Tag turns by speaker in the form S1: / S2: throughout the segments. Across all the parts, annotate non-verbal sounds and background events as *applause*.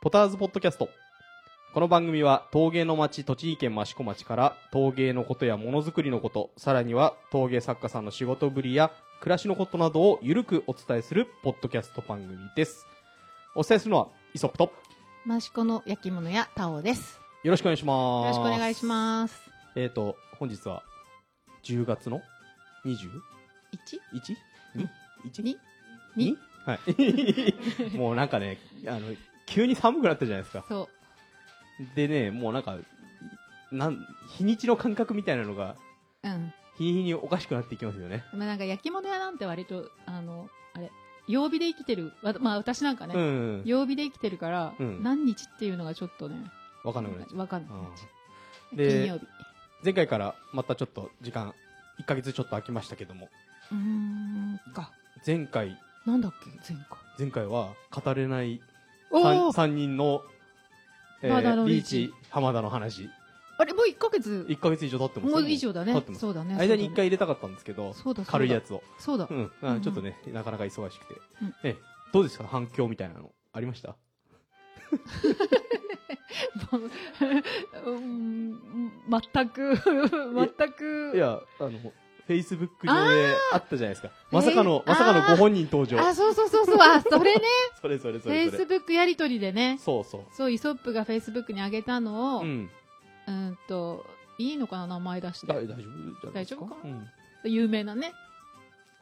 S1: ポターズポッドキャスト。この番組は陶芸の町、栃木県益子町から陶芸のことやものづくりのこと、さらには陶芸作家さんの仕事ぶりや暮らしのことなどをゆるくお伝えするポッドキャスト番組です。お伝えするのはイソップとよ
S2: マシコの焼き物屋タオです。
S1: ろしくお願いしま
S2: よ
S1: す。
S2: ろしくお願いします。
S1: す。えっ、と、本日は10月の 21?1?
S2: 一、
S1: 1?
S2: 二、
S1: に
S2: 二。
S1: はい。 *laughs* もうなんかね、あの、急に寒くなったじゃないですか。
S2: そ
S1: でね、もうなんか、なん、日にちの感覚みたいなのが、
S2: う。うん。
S1: 日に日におかしくなっていきますよね。
S2: まあなんか焼き物屋なんて割とあのあれ曜日で生きてる。わまあ私なんかね、
S1: うん。
S2: 曜日で生きてるから、
S1: うん
S2: 何日っていうのがちょっとね
S1: わかんなくなっちゃ
S2: わかんない。
S1: うんで
S2: 金曜日。
S1: う。前回からまたちょっと時間、1ヶ月ちょっと空きましたけども、
S2: うーん。か。
S1: 前回、
S2: なんだっけ前回。
S1: 前回は語れない
S2: お
S1: 3,
S2: お。
S1: 三人の、
S2: まだの
S1: リ
S2: リ
S1: ー
S2: ー
S1: チ
S2: チ、
S1: 浜田の話、
S2: あれもう一ヶ月。
S1: 1ヶ月以上経ってます
S2: もう以上だ
S1: 経
S2: ね
S1: って。ます
S2: そうだね。
S1: 間に1回入れたかったんですけど、
S2: そうだね。
S1: 軽いやつを。
S2: そうだ。そううだ。
S1: ん、
S2: うんうん
S1: ちょっとね、なかなか忙しくて。
S2: うん
S1: ええどうですか反響みたいなの。ありました
S2: *laughs* うーん全く全く。
S1: いや、あの、Facebook 上であったじゃないですか。まさかの、
S2: えー
S1: まさかのご本人登場。
S2: あ、そうそうそうそう。あ、それね。
S1: それそれそ
S2: フェ
S1: れ
S2: イ
S1: そ
S2: ス
S1: れ。
S2: ブックやりとりでね。
S1: そうそう。
S2: そう、イソップがフェイスブックに上げたのを、
S1: う
S2: うん、
S1: ん。
S2: んと、いいのかな、名前出し
S1: だ大
S2: て。
S1: 丈夫じゃないですか。
S2: 大丈夫か
S1: うん。
S2: 有名なね。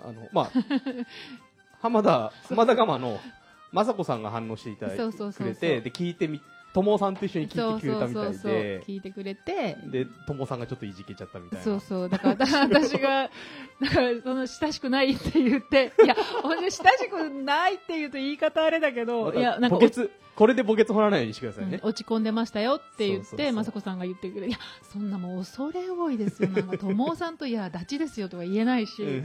S1: あの、
S2: *laughs*
S1: まあ、浜田、浜田釜の、まさこさんが反応していただいて
S2: そうそうそうそ
S1: くれ
S2: う
S1: て、で、聞いてみ、ともさんと一緒に聞いてくれたみたいで、
S2: 聞いてくれて、
S1: で、ともさんがちょっといじけちゃったみたいな。
S2: そうそう、だから *laughs* だ私が、だからその親しくないって言って、いや、ほんで親しくないって言うと言い方あれだけ
S1: ま
S2: ど、
S1: た
S2: いや、なんか
S1: 墓穴、これで墓穴掘らないようにしてください
S2: うん
S1: ね。
S2: 落ち込んでましたよって言
S1: そう
S2: っ
S1: そうそ
S2: て、
S1: う
S2: まさこさんが言ってくれて、いや、そんなもう恐れ多いですよ。なんか、友さんと、いや、ダチですよとは言えないし、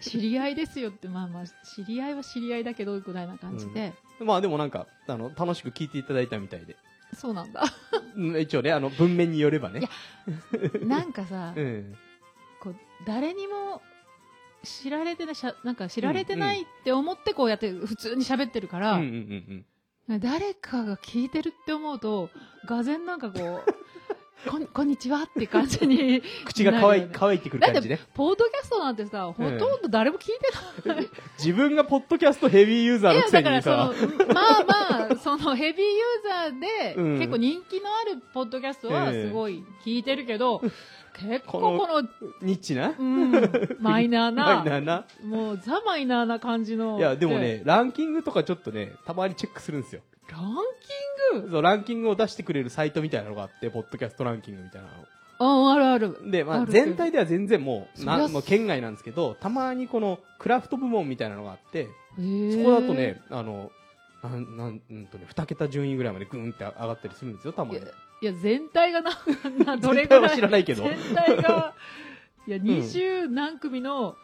S2: 知り合いですよって、まあまあ、知り合いは知り合いだけど、ぐらいな感じで、
S1: うんまあでもなんか、あの、楽しく聞いていただいたみたいで。
S2: そうな
S1: *laughs*
S2: んだ。
S1: うん一応ね、あの、文面によればね
S2: いや。なんかさ
S1: う、ん。
S2: こう、誰にも、知られてない、しゃなんか知られてないって思ってこうやって普通に喋ってるか
S1: うん
S2: ら、
S1: うんうん
S2: 誰かが聞いてるって思うと、がぜんなんかこう、 *laughs* こんこんにちはって感じ
S1: う
S2: に
S1: ん。 *laughs* 口が
S2: な
S1: 乾
S2: る
S1: い
S2: よね
S1: 乾いてくる感じね。
S2: ポートキャストなんてさ、ほとんど誰も聞いてない。
S1: 自分がポッドキャストヘビーユーザーのくせにさ、
S2: その、まあまあ、そのヘビーユーザーで、
S1: うん
S2: 結構人気のあるポッドキャストは
S1: ええ
S2: すごい聞いてる
S1: *laughs*
S2: けど、結構
S1: こ
S2: この、
S1: ニッチな
S2: うん、マイ
S1: マイナ
S2: ナーな、
S1: ーな。
S2: もうザマイナーな感じの。
S1: いや、でも、ね、ランキングとかちょっとね、たまにチェックするんですよ。
S2: ランキング
S1: そう、ランキングを出してくれるサイトみたいなのがあって、ポッドキャストランキングみたいな
S2: あ、あるある。
S1: の。で、まあ、
S2: あるけど
S1: 全体では全然もう、
S2: そりゃ
S1: なもう県外なんですけど、たまにこのクラフト部門みたいなのがあって、
S2: へえ
S1: そこだとね、あの、なん、なん、うんとね、二桁順位ぐらいまでグーンって上がったりするんですよ、たま
S2: い
S1: に
S2: や。、いや全体がな、
S1: *laughs*
S2: などれ
S1: 全
S2: ぐらい。
S1: 体は知らないけど
S2: 全体
S1: *laughs*
S2: が、いや、二十何組の、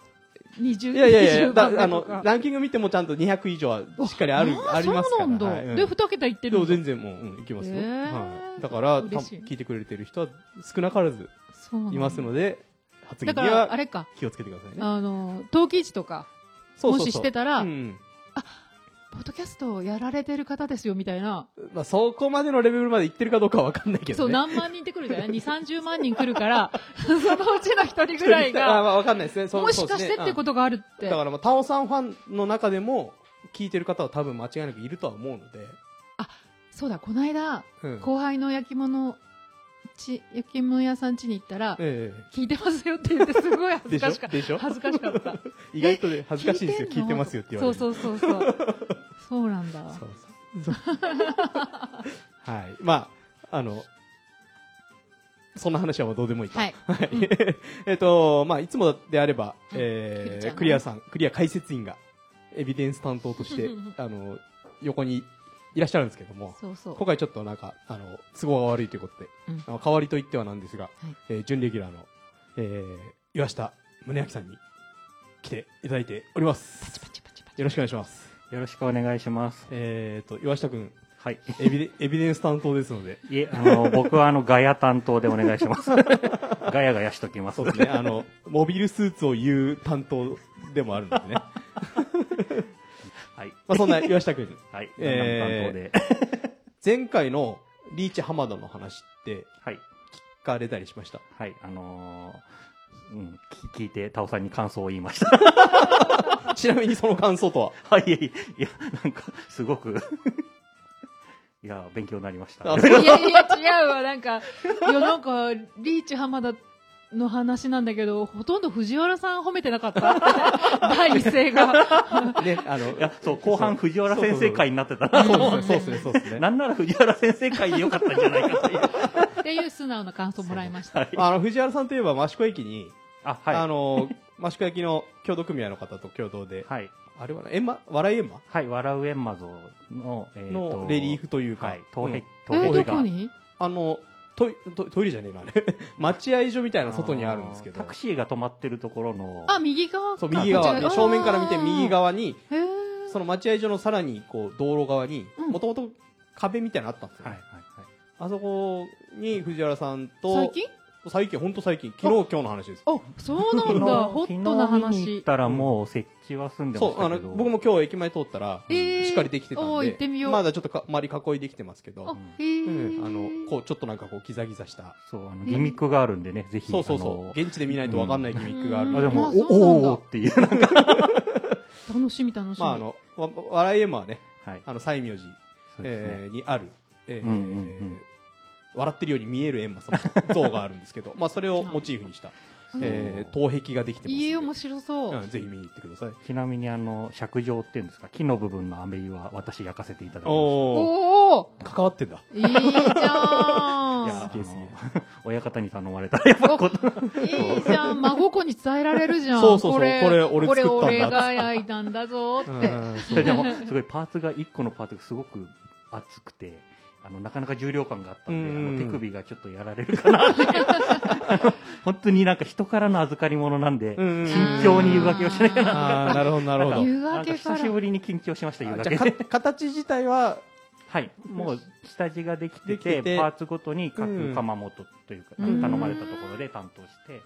S2: 二十、
S1: いやいやいや、
S2: *laughs* 20番
S1: だ
S2: 目とか
S1: あの、ランキング見てもちゃんと200以上はしっかりある、
S2: あ
S1: ありますから。
S2: そうなんだ。
S1: はいうん
S2: で、二桁いって
S1: で
S2: る
S1: も
S2: の
S1: 全然もう、うん、いきますよ。
S2: へー
S1: はい。だから、た
S2: 嬉しい
S1: 聞いてくれてる人は少なからず
S2: そうなんだ
S1: いますので、発
S2: だ
S1: 言に
S2: から、あ
S1: は
S2: れか。
S1: 気をつけてくださいね。
S2: あの、陶器市とか、
S1: そうそう
S2: も
S1: そう
S2: ししてたら、
S1: うん。
S2: ポッドキャストをやられてる方ですよ、みたいな。
S1: まあ、そこまでのレベルまでいってるかどうかはわかんないけ
S2: そ
S1: ど
S2: う、
S1: ね。
S2: 何万人って来るじゃない ?2、30万人来るから、 *laughs* そのうちの一人ぐらい
S1: *laughs* あ
S2: が、
S1: まあわかんないですね。そう
S2: もしかしてって
S1: と
S2: ことがあるって。
S1: だから、まあ、タオさんファンの中でも、聞いてる方は多分間違いなくいるとは思うので。
S2: そうだ、この間、
S1: うん。
S2: 後輩の焼き物ち焼き物屋さん家に行ったら、
S1: え
S2: 聞いてますよって言ってすごい
S1: え。で
S2: 恥ず
S1: しょ
S2: かしかった
S1: でしょ
S2: 恥ずかしかった
S1: 意外とね、恥ずかしいですよ。
S2: んの
S1: 聞いてますよって言われる。
S2: そうそうそうそうそうなんだわ
S1: そうそう。はい。まあ、あの、そんな話はもうどうでもいい *laughs* と。。
S2: はいいうん
S1: えっと、まあ、いつもであれば、
S2: うんク
S1: え
S2: リちゃん
S1: ー、
S2: が、
S1: クリアさん、クリア解説員が、エビデンス担当として *laughs* あの、横にいらっしゃるんですけども、
S2: そうそう
S1: 今回ちょっとなんか、あの、都合が悪いということで、
S2: うん
S1: あの代わりと言ってはなんですが、
S2: い
S1: えー準レギュラーの、えー、岩下宗明さんに来ていただいております。
S2: パチパチパチパチ
S1: よろしくお願いします。
S3: よろしくお願いします。
S1: えーと、岩下くん、
S3: はい。
S1: エビデエビデンス担当ですので、
S3: いえ、あの、僕はあの、ガヤ担当でお願いします。 *laughs* ガヤガヤしときます。
S1: そうですね、あの、モビルスーツを言う担当でもあるので
S3: *laughs*
S1: ね。
S3: はい。
S1: まあ、そんな岩下くん、
S3: はい。ガ
S1: えー
S3: ヤ担当で。
S1: 前回のリーチ浜田の話って
S3: はい。
S1: 聞かれたりしました。
S3: はい。あのーうん、き聞いて、タオさんに感想を言いました。 *laughs*
S1: ちなみにその感想とは。
S3: はい。いや、なんか、すごく、いや、勉強になりました。
S1: あ
S3: はい
S1: *laughs*
S2: いやいや違うわなんかいやなんかリーチ浜田の話なんだけどほとんど藤原さん褒めてなかった
S1: *laughs*
S2: 第一声が
S1: ね、あの、
S3: いや、そう、後半
S1: そう
S3: 藤原先生会になってた
S1: そ
S3: な。
S1: うそうそうですね、そうですね。
S3: *laughs* なんなら藤原先生会でよかったんじゃないかっていう。
S2: っていう素直な感想もらいました
S3: はい
S1: あの、藤原さんといえば、益子駅に、
S3: あ、はい。
S1: あの、益子駅の共同組合の方と共同で、
S3: はい。
S1: あれはね、エンマ、笑いエンマ
S3: はい、笑うエンマ像の、えーと
S1: のレリーフというか、
S3: はい、東壁、
S2: え
S3: 東壁
S2: ど
S3: が
S2: こに
S1: あの、トイトトイレじゃねえな、あれ。 *laughs* 待合所みたいな外にあるんですけど。
S3: タクシーが止まってるところの、
S2: あ右側
S1: そう、右側
S2: あ
S1: で、
S2: こっち
S1: 正面から見て右側に、
S2: へえ
S1: その待合所のさらに、こう、道路側に
S2: う、ん
S1: もともと壁みたいなのあったんですよ、
S3: はい、はい、
S1: あそこに藤原さんと、
S2: 最近
S1: 最近、ほんと最近、昨日、今日の話です。
S2: あそうな
S3: はい。
S2: んだホットな
S3: 昨日見に
S2: 話
S3: 行ったらもう設置は済んでま
S1: そ
S3: し
S1: う、あ
S3: た
S1: の、
S3: けど。
S1: 僕も今日駅前通ったら、
S2: えー
S1: しっかりできてたんで、
S2: おー行ってみよう
S1: まだちょっとか周り囲いできてますけど
S2: あ、へ
S1: う
S2: え、
S1: ん、あの、こう、ちょっとなんかこう、ギザギザした。
S3: そう、あの、ギミックがあるんでね、ぜひ、
S1: そうそうそう。現地で見ないとわかんないギミックがある
S3: あ
S1: ん
S3: の
S1: で。
S3: あ、で
S2: ま
S3: も、
S2: あ
S3: お
S2: そうなんだ
S3: おーっていう、なんか
S2: 楽しみ楽しみ、
S1: まあ、あの、わ笑いエマはね、
S3: はい。
S1: あの、西明寺、
S3: そうですね
S1: えーにある、えー
S3: うんうんうん
S1: 笑ってるように見えるエンマ様の像があるんですけど、 *laughs* まあ、それをモチーフにした、
S2: うん
S1: えー、東壁ができてますんで。
S2: 家面白そう、
S1: うん、ぜひ見に行ってください。
S3: ちなみに、あの、尺状っていうんですか、木の部分の飴湯は私焼かせていただきまし
S1: おお
S2: おお
S1: 関わってんだ。
S2: い
S1: *laughs*
S2: いじゃ
S3: た。
S2: ん
S3: いや、あ
S1: すげえすげえ
S3: の、親方に頼まれたら、やっぱこ
S2: いいじゃん、孫子に伝えられるじゃん。
S1: そうそうそうこれ俺
S2: これ
S1: 作ったんだ
S2: 俺が焼いたんだぞって。
S1: うん
S3: それでもすごいパーツが1個のパーツがすごく厚くてあのなかなか重量感があったんで、
S1: うん
S3: あの手首がちょっとやられるかなっていう *laughs* 本当になんか人からの預かり物なんで、
S1: うんうんうん
S3: 慎重に湯がけをしながら
S1: ああ、なるほど、なるほど。
S2: 湯
S3: な
S2: が
S3: んか
S2: けか
S3: 久
S2: ら
S3: し。ぶりに緊張しました湯
S1: あ
S3: が
S1: じゃ
S3: け
S1: あか形自体は、
S3: *laughs* はいもう下地ができて
S1: で
S3: て
S1: きてて
S3: パーツごとに
S1: うん
S3: 各窯元というか、
S2: うん
S3: 頼まれたところで担当してっていう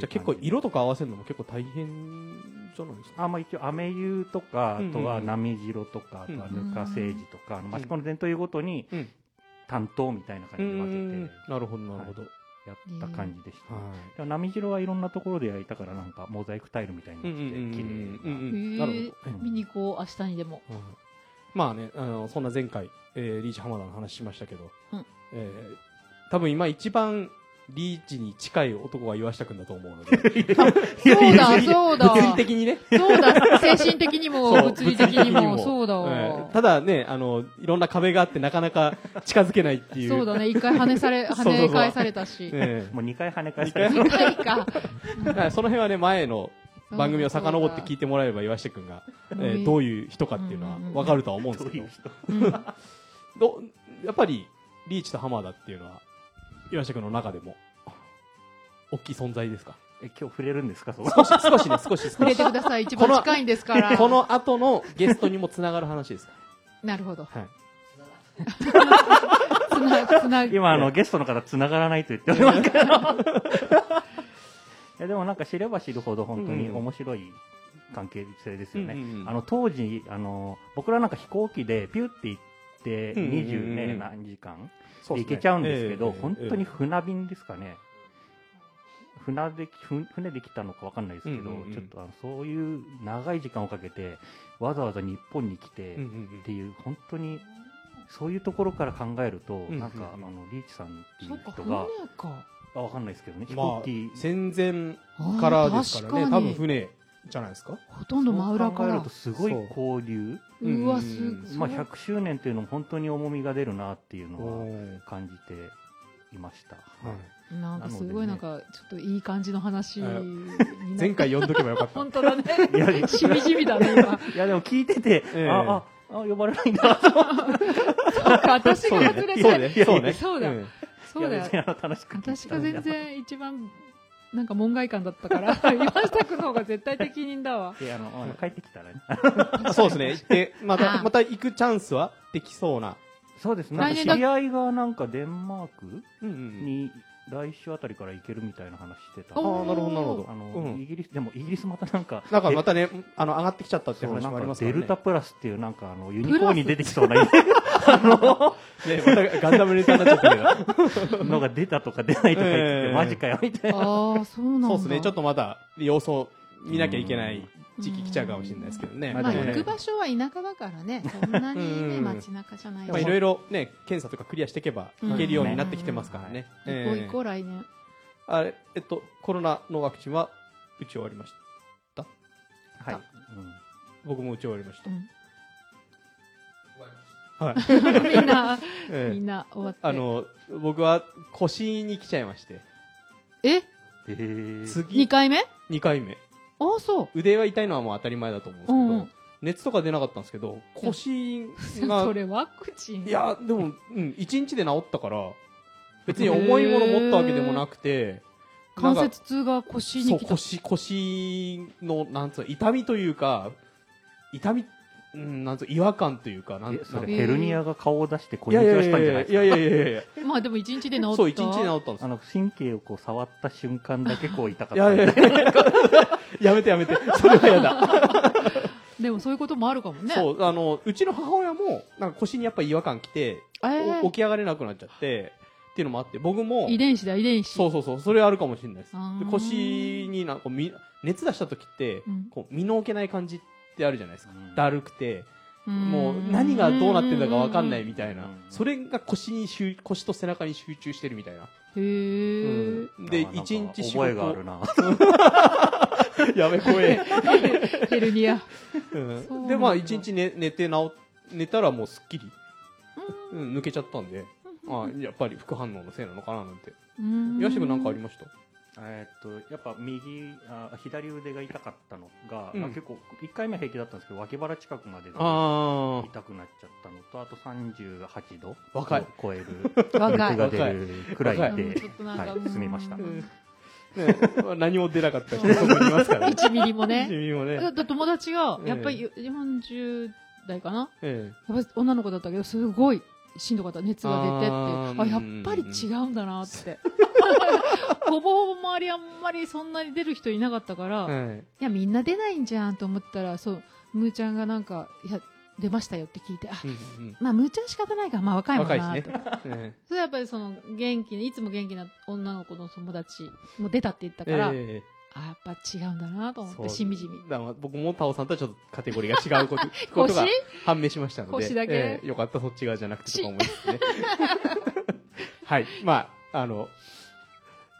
S3: 感
S1: じゃあ結構色
S3: と
S1: とか合わせるのも結構大変じゃないですか。
S3: あまあ、一応、アメ油とか、あ
S1: うんうん
S3: とは波白とか、あとはぬかせいじとか、あの益子の伝統湯ごとに
S1: うん
S3: 担当みたいな感じで分けて
S1: なるほど、なるほど。
S3: やった感じでした。
S1: は
S3: でも波白はいろんなところで焼いたからなんかモザイクタイルみたいに
S1: い。う
S3: なんっ
S1: うんうん
S3: てて綺
S1: う
S3: 麗
S1: ん
S3: な
S1: うん。なるほど。
S2: 見に行こう、明日にでも。
S1: はいまあね、あの、そんな前回、えーリーチ浜田の話しましたけど、
S2: うん
S1: えー多分今一番リーチに近い男が岩下くんだと思うので、
S2: そうだ、そう *laughs* だ。
S1: 物理的にね、
S2: そうだ、精神的にも、
S1: そう
S2: 物理的に
S1: 物理的にも
S2: も、そうだ
S1: えー
S2: わ。
S1: ただね、あの、いろんな壁があってなかなか近づけないっていう。
S2: *laughs* そうだね、一回跳ねされ、
S1: そう
S2: 跳
S1: そう
S2: ね返されたし。
S1: え
S3: もう2回跳ね返さ
S1: 二
S3: れ
S1: 回
S3: て、
S2: 一回か。
S1: えだからその辺はね、前の *laughs* 番組を遡って聞
S2: い
S1: いてもらえれば岩下くんが、え
S2: う
S1: ー
S2: ん
S1: どういう人かっていうのはわかるとは思うんです
S3: どう
S1: け
S3: い
S1: ど
S3: う、人
S1: どやっぱりリーチと浜田っていうのは岩下君の中でも大きい存在ですか
S3: え、今日触れるんですかそこ
S1: 少し少
S2: *laughs*
S1: しね少し
S2: 触
S1: 少
S2: れ
S1: して
S2: ください、一番近いんですから。
S1: この後のゲストにもつながる話ですか
S2: なるほど。
S1: はい
S2: *laughs* つな、つな、
S3: 今、あの、ゲストの方、繋がらないと言っておりますけ *laughs* ど。いや、でもなんか知れば知るほど、本当に面白い関係性ですよね。
S1: うんうんうん
S3: あの、当時、あの、僕らなんか飛行機でピュって行って、
S1: うんうんうん
S3: 二十ね、何時間
S1: そ
S3: で行けちゃうんですけど、本当に船便ですかね。船で、ふ船で来たのかわかんないですけど、
S1: うんうんうん
S3: ちょっとあの、そういう長い時間をかけて、わざわざ日本に来て、っていう、本当に、そういうところから考えると、
S1: ん
S3: なんか、
S1: う
S3: あ
S1: ん
S3: の、リーチさんってい
S2: そう
S3: う
S2: か、
S3: 人
S2: 船
S3: が、
S2: か。
S3: あわかんないですけどね、飛
S1: ま
S3: 行
S1: あ
S3: 機、
S1: 戦前
S2: あー
S1: からですからね
S2: 確
S1: 多
S2: か
S1: 分
S2: に
S1: 船じゃないですか
S2: ほとんど真裏か
S3: そう考え
S2: ら
S3: ると、。すごい
S1: そう
S3: 交流、
S2: うわ、
S1: うん
S2: すごい。
S3: まあ、100周年っていうのも本当に重みが出るなっていうのは
S1: ー
S3: 感じていました。
S1: はい
S2: なんかすごい
S3: な
S2: なん
S3: ので
S2: か、ちょっといい感じの話になっ
S1: *laughs* 前回呼んどけばよかった
S2: 本当だ
S3: いやい
S2: ね。
S3: や
S2: しみじみだね、今。
S3: いや、でも聞いてて、
S1: ええ
S3: あ、あ、あ、呼ばれないんだと思って
S2: なんか私が外れ
S1: そうね
S2: て。
S1: そうね
S2: そうだ
S1: ん
S2: そうだ
S3: いや
S2: よ
S3: 別。にあの楽しく聞いてたんで
S2: 私が全。然一番、なんか門外漢だったから、
S1: *laughs*
S2: 岩下くんの方が絶対適任だわ。
S3: であの、あの帰ってきたらね。
S1: そうですね行ってま
S2: あ
S1: た
S2: ー
S1: また行くチャンスはできそうな
S3: そうですね。なん
S2: 来年
S3: か知
S2: だ
S3: り合いがなんかデンマーク
S1: うんうん
S3: に来週あたりから行けるみたいな話してたん
S1: あ
S3: で。
S1: あなるほどなるほど
S3: あの、
S1: うん
S3: イギリス、でもイギリスまたなんか、
S1: なんかまたね、あの、上がってきちゃったって
S3: そう
S1: 話
S3: な
S1: もあり
S3: ん
S1: ま
S3: か
S1: すか
S3: デ
S1: らね。
S2: *laughs*
S3: ルタプラスっていうなんかあのユニコーンに出てきそうなあの
S1: ね、またガンダムネタになっちゃったけど。
S3: のが出たとか出ないとか言ってて、
S1: ええ
S3: マジかよみたいな。
S2: ああ、そうなん
S1: *laughs*
S2: だ。
S1: そうですね、ちょっとまだ様子を見なきゃいけない時期来ちゃうかもしれないですけどね。
S3: うん
S2: まあ、
S3: ね
S2: 行く場所は田舎だからね、そんなにね、
S1: うん
S2: 街中じゃない
S1: まあいろいろね、検査とかクリアしていけば、
S2: うん
S1: いけるようになってきてますからね。
S2: 行こう行こ
S1: う。
S2: う、来年。
S1: あれ、えっと、コロナのワクチンは打ち終わりました。
S3: はい。
S1: 僕も打ち終わりまし
S2: う
S1: た。
S2: ん
S1: はい。
S2: みんな、
S1: *laughs* え
S2: み
S1: え
S2: んな終わって。
S1: あの、僕は腰に来ちゃいまして、
S2: え
S3: えー、
S2: ?2
S1: 次、
S2: 回目あ
S1: 2回目。
S2: あ、そう。
S1: 腕は痛いのはもう当たり前だと思
S2: う
S1: うん
S2: ん
S1: で
S2: う
S1: すけ
S2: ん
S1: ど、熱とか出なかったんですけど、腰が
S2: *laughs* そ、れワクチン
S1: いや、でも、うん、1日で治ったから、別に重いもの持ったわけでもなくて、な
S2: 関
S1: んか
S2: 節痛が腰
S1: そ
S2: に
S1: う
S2: 来た
S1: 腰腰のなんつうの痛みというか痛み、うん、なんつう違和感というかなん
S3: えそ
S1: なん
S3: れ
S1: か
S3: ヘルニアが顔を出してこ
S1: い
S3: んに
S1: や
S3: ち
S1: いや
S3: はいしたんじゃない
S1: や
S3: で
S1: い
S3: すか
S1: やいやいやいや
S2: まあでも一日で治った
S1: そう一日で治ったんです
S3: あ
S1: よ
S3: の神経をこう触った瞬間だけこう痛か
S1: い
S3: った
S1: や
S3: ん
S1: いや
S3: で
S1: いややめてや
S2: *laughs*
S1: めてそれはやだ、
S2: でもそういうこともあるかもね
S1: そうあのうちの母親もなんか腰にやっぱ違和感きて、
S2: えー
S1: お起き上がれなくなっちゃってっていうのもあって僕も
S2: 遺伝子だ遺伝子
S1: そうそうそうそれあるかもしれないです
S2: あ
S1: で
S2: ー
S1: 腰になんかみ熱出した時って、
S2: うん
S1: こう身の置けない感じってあるじゃないですか、
S3: うん
S1: だるくて、
S2: う
S1: もう何がどうなってんだか分かんないみたいな
S3: うんうんうん
S1: それが腰に集腰と背中に集中してるみたいな、
S2: へえ
S1: うんで
S3: あなんか
S1: 一日仕
S3: 覚えがある
S1: 事
S3: な。
S1: *laughs* やべ怖え、
S2: ヘルニア
S1: うん
S2: そうなんだ
S1: でまあ一日寝寝て治寝たらもうすっきり、うん、抜けちゃったんであやっぱり副反応のせいなのかななんて岩下君なんかありました
S3: えーっとやっぱ右あ左腕が痛かったのが、
S1: うん
S3: まあ結構1回目は平気だったんですけど脇腹近くまでが
S1: あ
S3: 痛くなっちゃったのとあと38度
S1: 若い
S3: を超
S1: *laughs*
S3: える熱
S2: 若い
S3: が出るくら
S1: 若
S3: い
S2: うん
S3: で
S2: ちょっとなんか
S3: は
S2: う
S3: い
S2: ん
S3: 済みました
S1: あ、ね、何も出なかった人そこにいますからね
S2: 1ミリも
S1: *laughs*
S2: ね
S1: 君もね
S2: だって友達が
S1: ええ
S2: やっぱり40代かな
S1: え
S2: やっぱり女の子だったけどすごいしんどかった熱が出てって
S1: あ
S2: あ
S1: ー
S2: やっぱり違うんだなって *laughs* ほぼほぼ周りあんまりそんなに出る人いなかったから、
S1: えはい
S2: いや、みんな出ないんじゃんと思ったら、そう、むーちゃんがなんか、いや、出ましたよって聞いて、あ、
S1: うんうん
S2: まあ、むーちゃんは仕方ないから、まあ、若いもん
S1: 若い
S2: なと。
S1: しね、え
S2: それはやっぱりその、元気に、いつも元気な女の子の友達も出たって言った
S1: え
S2: から、
S1: ええ
S2: あ、やっぱ違うんだなと思っ
S1: そう
S2: て、しみじみ。
S1: だから僕もタオさんとはちょっとカテゴリーが違うこと
S2: *laughs*
S1: こと
S2: 腰
S1: が判明しましたので。
S2: 腰だけ
S1: ええよかった、そっち側じゃなくてとか思います
S2: *laughs*
S1: ね。はい。まあ、あの、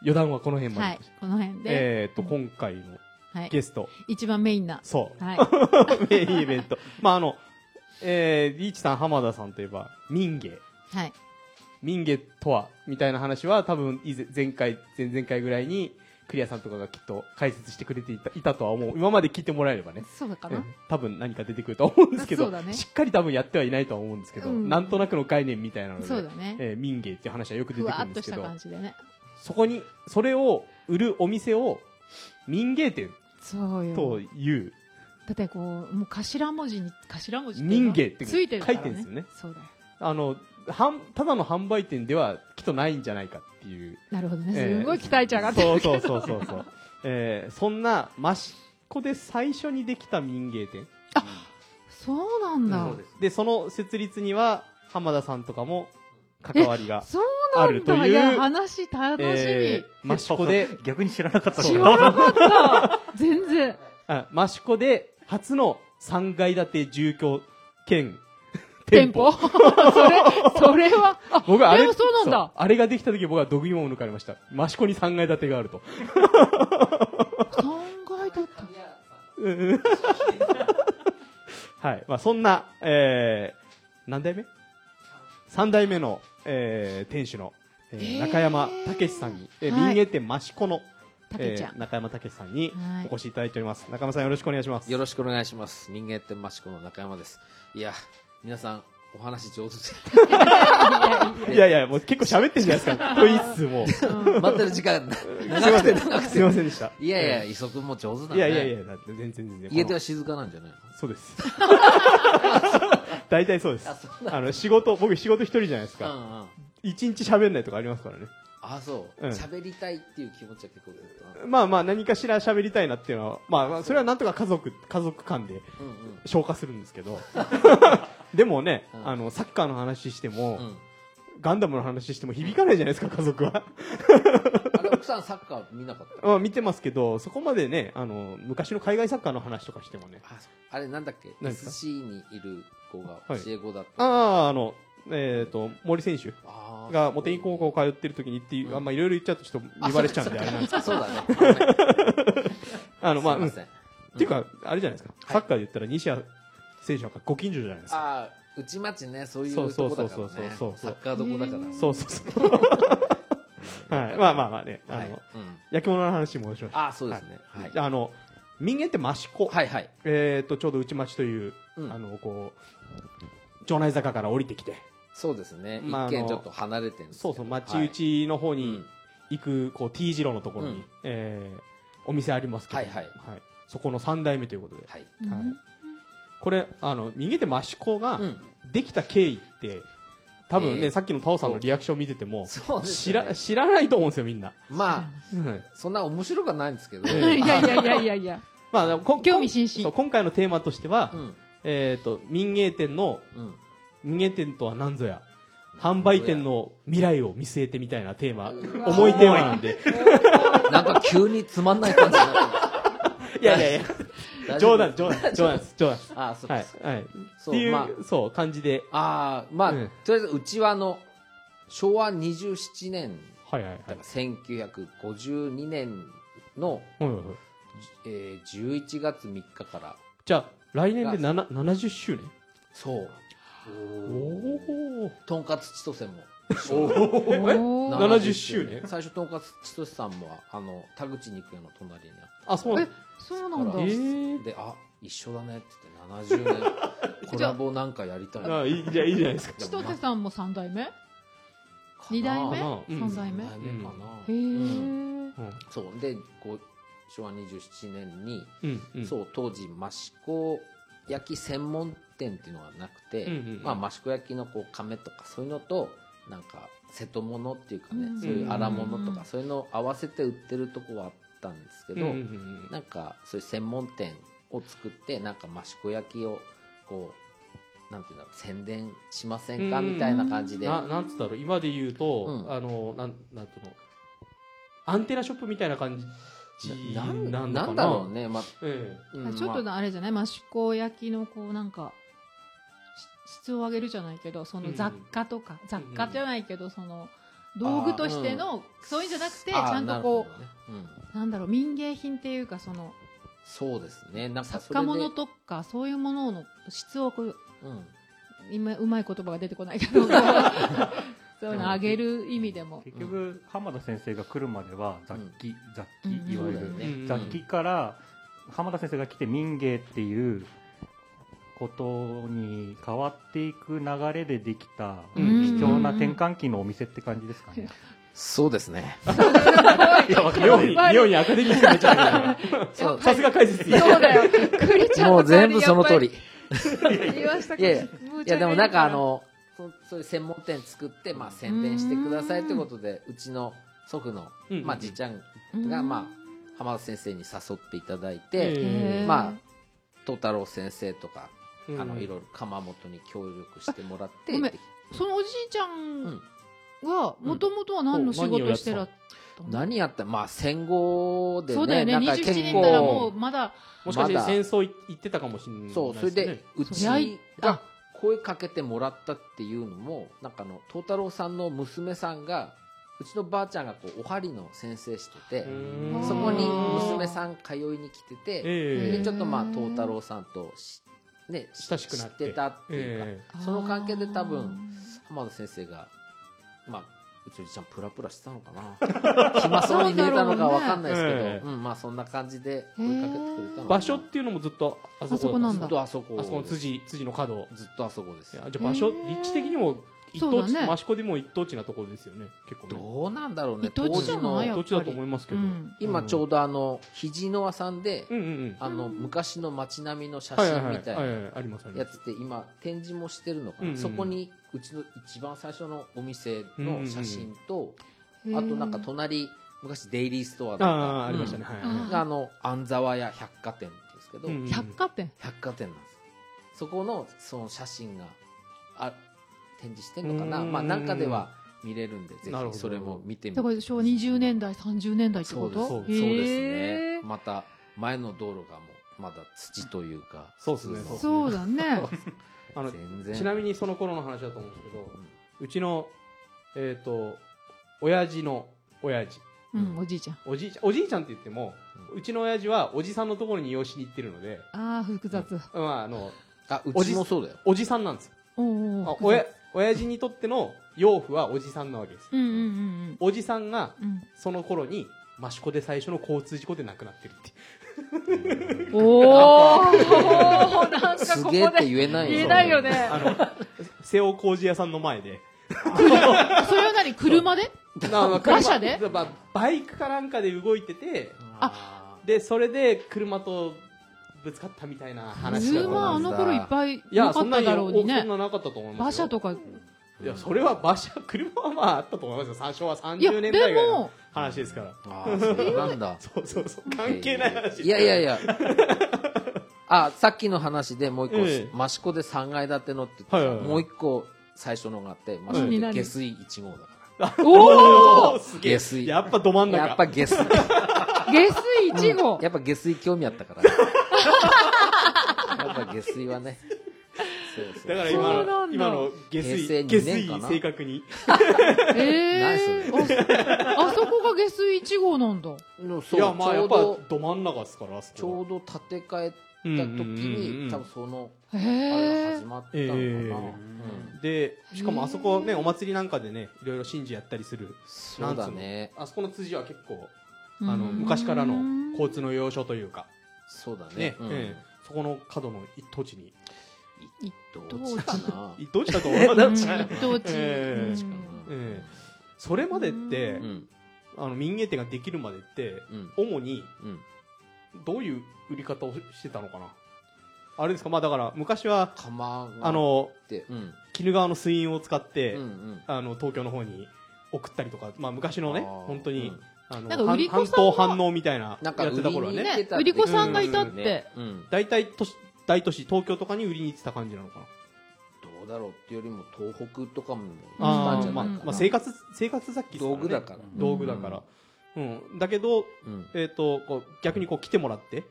S1: 余談はこの辺まで。
S2: はい。この辺で、
S1: えーっと、今回の
S2: はい。
S1: ゲスト、
S2: 一番メインな。
S1: そう、 *laughs*
S2: はい。
S1: メインイベント。まあ、あの、えー、リーチさん、浜田さんといえば、民芸。
S2: はい。
S1: 民芸とは、みたいな話は多分以前、前回、前々回ぐらいに、クリアさんとかがきっと解説してくれていたいたとは思う。今まで聞いてもらえればね。
S2: そうだか
S1: う
S2: な。
S1: ん多分何か出てくるとは思うんですけ
S2: そ
S1: ど、
S2: うだね
S1: しっかり多分やってはいないとは思うんですけど、
S2: うん
S1: なんとなくの概念みたいなので、
S2: そうだね。
S1: えー民芸っていう話はよく出
S2: ふ
S1: て
S2: わ
S1: くる
S2: ー
S1: ん
S2: っ
S1: で
S2: と
S1: すけ
S2: した
S1: ど
S2: 感じでね。
S1: そこにそれを売るお店を民芸店
S2: そう
S1: と
S2: よ。
S1: いう、
S2: だってこう、もう頭文字に、頭文字っていう
S1: 民
S2: の
S1: 芸って
S2: ついてるから、
S1: 書
S2: ね。
S1: いてるんですよね
S2: そうだよ。
S1: あの販ただの販売店ではきっとないんじゃないかっていう
S2: なるほどね。
S1: ええ
S2: すごい期待値上がって
S1: そう
S2: るけど。
S1: そうそうそうそう、えーそんな益子で最初にできた民芸店
S2: そうなんだ。
S3: そうです
S1: でその設立には浜田さんとかも関わりが
S2: そう
S1: あ
S2: な
S1: る
S2: ん
S1: と
S2: だ。い
S1: いう
S2: や、話楽しみ。
S1: えー、マシコで、
S3: 逆に知らなかった
S2: 知ら
S1: *laughs*
S2: なかった。全然。
S1: あマシコで初の3階建て住居兼 *laughs*
S2: 店
S1: 店
S2: 舗。 *laughs*
S1: 舗。
S2: それ、それは、あ、
S1: 僕あ
S2: で
S1: れ、
S2: もそうなんだ
S1: そあれができた時僕は毒芋を抜かれました。マシコに3階建てがあると。
S2: 3階だった。
S1: はい。まあそんな、えー、何代目 ?3 代目の、えー、店主の、えー
S2: へー
S1: 中山武さんに、えー
S2: はい
S1: 民芸店マシコの、
S2: たけ
S1: え
S2: ちゃ
S1: ー
S2: ん。
S1: 中山武さんに
S2: はい
S1: お越しいただいております。中山さんよろしくお願いします。
S4: よろしくお願いします。人間ってマシコの中山です。いや、皆さん、お話上手で。
S1: いやいや、もう結構喋ってんじゃないですか。と言いつつ
S4: *laughs*
S1: も。す
S4: 待ってる時間、
S1: いま
S4: 長く
S1: せ
S4: て
S1: ん
S4: 長く
S1: すいま
S4: て。
S1: せんでした。
S4: いやいや、磯君も上手だね。
S1: いやいやいや、だって全然全然。
S4: 家では静かなんじゃないの
S1: そう
S4: *laughs*
S1: です。大体そうです。
S4: あ
S1: あ
S4: そうなんだ
S1: の、仕事、僕仕事一人じゃないです
S4: うん
S1: か。
S4: うん。
S1: 一、日喋んないとかありますからね。
S4: あ、そう。
S1: うん
S4: 喋りたいっていう気持ちは結構出てるな
S1: まあまあ何かしら喋りたいなっていうのは、まあそれはなんとか家族、家族間で
S4: うんうん *laughs*
S1: 消化するんですけど。でもね、
S4: うん
S1: あの、サッカーの話しても、
S4: うん
S1: ガンダムの話しても響かないじゃないですか、家族は。
S4: あれ、奥さんサッカー見なかった。
S1: まあ見てますけど、そこまでね、あの、昔の海外サッカーの話とかしてもね。
S4: あそうあれ、なんだっけ
S1: 何ですか
S4: ?SC にいる子が教
S1: はい
S4: え子だった。
S1: ああ、あの、えっ、と、森選手
S4: あー
S1: が茂木高校通ってる時にっていう、
S4: うん
S1: あんまあいろいろ言っちゃうとちょっと言われちゃうんで、あれなんですけど。
S4: そうだね。あ
S1: あの、まあ、
S4: す
S1: う
S4: い
S1: んっ
S4: ま
S1: て
S4: せん。
S1: いうか、あれじゃないですか。
S4: はい
S1: サッカーで言ったら西矢選手なんかご近所じゃないですか。
S4: ああ、内町ね、そういう
S1: そうそ
S4: と
S1: うそ
S4: こだ
S1: う
S4: からね。
S1: そうそう
S4: サッカーどこだから。
S1: そうそうそう。はい。まあまあまあね、あの、
S4: はい。うん
S1: 焼き物の話戻しましょ
S4: ああ、そうですね。
S1: う。
S4: はい。
S1: あの、民間って益子。
S4: はいはい。
S1: えっ、と、ちょうど内町という、
S4: うん
S1: あの、こう、町内坂から降りてきて、
S4: そうですね。
S1: まあ
S4: 一軒
S1: あ
S4: ち
S1: の
S4: ょっと離れてるんですけ
S1: そ
S4: ど
S1: うそう、町内の方
S4: はい
S1: に行く、こう、T 字路のところに、
S4: うん
S1: えーお店ありますけど、
S4: はいはい
S1: そこの3代目ということで、
S4: はい。
S2: うん
S1: はいこれ、あの、逃げて益子が
S4: うん。
S1: できた経緯って、多分ね、
S4: えー
S1: さっきのタオさんのリアクション見てても、
S4: そうです
S1: 知
S4: ね
S1: ら、。知らないと思うんですよ、みんな。
S4: ま
S1: はい
S4: あ、そんな面白くはないんですけど。
S1: え
S2: い
S1: え
S2: *laughs* やいやいやい
S1: *laughs*
S2: やいや。
S1: まあ、こ
S2: 興味津
S1: そ
S2: 々
S1: う今回のテーマとしては、
S4: うん。
S1: えっ、と、民芸店の、
S4: うん。
S1: 民芸店とは何ぞや、販売店の未来を見据えてみたいなテーマ、
S4: うわ
S1: 重いテーマなんで。
S4: なんか急につまんない感じになって
S1: いやいやい
S4: る
S1: や、 *laughs* 冗談、冗談、冗談です、冗談です。
S4: ああ、そう
S1: は
S4: で
S1: い
S4: す。、
S1: はい。っ
S4: そ
S1: て
S4: う、
S1: い
S4: ま
S1: う、そう、感じで。
S4: あ、ああ、まあ、
S1: うん
S4: とりあえず、うちはあの、昭和27年、
S1: はいはいはい。
S4: だから1952年の、
S1: はいはいはい
S4: えー、11月3日から、
S1: じゃあ、来年でなな70周年
S4: そう。
S1: おお。
S4: とんかつ千歳も。 *laughs*
S2: おー
S1: 70周年
S4: 最初とんかつ千歳さんもあの田口肉屋の隣にあって
S1: あ、そうなんだ。
S2: そうなんだ
S4: え。
S1: ー
S4: であ一緒だねって言って70年コラボなんかやりたい
S1: あいいじゃあいいじゃないですか。
S2: 千歳さんも三代目へ二代目
S1: まあうん
S2: 三代目
S4: 三代目かな、
S2: え。
S4: うん
S1: うん
S4: そうでこう昭和27年に、
S1: うんうん。
S4: そう当時益子焼き専門店っていうのがなくて、
S1: うんうんうん
S4: まあ、益子焼きのこう亀とかそういうのとなんか瀬戸物っていうかね、
S2: うん
S4: そういう荒物と
S2: うん
S4: かそういうのを合わせて売ってるとこはあったんですけ
S1: うん
S4: ど、
S1: うんうん
S4: なんかそういう専門店を作ってなんか益子焼きをこうなんていうんだろう宣伝しませんか
S1: うん
S4: みたいな感じで
S1: ななんつったろう今で言うと、
S4: うん
S1: あのなんなんていうのアンテナショップみたいな感じ
S4: な
S1: なんの
S4: な
S1: か
S4: ん
S1: な
S4: だろうね、まあ
S1: え
S4: うん
S2: ちょっと
S4: まあ
S2: あれじゃない益子焼きのこうなんかし質を上げるじゃないけどその雑貨とか、雑貨じゃないけどその道具としての、そういうんじゃなくてち
S4: あー
S2: ゃんとこ
S4: なるほどねうん
S2: うなんだろう民芸品っていうかその
S4: そうですねなんか
S2: 作
S4: それ
S2: 家
S4: で
S2: 物とかそういうものの質をこう
S4: うん
S2: 今うまい言葉が出てこないけ
S4: *laughs*
S2: どそういうの上げる意味でも。
S3: 結局浜田先生が来るまでは雑記、雑
S2: うん
S3: 記いわゆ
S4: そうだよ
S3: る、
S4: ね
S1: うん
S3: 雑記から浜田先生が来て民芸っていうことに変わっていく流れでできた
S1: う
S3: 貴
S1: ん
S3: 重な転換期のお店って感じですかね、
S4: そうですね *laughs*
S1: 妙に妙にアカデミックになっちゃうけ
S4: *laughs* そう
S1: どさすが解
S4: *laughs*
S1: 説
S2: そうだよ。クリちゃん
S4: も
S2: の
S4: う全部その通り。
S2: 代わりにやっぱり言いました
S4: い
S2: けど
S4: やいやいやでもなんかあ、のそそういう専門店作って、まあ、宣伝してくださいということでうちの祖父の、
S1: うん
S4: まあ、じいちゃん
S2: むちゃくちゃ言うから
S4: が、まあ、浜田先生に誘っていただい
S1: え
S4: て、
S1: へー
S4: まあ東太郎先生とか、
S1: うん
S4: あのいろいろ窯元に協力してもらって
S2: ごめん
S4: で
S2: そのおじいちゃ
S4: うんん
S2: はもともとは何の仕事してらったの
S4: 何やったまあ戦後でね
S2: そうだよね
S4: なんか
S2: 27
S4: 結
S2: 年
S4: 構
S2: ならもうまだ
S1: もしかして
S4: まだ
S1: 戦争い行ってたかもしれない
S4: そうそれでう
S2: そりゃい
S4: ちが声かけてもらったっていうのもなんかあの東太郎さんの娘さんがうちのばあちゃんがこうお針の先生してて
S2: うーん
S4: そこに娘
S1: ん
S4: さん通いに来てて、
S1: え
S4: で
S2: へ
S4: ちょっとまあ
S2: へー
S4: 東太郎さんとし、ね、
S1: 親しくなって
S4: 知ってたっていうか、
S1: え
S4: その関係で多分浜田先生がまあうちのじいちゃんプラプラしてたのかな *laughs* 暇そうに見えたのかわかんないですけ
S1: そう
S4: ど
S1: うだろうね
S4: ん、まあそんな感じで追いかけてくれたのか
S1: え
S4: な
S1: 場所っていうのもずっとあそこ
S2: あそこな
S4: ず
S2: んだ
S4: っとあそこ
S1: あそこの辻辻の角
S4: ずっとあそこです
S1: いやじゃあ場所
S2: へー
S1: 立地的にも一等
S2: そう
S1: 地
S2: だね
S1: 益子でも一等地なところですよね結構ね
S4: どうなんだろうね
S2: ど
S4: 当
S2: っちじ
S4: 時
S2: ゃない
S4: の
S1: どっちだと思いますけど、
S2: うん
S4: 今ちょうどあの肘の輪さんで、
S1: うんうんうん
S4: あの昔の街並みの写
S1: はいはい
S4: 真
S1: は
S4: み
S1: い
S4: たい
S1: は
S4: ない
S1: はいありますあり
S4: や
S1: ま
S4: つって今展示もしてるのかな、
S1: うんうん
S4: そこにうちの一番最初のお店の写真と、あとなんか隣昔デイリーストア
S1: す
S4: と
S1: ああ
S4: か
S1: ありましたね、
S4: う
S1: はい
S2: あー
S4: んがあの安沢屋百貨店ですけど、
S1: うんうん
S2: 百貨店
S4: 百貨店なんですそこのその写真があ展示してんのかな
S1: うん
S4: まあなんかでは見れるんでぜ
S1: なるほ
S4: ひ
S1: ど
S4: それも見てみ
S2: だ
S4: て
S2: から昭和20年代30年代って
S4: そ
S2: こ
S4: うです
S2: と
S4: そうですねまた前の道路がもうまだ土というか
S1: そうですね
S4: 普通の
S2: そうだね
S1: あの
S4: 全然
S1: ちなみにその頃の話だと思うんですけど
S4: ん、
S1: うちの、えっ、と、親父の親父、
S2: うんおじいちゃん
S1: おじいちゃん、おじいちゃんって言っても、うちの親父はおじさんのところに養子に行ってるので、
S2: ああ複雑
S1: まあ、あの、
S4: あ
S1: お
S4: う
S1: じ
S4: ちもそうだよ
S1: おじさんなんですよ。
S2: おう
S1: あ
S2: おう
S1: おや
S2: 複雑
S1: 親父にとっての養父はおじさんなわけです。
S2: うんうんうん
S1: おじさんが
S2: うん
S1: その頃に、益子で最初の交通事故で亡くなってるっていう。
S2: うんおおなんか
S4: す
S2: ここ
S4: げえって
S2: で
S4: 言えない
S2: 言えないよね
S1: あの、瀬尾工事屋さんの前で、
S2: それは何車で
S1: なまあ
S2: 馬車で
S1: 車まあバイクかなんかで動いてて、
S3: あ
S1: で、それで車とぶつかったみたいな話だと
S2: 車
S1: 思
S2: あ
S1: うんです
S2: の頃いっぱい
S1: いや、
S2: な
S1: そ
S2: か
S1: ん
S2: っ
S1: な
S2: た
S1: に、
S2: だろうに
S1: おそ
S2: ね
S1: んななかったと思いますよ。
S2: 馬車とか
S1: いや、それは馬車、車はまああったと思いますよ。最初は
S2: いや
S1: 30
S2: で
S1: 年代ぐらいの
S2: も
S1: 話ですから。
S4: あーそうなんだ
S1: そうそうそう。関係ない話。
S4: いやいやいや。あ、さっきの話でもう一個、
S1: ええ
S4: 益子で3階建てのって言って
S1: はいはいはい
S4: もう一個最初のがあって、益
S1: 何
S4: 子
S2: 何
S4: で下水1号だから。
S1: *laughs* おおすげえ
S4: 下。水
S1: やっぱど真ん中。
S4: やっぱ下水。
S2: 下水1号
S4: やっぱ下水興味あったから。
S2: *laughs*
S4: やっぱ下水はね。そうそう
S1: だから
S2: そ
S1: 今
S2: うなん
S1: の、
S2: だ
S1: 今の下水、
S4: 平成
S1: 下
S4: 二年か
S1: 水
S4: な
S1: 正確に。
S2: ええ
S4: 何
S2: あそ *laughs* こが下水1号なんだ
S4: の
S1: い
S4: そう
S1: や、まあ
S4: ち
S1: や
S4: ょ
S1: っ
S4: う
S1: ぱ
S4: ど、
S1: ど真ん中ですから、あそ
S4: ちょ
S1: こ
S4: うど建て替え
S1: は。
S4: た
S1: う
S4: 時
S1: んうんうんう
S4: に、
S1: ん
S4: 多分その、
S2: へ
S4: あれが
S2: え
S4: 始まった
S1: え
S4: のかな。
S1: え
S4: うん
S1: で、しかもあそこね、お祭りなんかでね、いろいろ神事やったりする。
S4: そうだね。
S1: あそこの辻は結構、あの、昔からの交通の要所というか、
S4: そうだね
S1: ね。、
S4: うん
S1: ええそこの角の一等地に。
S2: 一
S4: どっちかな
S1: どうした *laughs* と思い
S2: 等
S1: ま
S2: 地
S1: す
S2: 一等地
S1: ええ
S2: うん
S4: 確かに
S1: ええそれまでって、
S2: う
S4: うん
S1: あの民芸店ができるまでって
S4: うん
S1: 主に
S4: うん
S1: どういう売り方をしてたのかなあれですかまあだから昔は
S4: 釜が
S1: あの
S4: ってうん
S1: 鬼怒川の水運を使って、
S4: うんうん
S1: あの東京の方に送ったりとか、まあ、昔のね
S4: あー
S1: 本当に、
S4: うん
S1: あの
S2: なんか売り子
S1: 半
S2: さんが
S1: 半島反応みたいなや
S4: な
S1: っ
S4: んか売
S1: て
S4: り
S1: た頃は
S4: に行っ
S1: ね
S4: てた
S2: 売り子さんがいたって
S4: うん
S1: 大体都市大都市東京とかに売りに行ってた感じなのかな
S4: どうだろうっていうよりも東北とかも
S2: あー
S4: 行ったんじゃ
S1: ま
S4: な
S1: あ
S4: い
S1: ま
S4: か
S1: あ、
S4: な
S1: 生活生活雑器です
S4: 道具だ
S1: らね
S4: から
S3: うん
S1: 道具だから、うんだけど、
S4: うん
S1: えー、とこう逆にこう来てもらって、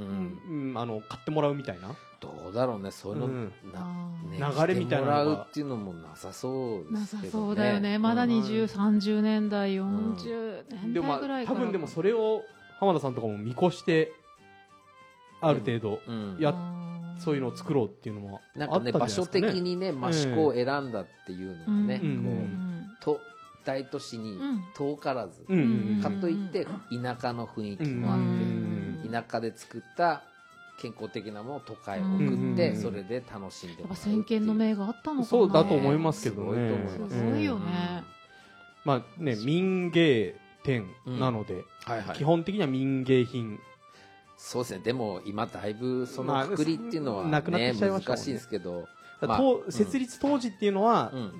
S1: うんんあの買ってもらうみたいな
S4: どうだろうねそうい
S1: う
S4: うの
S1: ん
S4: な
S2: あー
S4: ね
S1: 流れみたいなのが
S4: 来てもらうっていうのもなさそうで
S2: な
S4: す
S2: さ
S4: けどね
S2: そうだよねまだ
S1: うん
S2: 2030年代40年
S1: でもま
S2: 代
S1: あ
S2: ぐらいか
S1: 多
S2: ら
S1: 分でもそれを浜田さんとかも見越してある程度、
S4: うん
S1: いや
S2: あー
S1: そういうのを作ろうっていうのはあ
S4: なん
S1: った
S4: か
S1: んじ
S4: ね
S1: ゃない
S4: 場
S1: です
S4: 所
S1: かね
S4: 的にね益子を選んだっていうのがね
S2: う
S1: う
S2: ん
S4: こ
S2: うん
S4: うと大都市に
S2: うん
S4: 遠からず
S1: うんうんうん
S4: かといって田舎の雰囲気もあっ
S1: う
S4: て
S1: ん
S4: 田舎で作った健康的なものを都会を送っ
S1: う
S4: て
S1: ん
S4: それで楽しんで
S2: やっ
S4: もらう
S2: ぱ
S4: っていう
S2: 先見の明があったのかな
S1: そうだと思いますけどね
S4: すごいと思います
S2: すごいよね
S1: まあね民芸店なので、
S4: はいはい
S1: 基本的には民芸品
S4: そうですねでも今だいぶそ
S1: まあ
S4: のくくりっていうのは
S1: なくなって
S4: ね
S1: きちゃいましたもんね
S4: 難しいですけど
S1: と
S4: まあうん
S1: 設立当時っていうのは、
S4: うん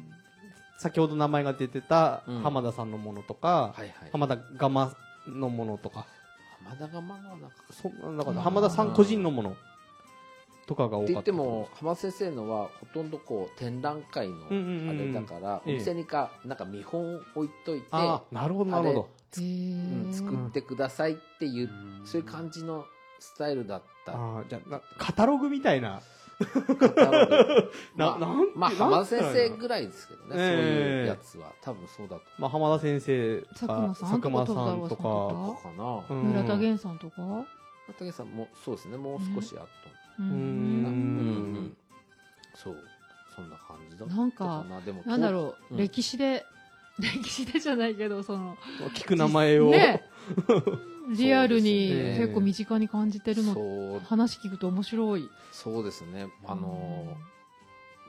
S1: 先ほど名前が出てた
S4: うん
S1: 浜田さんのものとか、
S4: はいはい
S1: 浜田釜のものとか
S4: 浜田がまあなんか
S1: そんな中で浜田さん個人のものとかが多かって
S4: っ
S1: た
S4: 言っても浜田先生のはほとんどこう展覧会の
S1: うんうんうん
S4: あれだからお
S1: ええ
S4: 店にかなんか見本を置いといて
S1: ああなるほどなるほど
S2: へー
S4: うん作ってくださいっていうそういう感
S3: じ
S4: じのスタイルだった
S1: ああじゃあなカタログみたいな
S4: なので
S1: *laughs* な
S4: まあ
S1: なん
S4: まあ、
S1: なん
S4: 浜田先生ぐらいですけどね、
S1: ええ
S4: そういうやつは、多分そうだと
S1: まあ、浜田先生と
S2: 佐久間
S1: か
S2: さん
S1: 佐久間さんと
S2: とか
S1: か
S4: 思うか
S1: う
S4: な。
S1: ん
S2: 村田源さんとか
S4: 竹、さんも、そうですね、もう少しあと、
S1: う
S2: う
S1: んう
S4: う
S1: ん
S4: んそう、そんな感じだった
S2: なんか
S4: でも
S2: なんだろう、
S4: うん
S2: 歴史で *laughs* 歴史でじゃないけどその
S1: 聞く名前を、
S2: ねリアルに
S1: そうですね
S2: 結構身近に感じてるの、
S4: そう、
S2: 話聞くと面白い
S4: そうですね、あのー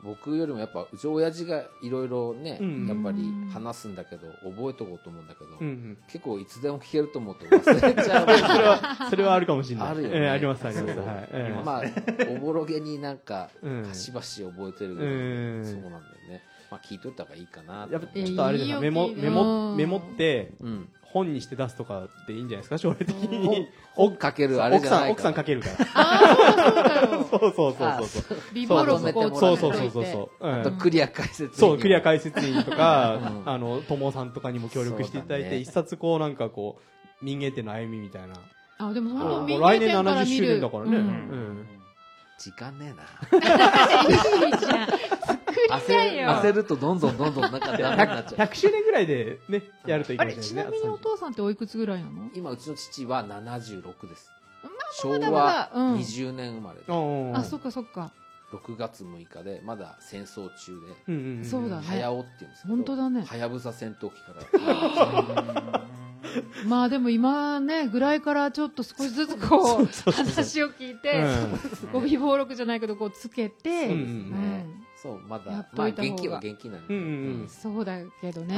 S4: 僕よりもやっぱ、うち親父がいろいろね、
S1: うん
S4: やっぱり話すんだけど、覚えとこうと思うんだけど、
S1: うんうん
S4: 結構いつでも聞けると思うと忘れちゃ
S1: そ
S4: う。
S1: れはそれは *laughs* あるかもしれない
S4: あるよね *laughs*
S1: ええありますあります
S4: そう
S1: はい、ええ
S4: まあ、おぼろげになんか、
S1: うん
S4: かしばし覚えてるけど、
S1: うん
S4: そうなんだよね。まあ、聞いといた方がいいかな
S1: やっぱ
S4: と
S1: ちょっとあれですね
S2: いいよ
S1: メモ
S2: いいよ
S1: メモメモって
S4: うん。
S1: 本にして出すとかでいいんじゃないですか将来的に
S4: 本本かけるあれじ
S1: 奥
S4: ゃ
S1: さ
S4: なんい
S1: 奥さんかけ
S4: け
S1: るから
S2: ああ、そうだ
S1: そうそうそう
S4: あ
S1: そうそう
S2: 貧乏録を
S1: そ
S2: こ
S1: う
S2: う
S1: そう
S2: 作
S1: そうそ
S2: っと
S1: う
S2: いて
S1: そ。う、うん
S4: あとクリア解説員
S1: そう、クリア解説員とか、
S4: うん
S1: あの、友さんとかにも協力していただい
S4: そ
S1: て、
S4: うだね
S1: 一冊こう、なんかこう、民芸店の歩みみたいな。
S2: あ、でもそれ
S1: あ
S2: も
S1: ー
S2: 民
S1: もう来
S2: 芸
S1: 年
S2: 店から
S1: 70
S2: 見
S1: 周
S2: る。
S1: 年だから
S2: う
S1: ね
S2: ん
S1: うん
S4: 時間ねえな
S2: *laughs* いいじゃん。 *laughs* 作りたいよ。
S4: 焦焦るとどんどんどんどんなんかダメになっちゃ
S2: *laughs*
S4: う
S1: 100周年ぐらいでね、やるといい
S2: あ
S1: かも
S2: れ、
S1: し
S2: ち
S1: れな
S2: な
S1: い
S2: み
S1: ね。
S2: にお父さんっておいくつぐらいなの
S4: 今うちの父は76です昭
S2: まだま
S4: 和
S2: だうん
S4: 20年生まれで、
S1: うん
S2: あ、そっかそっか。
S4: 6月6日でまだ戦争中
S1: う
S4: で、
S1: んうんん
S2: そうだね
S4: 早尾って言うんですけど
S2: 本当だね
S4: はやぶさ戦闘機から
S2: まあでも今ね、ぐらいからちょっと少しずつこう、話を聞いて、ご備忘録じゃないけど、こうつけて、
S1: う
S2: *laughs* うんん
S4: そうま
S2: や
S4: だ
S2: っ
S4: ま
S2: と
S4: あ
S2: いた方が
S4: 現金は現金なんで、
S1: うんうんうん
S2: そうだけどね。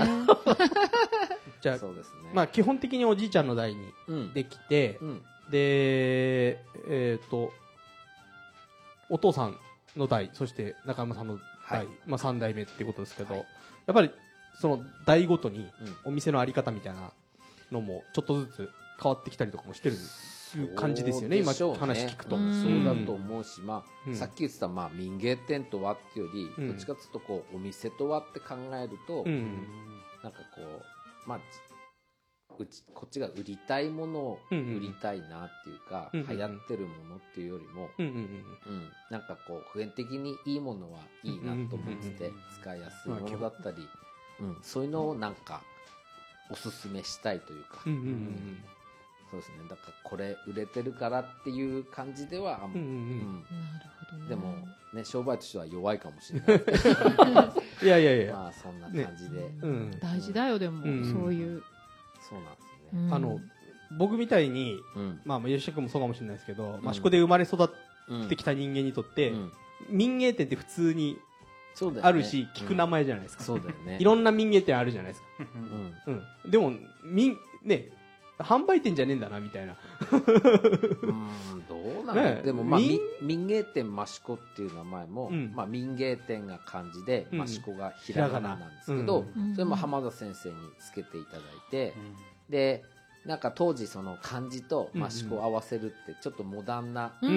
S1: じゃあ
S4: そうですね
S1: まあ、基本的におじいちゃんの代に
S4: うん
S1: できて、
S4: うん
S1: で、えっ、と、お父さんの代、そして中山さんの代、
S4: はい
S1: まあ3代目っていうことですけど、
S4: はい
S1: やっぱりその代ごとに
S4: うん
S1: お店のあり方みたいなのもちょっとずつ変わってきたりとかもしてるいう感じですよね、今
S4: そうでしょうね
S1: 話聞くと。
S2: うん
S4: そうだと思うし、まあ
S1: うん
S4: さっき言ってた、まあ、民芸店とはっていうより、
S1: うん
S4: どっちかっていうとこうお店とはって考えると、
S1: うん
S4: なんかこうまあうちこっちが売りたいものを
S1: うんうん
S4: 売りたいなっていうか、
S1: うんうんうん
S4: 流行ってるものっていうよりも、
S1: うんうんうん
S4: うんなんかこう普遍的にいいものはいいなと思ってて、
S3: うんうんうん
S4: 使いやすいものだったり、うん、そういうのをなんかおすすめしたいというか、
S1: うんうんうん
S4: そうですねだからこれ売れてるからっていう感じではあん
S1: うんうんう
S4: ま
S1: ん
S4: うん
S2: なるほどね。
S4: でも、ね、商売としては弱いかもし
S1: *laughs*
S4: れないですけ
S1: いやいやい
S4: ど、
S1: や、
S4: まあそんな感じで、
S1: うん
S2: 大事だよ、でも、
S1: うん
S2: そういう。
S4: そうなんです
S2: う
S4: ね。
S2: ん
S1: あの、僕みたいに、
S4: うん。
S1: まあ、吉田君もそうかもしれないですけど、
S4: ん
S1: 益子で生まれ育っ
S4: うん
S1: てきた人間にとって、
S4: うん
S1: 民芸店って普通に
S4: そうだよね
S1: あるし、聞く名前じゃないです
S4: うん
S1: か。
S4: そうだよね。
S1: いろんな民芸店あるじゃないですか。
S4: うん
S1: うん。でも、民、ね、販売店じゃねえんだな、みたい
S4: *laughs*
S1: な。
S4: うんどうな
S1: ね
S4: の
S1: え
S4: でも、まあ、
S1: 民
S4: み民芸店益子っていう名前も
S1: うん、
S4: まあ、民芸店が漢字で、
S1: うん
S4: 益子がひらがななんですけ
S1: ひら
S4: ど
S1: が、
S2: なうん
S4: それも浜田先生につけていただいて、で、なんか当時その漢字と益子を合わせるって、ちょっとモダンな
S1: うん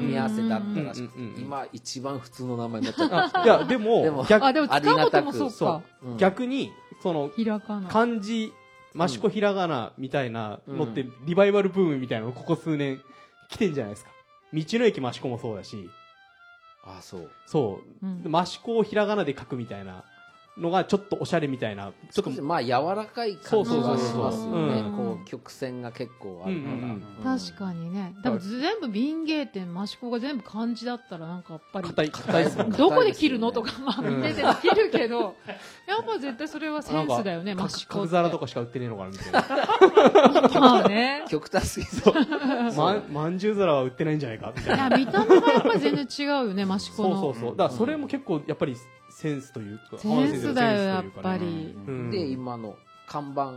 S4: 組み合わせだったらしく
S1: うんうんうんう
S4: て、
S1: ん
S4: 今一番普通の名前になっちゃったん
S1: *laughs*
S4: ですけど
S1: いや、で
S4: で
S1: も
S4: も、
S1: 逆
S2: あ、でも使うこ
S4: ありが
S2: と
S4: た
S2: も
S4: く
S2: そう
S1: そ
S2: か。
S4: うん
S1: 逆に、その、
S2: ひらかな。
S1: 漢字、益子ひらがなみたいなのって、リバイバルブームみたいなの、ここ数年、来てんじゃないですか。道の駅益子もそうだし、
S4: あそう
S1: そうう。
S2: ん
S1: 益子をひらがなで書くみたいなのが、ちょっとおしゃれみたいな、ちょっと、
S4: まあ柔らかい感じがしますよね
S1: うん
S4: こう曲線が結構あるから、
S1: うんうんうん
S2: 確かにね。でも全部民芸店、益子が全部漢字だったらなんかやっぱり。
S1: 硬い、硬いですもんね
S2: どこで切るのとか、まあ、
S1: うん
S2: 手で切るけど、やっぱ絶対それはセンスだよね、
S1: なんか
S2: 益
S1: 角角
S2: 子って。
S1: 皿とかしか売ってねえのかなみたい
S2: *laughs*
S1: な。
S2: まあね。
S4: 極端すぎそう
S1: まんまんじゅう皿は売ってないんじゃないかみ
S2: い
S1: たいな。
S2: や、見た目がやっぱり全然違うよね、益子
S1: そうそ
S2: の
S1: う。そう。だからそれも結構やっぱりセンスというか、
S2: センスだよ、や
S1: 浜田先生のセンス
S2: っ
S1: というか
S2: ぱ
S1: ね
S2: り。
S1: うん
S4: で今の看板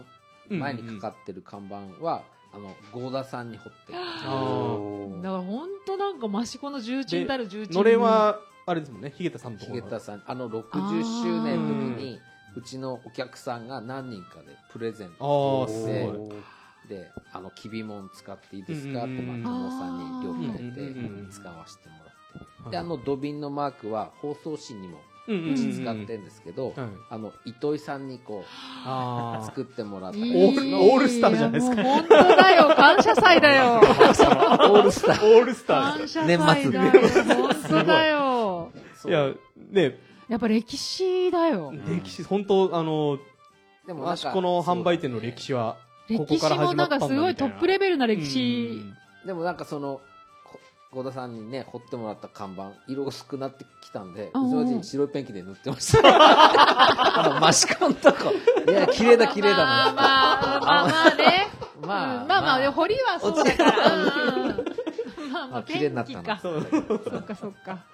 S1: うん
S4: 前にかかってる看板は、あの合田さんに彫って
S1: あー
S2: だから本当なんか益子の重鎮たる重鎮。
S1: のれんは、あれですもんね、ヒゲタさんのとこ
S4: ヒ
S1: ろ
S4: ゲ
S1: の。
S4: タさんあの60周年の時にうちのお客さんが何人かでプレゼン
S1: あ
S4: ト
S1: ーす
S4: ね
S1: ごい。
S4: で「あのきびもん使っていいですか?」
S1: う
S4: っ
S1: ん
S4: て
S1: うんうん
S4: 友さんに了
S1: うんうんう
S4: 解
S1: ん
S4: で使わせてもらって。であの土瓶のマークは放送紙にも
S1: うんうんうん、
S2: 口
S4: 使ってるんですけど、
S1: はい
S4: あの糸井さんにこう
S1: あ
S4: 作ってもらった
S2: いい
S1: オールオールスターじゃないですか
S2: やもう本当だよ、感謝祭
S1: *laughs*
S2: だよ。
S1: あ。オールスター。オールスター
S2: 感謝祭だよ。本当だよ。
S1: いや、ね、
S2: やっぱ歴史だよ。
S1: 歴史、本当あの、
S4: でもなんか
S1: 益子の販売店の歴史は、ここ
S2: 歴
S1: か
S2: 史
S1: ら
S2: も
S1: 始ま
S2: な
S1: っ
S2: ん
S1: たん
S2: か
S1: だ
S2: すごいトップレベルな歴
S1: み
S2: 史。
S4: そうでもなんかそのこ郷田さんにね彫ってもらった看板色薄くなってきたんでうち
S2: うん
S4: の父白いペンキで塗ってました *laughs* あのマシコンとこいや綺麗だ綺麗だ
S2: まあ *laughs* ま
S4: な
S2: あまあまあね。うん
S4: まあ
S2: まあまあで、堀はそうだから。うんまあまあ、
S4: あ綺麗
S2: ペ
S4: にな
S2: ン
S4: っ
S2: キ
S4: た
S2: か
S4: な。
S2: そ
S1: たいな
S2: っかそっか。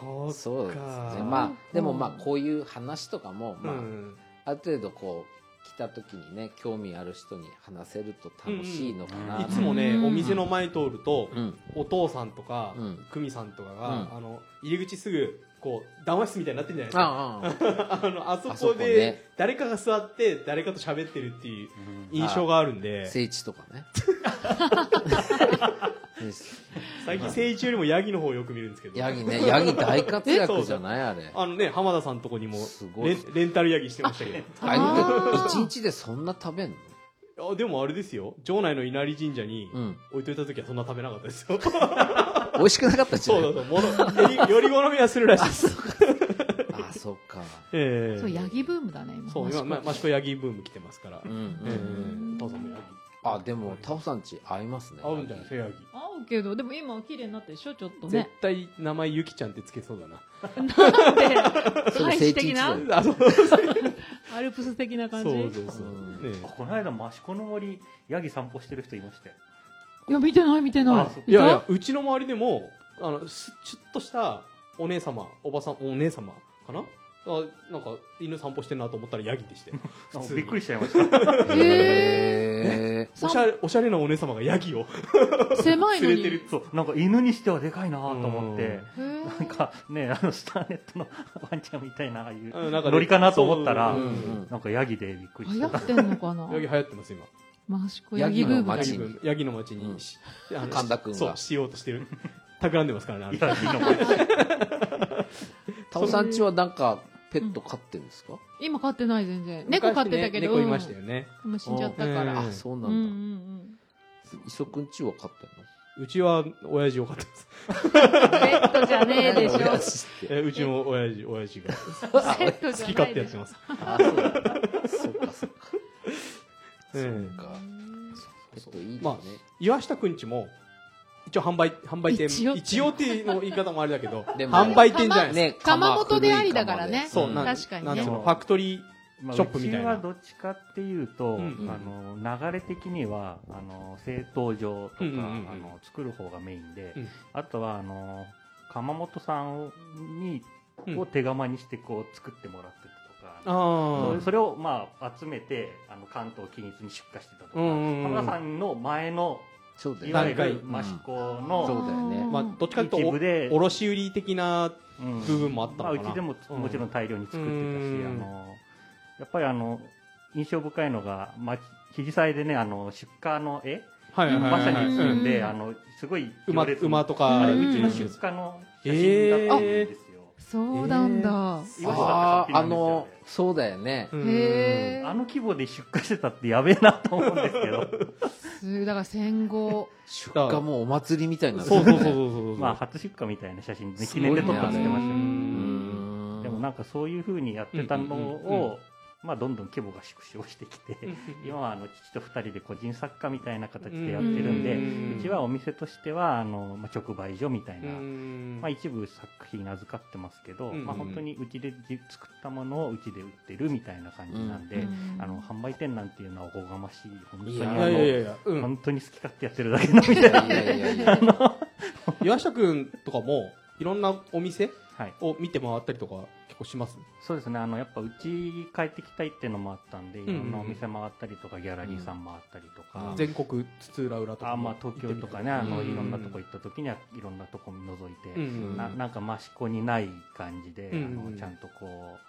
S1: そうそ
S4: そうですね
S1: か
S4: まあでもまあこういう話とかも、
S1: う
S4: まあ
S1: ん。
S4: ある程度こう来た時にね興味ある人に話せると楽しいのかな、
S3: うん
S1: いつもね、
S2: うん
S1: お店の前通ると、
S4: うん
S1: お父さんとか
S4: うん、
S1: 久美さんとかが、
S4: う
S1: あの、入り口すぐ、こう談話室みたいになってるじゃないですか
S4: ああ
S1: あのあそ
S4: あそこ
S1: こ
S4: ね
S1: で誰かが座って誰かと喋ってるっていう
S3: うん
S1: 印象があるんで
S4: *laughs* 聖地とかね *laughs*
S1: 最近聖一よりもヤギの方をよく見るんですけど
S4: ヤギねヤギ大活躍じゃないあれ
S1: あのね浜田さんのとこにも
S4: すごい
S1: レンレンタルヤギしてましたけ
S4: あれ
S2: あー
S4: 一日でそんな食べんの
S1: どあでもあれですよ城内の稲荷神社に
S4: うん
S1: 置いといた時はそんな食べなかったですよ
S4: 美味しくなかったじ
S1: *laughs*
S4: ゃ
S1: そ
S4: ん
S1: うそうそうものよりより好みはするらしいです
S4: あそっか
S1: ええ
S2: そうヤギブームだね今
S1: そう今ま益子ヤギブーム来てますから
S4: うんう
S1: ええ
S4: ん
S1: お父さんもヤギ
S4: あでもタオさんち合いますね
S1: 合うんじゃないですかヤギ
S2: 合うけどでも今は綺麗になってるでしょちょっと
S1: 絶
S2: ね
S1: 対名前ゆきちゃんってつけそうだ
S4: *laughs*
S1: な
S2: *laughs* なんで
S4: それ
S2: 大
S4: 聖
S2: 使
S4: 地
S2: 的
S4: 一だ
S2: な
S4: よ
S1: あそう
S2: アルプス的な感じ
S1: そうそうそう
S4: うん
S1: ね
S3: あこの間益子の森ヤギ散歩してる人いましたよ
S2: いや見てない見てない
S3: あそっか
S1: いやいやうちの周りでもあのすちょっとしたお姉様おばさんお姉様かなあなんか犬散歩してんなと思ったらヤギで
S2: *laughs*
S1: して普
S3: あ
S1: 通に
S3: びっくりしちゃいました
S4: へえ
S1: おしゃれおしゃれなお姉様がヤギを
S2: 狭いの
S1: 連れ
S2: に
S1: てる
S3: そうなんか犬にしてはでかいなと思って
S2: へー
S3: なんかねあのスターネットのワンちゃんみたいなああいう
S1: うんなんかね
S3: ノリかなと思ったら
S1: そうそう
S4: う
S1: そうん
S3: なんかヤギでびっくりし
S2: 流行
S3: た
S2: ってんのかな
S1: *laughs* ヤギ流行ってます今
S2: マシコヤギブームだ
S1: ヤ
S4: ヤ
S1: ギ
S4: ギ
S1: ブ
S4: の
S1: ームヤギの町
S4: う
S1: に
S4: ん
S1: し、あの
S4: 神田君が
S1: そうしようと
S2: *laughs*
S1: してる企んでますからねあれ
S3: *laughs* ヤギの森
S4: タオさんちはなんかペット飼ってるんですか
S2: 今飼ってない全然猫飼ってたけ
S1: 昔ね
S2: ど、
S1: 猫いましたよね
S2: うんもう死んじゃったか
S1: う
S2: ら、
S1: ん
S4: あそう
S2: うん
S4: な
S2: うんうん
S1: *laughs*
S4: だ
S2: ん、
S4: 磯くんちは飼ってるの
S1: うちは親父を飼ってます
S2: ペットじゃねえでしょ
S4: 親父って
S1: えうちも親父親
S2: *laughs*
S1: 父が
S2: ペットじ
S1: 好
S2: ゃ
S1: き勝手や
S2: ないで
S1: って
S2: しょ
S1: ます
S4: あそうそっかそっか
S1: ええ
S4: そうかペットいい
S1: まあ
S4: よね
S1: 岩下くんちも一応販売販売店
S2: 一応
S1: っての言い方もあれだけど
S4: でも
S1: 販売店じゃないですか、
S4: ね
S2: 窯元でありだからね
S1: そううんなん
S2: 確かにね
S1: なんつうの
S3: うん
S1: ファクトリー
S3: まあ
S1: ショップみたいな
S3: うちはどっちかっていうと、
S1: うん
S4: うん
S3: あの流れ的にはあの製陶場と
S1: う
S3: か、
S1: んうんうん
S3: あの作る方がメインで、
S1: うん
S3: あとはあの窯元さんに、
S1: うん
S3: を手釜にしてこう作ってもらってたとか、
S1: あ
S3: それを、まあ、集めてあの関東均一に出荷してたとか
S1: うんうんうん
S3: 浜田さんの前の
S4: そうだ
S3: い
S4: よ
S3: わ
S4: ね
S3: ゆる
S4: 段階
S3: 益子
S4: んそう
S3: の、
S4: だよね
S2: あー
S1: まあどっちかとい
S3: 一
S1: う
S3: 部
S1: と
S3: で
S1: お卸売的な
S3: うん
S1: 部分もあった
S3: まあ、
S1: の
S3: う
S1: かな、
S3: ちでも
S1: うん
S3: もちろん大量に作ってたし、
S1: うん
S3: あのやっぱりあの印象深いのが、まあ、肘祭でねあの出荷の絵
S1: はいはいはい
S3: まさ
S1: はい
S3: に
S2: う
S3: するんで、
S2: うん
S3: あのすごい行
S1: 馬
S3: 列
S1: 馬とか
S3: あれ
S2: うん
S3: うちの
S1: うん
S3: 出荷の写真だったんですよ、
S2: そうなんだ、
S3: えー岩下
S4: あ
S3: さん
S4: あ
S3: が
S4: あ
S3: 作品なん
S4: の
S3: ですよね
S4: そうだよね
S1: うん
S2: へえ
S3: あの規模で出荷してたってやべえなと思うんですけど
S2: すだから戦後
S4: 出荷もうお祭りみたいになって
S1: そ
S4: る
S1: うそうそうそう *laughs* そう
S3: まあ初出荷みたいな写真で
S4: す
S3: 記
S4: ごいね
S3: 念で撮ったりしてました
S2: あ
S3: よ、
S1: う
S2: れ
S4: う
S1: ん
S4: ん
S3: でもなんかそういうふうにやってたの
S1: う
S3: を、
S1: んうんうんう
S3: まあ、どんどん規模が縮小してきて、今はあの父と2人で個人作家みたいな形でやってるんで、
S2: う
S3: うんちはお店としてはあの、まあ、直売所みたいうな、
S1: ん
S3: まあ、一部作品預かってますけど、
S1: うん
S3: まあ、本当にうちでじ作ったものをうちで売ってるみたいな感じなんで、
S2: うん
S3: あの販売店なんていうのはおこがましい本当に
S4: い
S3: あ
S4: や
S1: いやいやいやい
S3: の
S1: や、うん
S3: 本当に好き勝手やってるだけのみたいな、
S4: いやいやいや
S1: 岩下くんとかもいろんなお店
S3: *laughs* はい、
S1: を見て回ったりとか結構します
S3: そうですねあのやっぱうち帰ってきたいっていうのもあったんでい
S1: んう
S3: ろ
S1: ん
S3: んなお店回ったりとかギャラリーさん回ったりとか、
S1: 全国津々浦々とか
S3: あ
S1: も
S3: まあ東京とかねあの
S1: うん
S3: いろんなとこ行った時にはいろんなとこ覗いて、
S1: うんうん
S3: ななんか益子にない感じで、
S1: うん
S3: あのちゃんとこう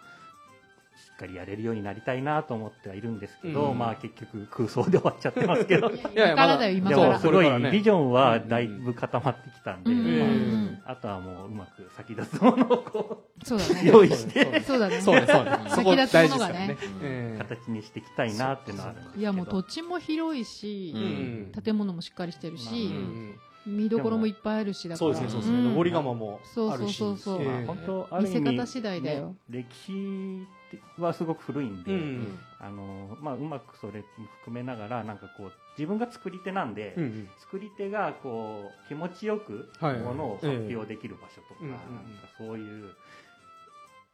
S3: しっかりやれるようになりたいなと思ってはいるんですけど、
S1: うん
S3: まあ結局空想で終わっちゃってますけ
S1: *laughs*
S3: どで
S1: いやいや
S2: 今からだよ
S1: ま
S2: 今
S1: だ
S2: から
S3: も
S1: そ
S3: す
S1: う
S3: ご
S1: これからね
S3: いビジョンはだいぶ固まってきたんで、
S2: うん
S1: うん
S3: まあ
S2: うん
S3: あとはもううまく先立つものをこ
S2: そうだ
S3: う
S2: ね
S3: 用意して、
S2: そうだね
S1: そうねそうねそこ
S2: 先
S1: 大事
S2: 立つ
S1: ですか
S2: もの
S1: ら
S2: が
S1: ね
S2: ね
S1: ええ
S3: 形にしていきたいなっていうのはあるんですけど
S2: いやもう土地も広いし、
S4: うん
S2: 建物もしっかりしてる
S1: う
S2: し、
S1: ん
S3: まあ
S2: 見どころもいっぱいあるしだか
S1: そう
S2: ら
S1: ですねそうですね
S2: ん
S1: 登り窯もあるし
S2: そうそうそうそう
S1: え
S3: ま
S1: え
S3: あ、本当ある意味
S2: 見せ方次第だよ
S3: ね歴史はすごく古いんで、
S1: うん
S3: あのまあ、うまくそれも含めながらなんかこう自分が作り手なんで、
S1: うんうん
S3: 作り手がこう気持ちよく
S1: はい
S3: ものを発表できる場所とか,、
S1: ええ
S3: なんかそういう。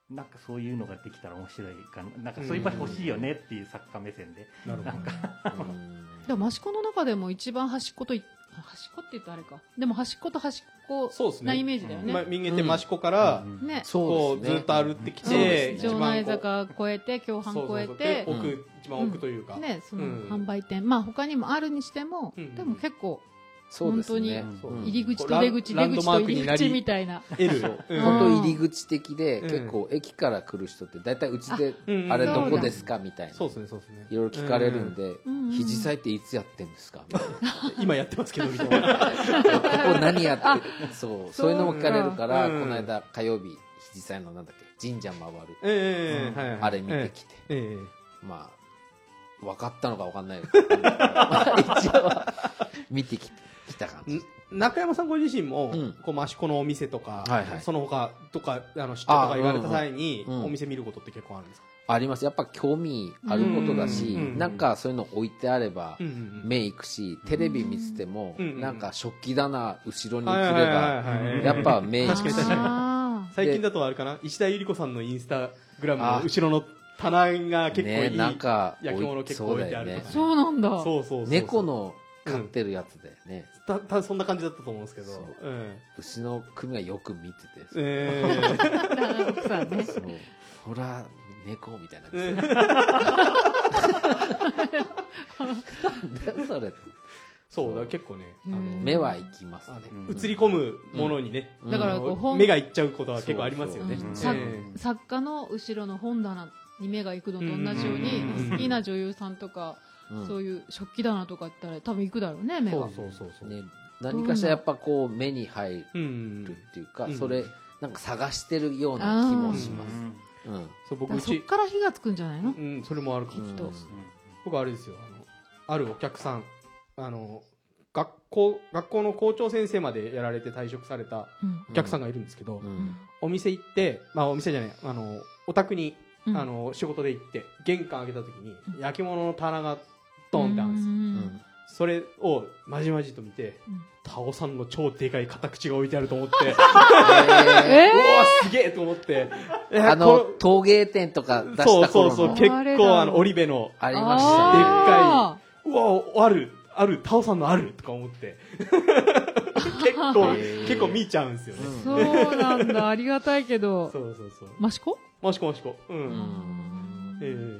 S3: なんかそういうのができたら面白いかななんかそういう場所欲しいよねっていう作家目線で、
S1: なるほど
S3: なんか
S2: でも益子の中でも一番端っことい端っこって言うとあれかでも端っこと端っこ
S1: そうですね
S2: なイメージだよね
S1: まあ民芸店益子から
S3: うん
S2: ね
S1: こ
S4: そう
S1: う
S4: ですね
S1: ずっと歩ってき
S2: そう
S1: て
S2: です
S1: 一
S2: 城
S1: 番
S2: 内
S1: こう
S2: 坂越えて共
S1: そう
S2: 犯
S1: そう
S2: 越
S1: そう
S2: え
S1: で
S2: て
S1: 奥一番奥というか
S2: ねその
S1: うん
S2: 販売店、まあ他にもあるにしても、
S1: うん
S2: でも結構
S4: そうですね
S3: 本当
S4: うん
S2: 入り口
S1: こうラン
S2: と出口、
S1: ラ
S2: 出
S1: ンド
S2: 口
S1: マ
S2: と
S1: ーク
S2: 入
S1: に
S2: り
S1: なり
S2: 口みたいな。
S1: L
S2: ん
S1: を
S4: 本当入り口的で、
S1: うん
S4: 結構駅から来る人って大体うちで
S1: うんうん
S4: あれどこですかみたいな
S1: そうですねそうですね
S4: いろいろ聞かれるんで
S2: うんうんうん
S4: 肘祭っていつやってんですかみたいな
S1: 今やってますけどみたい
S4: *laughs*
S1: な
S4: ここ何やってるそうそういうのも聞かれるから、
S1: うん
S4: この間火曜日肘祭のなんだっけ神社回る、
S1: ええはいはい
S4: あれ見てきて、
S1: ええ
S4: まあ分かったのか分かんないのか分かんないけどまあ一
S1: *laughs*
S4: 応は見てきてきた感じ
S1: ん中山さんご自身も、
S4: うん
S1: こう益子のお店とか、
S4: はいはい
S1: その他とかあの知ったとか言われた際に、
S4: うんうんうん
S1: お店見ることって結構あるんですか、
S4: ありますやっぱ興味あることだし、
S1: うんうんうん
S4: なんかそういうの置いてあれば、
S1: んうん
S4: 目いくしテレビ見てても、
S1: うん
S4: なんか食器棚後ろに
S1: は
S4: 映
S1: いはい
S4: れば
S1: はいはい
S4: やっぱ目いくし
S1: 確かに確かに
S2: あ
S1: 最近だとあれかな石田ゆり子さんのインスタグラムの後ろの棚が結構いい、
S4: ねなんか
S1: 焼き物結構置いてある
S4: そうだ
S1: と
S4: よね
S1: か
S2: ーそうなんだ。
S1: そうそうそうそう
S4: 猫の飼ってるやつだよね、
S1: たたそんな感じだったと思うんですけど
S4: そう
S1: うん
S4: 牛の組がよく見てて、
S1: え
S4: *laughs*
S2: だ奥さんね。
S4: そうほら猫みたいな
S1: えう
S4: 感
S1: ん
S4: じで、それ
S1: そうだから結構ねあの
S2: うん
S4: 目は行きます
S1: あ
S4: ね
S1: の
S3: うん
S1: 映り込むものにね、
S4: うん
S2: だから
S1: あの
S2: こう本
S1: 目がいっちゃうことは結構ありますよね
S2: そう
S1: え
S3: そう
S1: え
S2: 作家の後ろの本棚に目が行くのと同じよう
S1: うんうんうん
S2: に、好きな女優さんとか、
S4: うん
S2: そういう食器棚とか行ったら多分行くだろうね、目
S1: そ
S2: が
S1: う。そうそうそう、
S4: ね、何かしらやっぱこう目に入
S1: うん
S4: るっていうか、
S1: うん
S4: それなんか探してるような気もします、うん
S1: そう
S2: だ
S1: 僕
S2: か
S1: う
S2: らそっ
S1: ち
S2: から火がつくんじゃない
S1: う
S2: の
S1: んそれもあるかも
S4: うん
S2: きっと
S1: 僕あれですよあのあるお客さんあの学校学校の校長先生までやられて退職された
S2: うん
S1: お客さんがいるんですけど、
S4: う
S2: うんん
S1: お店行ってまあお店じゃないあのお宅に、
S2: うん
S1: あの仕事で行って玄関開けた時に焼き物の棚がドンってあるんです
S2: う
S1: よ
S4: うんん
S1: それをまじまじと見て
S2: うん
S1: タオさんの超でかい片口が置いてあると
S2: *laughs*
S1: 思って
S4: え
S2: え
S1: うわすげえと思ってえ
S4: ーあ
S1: こ
S4: の陶芸店とか出した
S1: そう
S4: 頃の
S1: そうそう結
S2: あれ
S1: 構
S2: だ
S1: あの織部の
S4: ありましたね
S2: あ
S1: うわあるあるタオさんのあるとか思って結構
S4: へー
S1: 結構見ちゃうんですよね、
S4: うん
S2: ーそうなんだ、ありがたいけど
S1: そ。うそうそう
S2: マシコ
S1: マシコマシコうん、
S4: ん
S1: ええ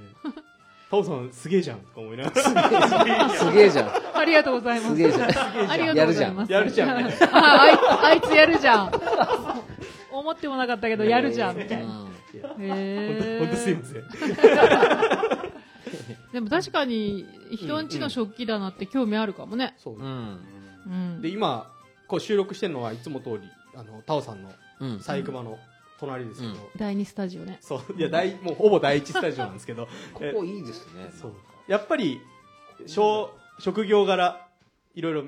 S1: タオさんすげえじゃんとか思いながら
S4: すげえじゃん
S2: ありがとうございますす。
S4: げえじゃん
S2: ありがと
S4: や
S2: う
S4: る
S2: ご
S4: じ
S2: ざ
S4: ゃ
S2: いま
S4: ん
S2: す。
S1: やるじゃんね
S2: *laughs* ああいつやるじゃん。思ってもなかったけど、やるじゃん、みたいな。
S1: 本当 *laughs*
S2: へ
S1: 本当すいま
S2: ー
S1: せん
S2: でも確かに、人んちの食器棚って興味あるかもね。
S1: そう
S4: うんうん
S2: うん
S1: で。今こう収録してるのはいつも通りあのタオさんの
S4: うん
S1: 佐伯間の隣ですけど、
S4: うん
S2: 第二スタジオね。
S1: そういや第もうほぼ第一スタジオなんですけど
S4: ここいいですね
S1: そうやっぱり小職業柄いろいろ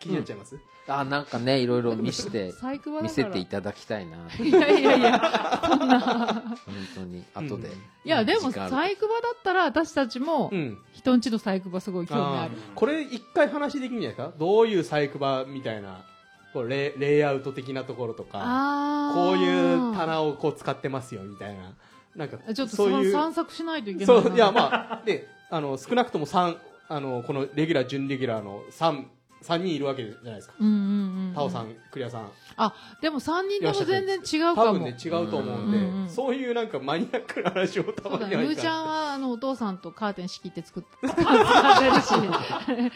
S1: 気になっちゃいます、
S4: あなんかねいろいろ見せ
S2: *laughs*
S4: て
S2: 細工はだか
S4: 見せ
S2: ら。
S4: てい
S2: い
S4: ただきたいな
S2: やいやいや。
S4: 本当に後で、
S1: うん
S2: いや、でも、
S4: 時間あ
S2: 細
S4: る
S2: 工場だったら、私たちも
S1: う、ん
S2: 人んちの細工場すごい興味ある。
S1: ーこれ一回話できるんじゃないですかどういう細工場みたいなこうレイレイアウト的なところとか
S2: あー
S1: こういう。棚をこう使ってますよみたいななんか
S2: ちょっと
S1: そう
S2: そ
S1: いう
S2: う散策しないといけないな。
S1: そういやまあであの少なくとも三あのこのレギュラー準レギュラーの三三人いるわけじゃないですか、
S2: うんうんうんうん。
S1: タオさん栗谷さん
S2: あ、でも三人でも全然違う
S1: 多
S2: か
S1: 分
S2: も
S1: ね。違うと思うんで、
S2: うんうん
S1: そういうなんかマニアックな話をた
S2: そう
S1: ま
S2: だ
S1: に
S2: ね。
S1: は
S2: む
S1: い
S2: ーちゃん
S1: か
S2: は、あの、お父さんとカーテン仕切って作っ使って
S1: *laughs*
S2: るし。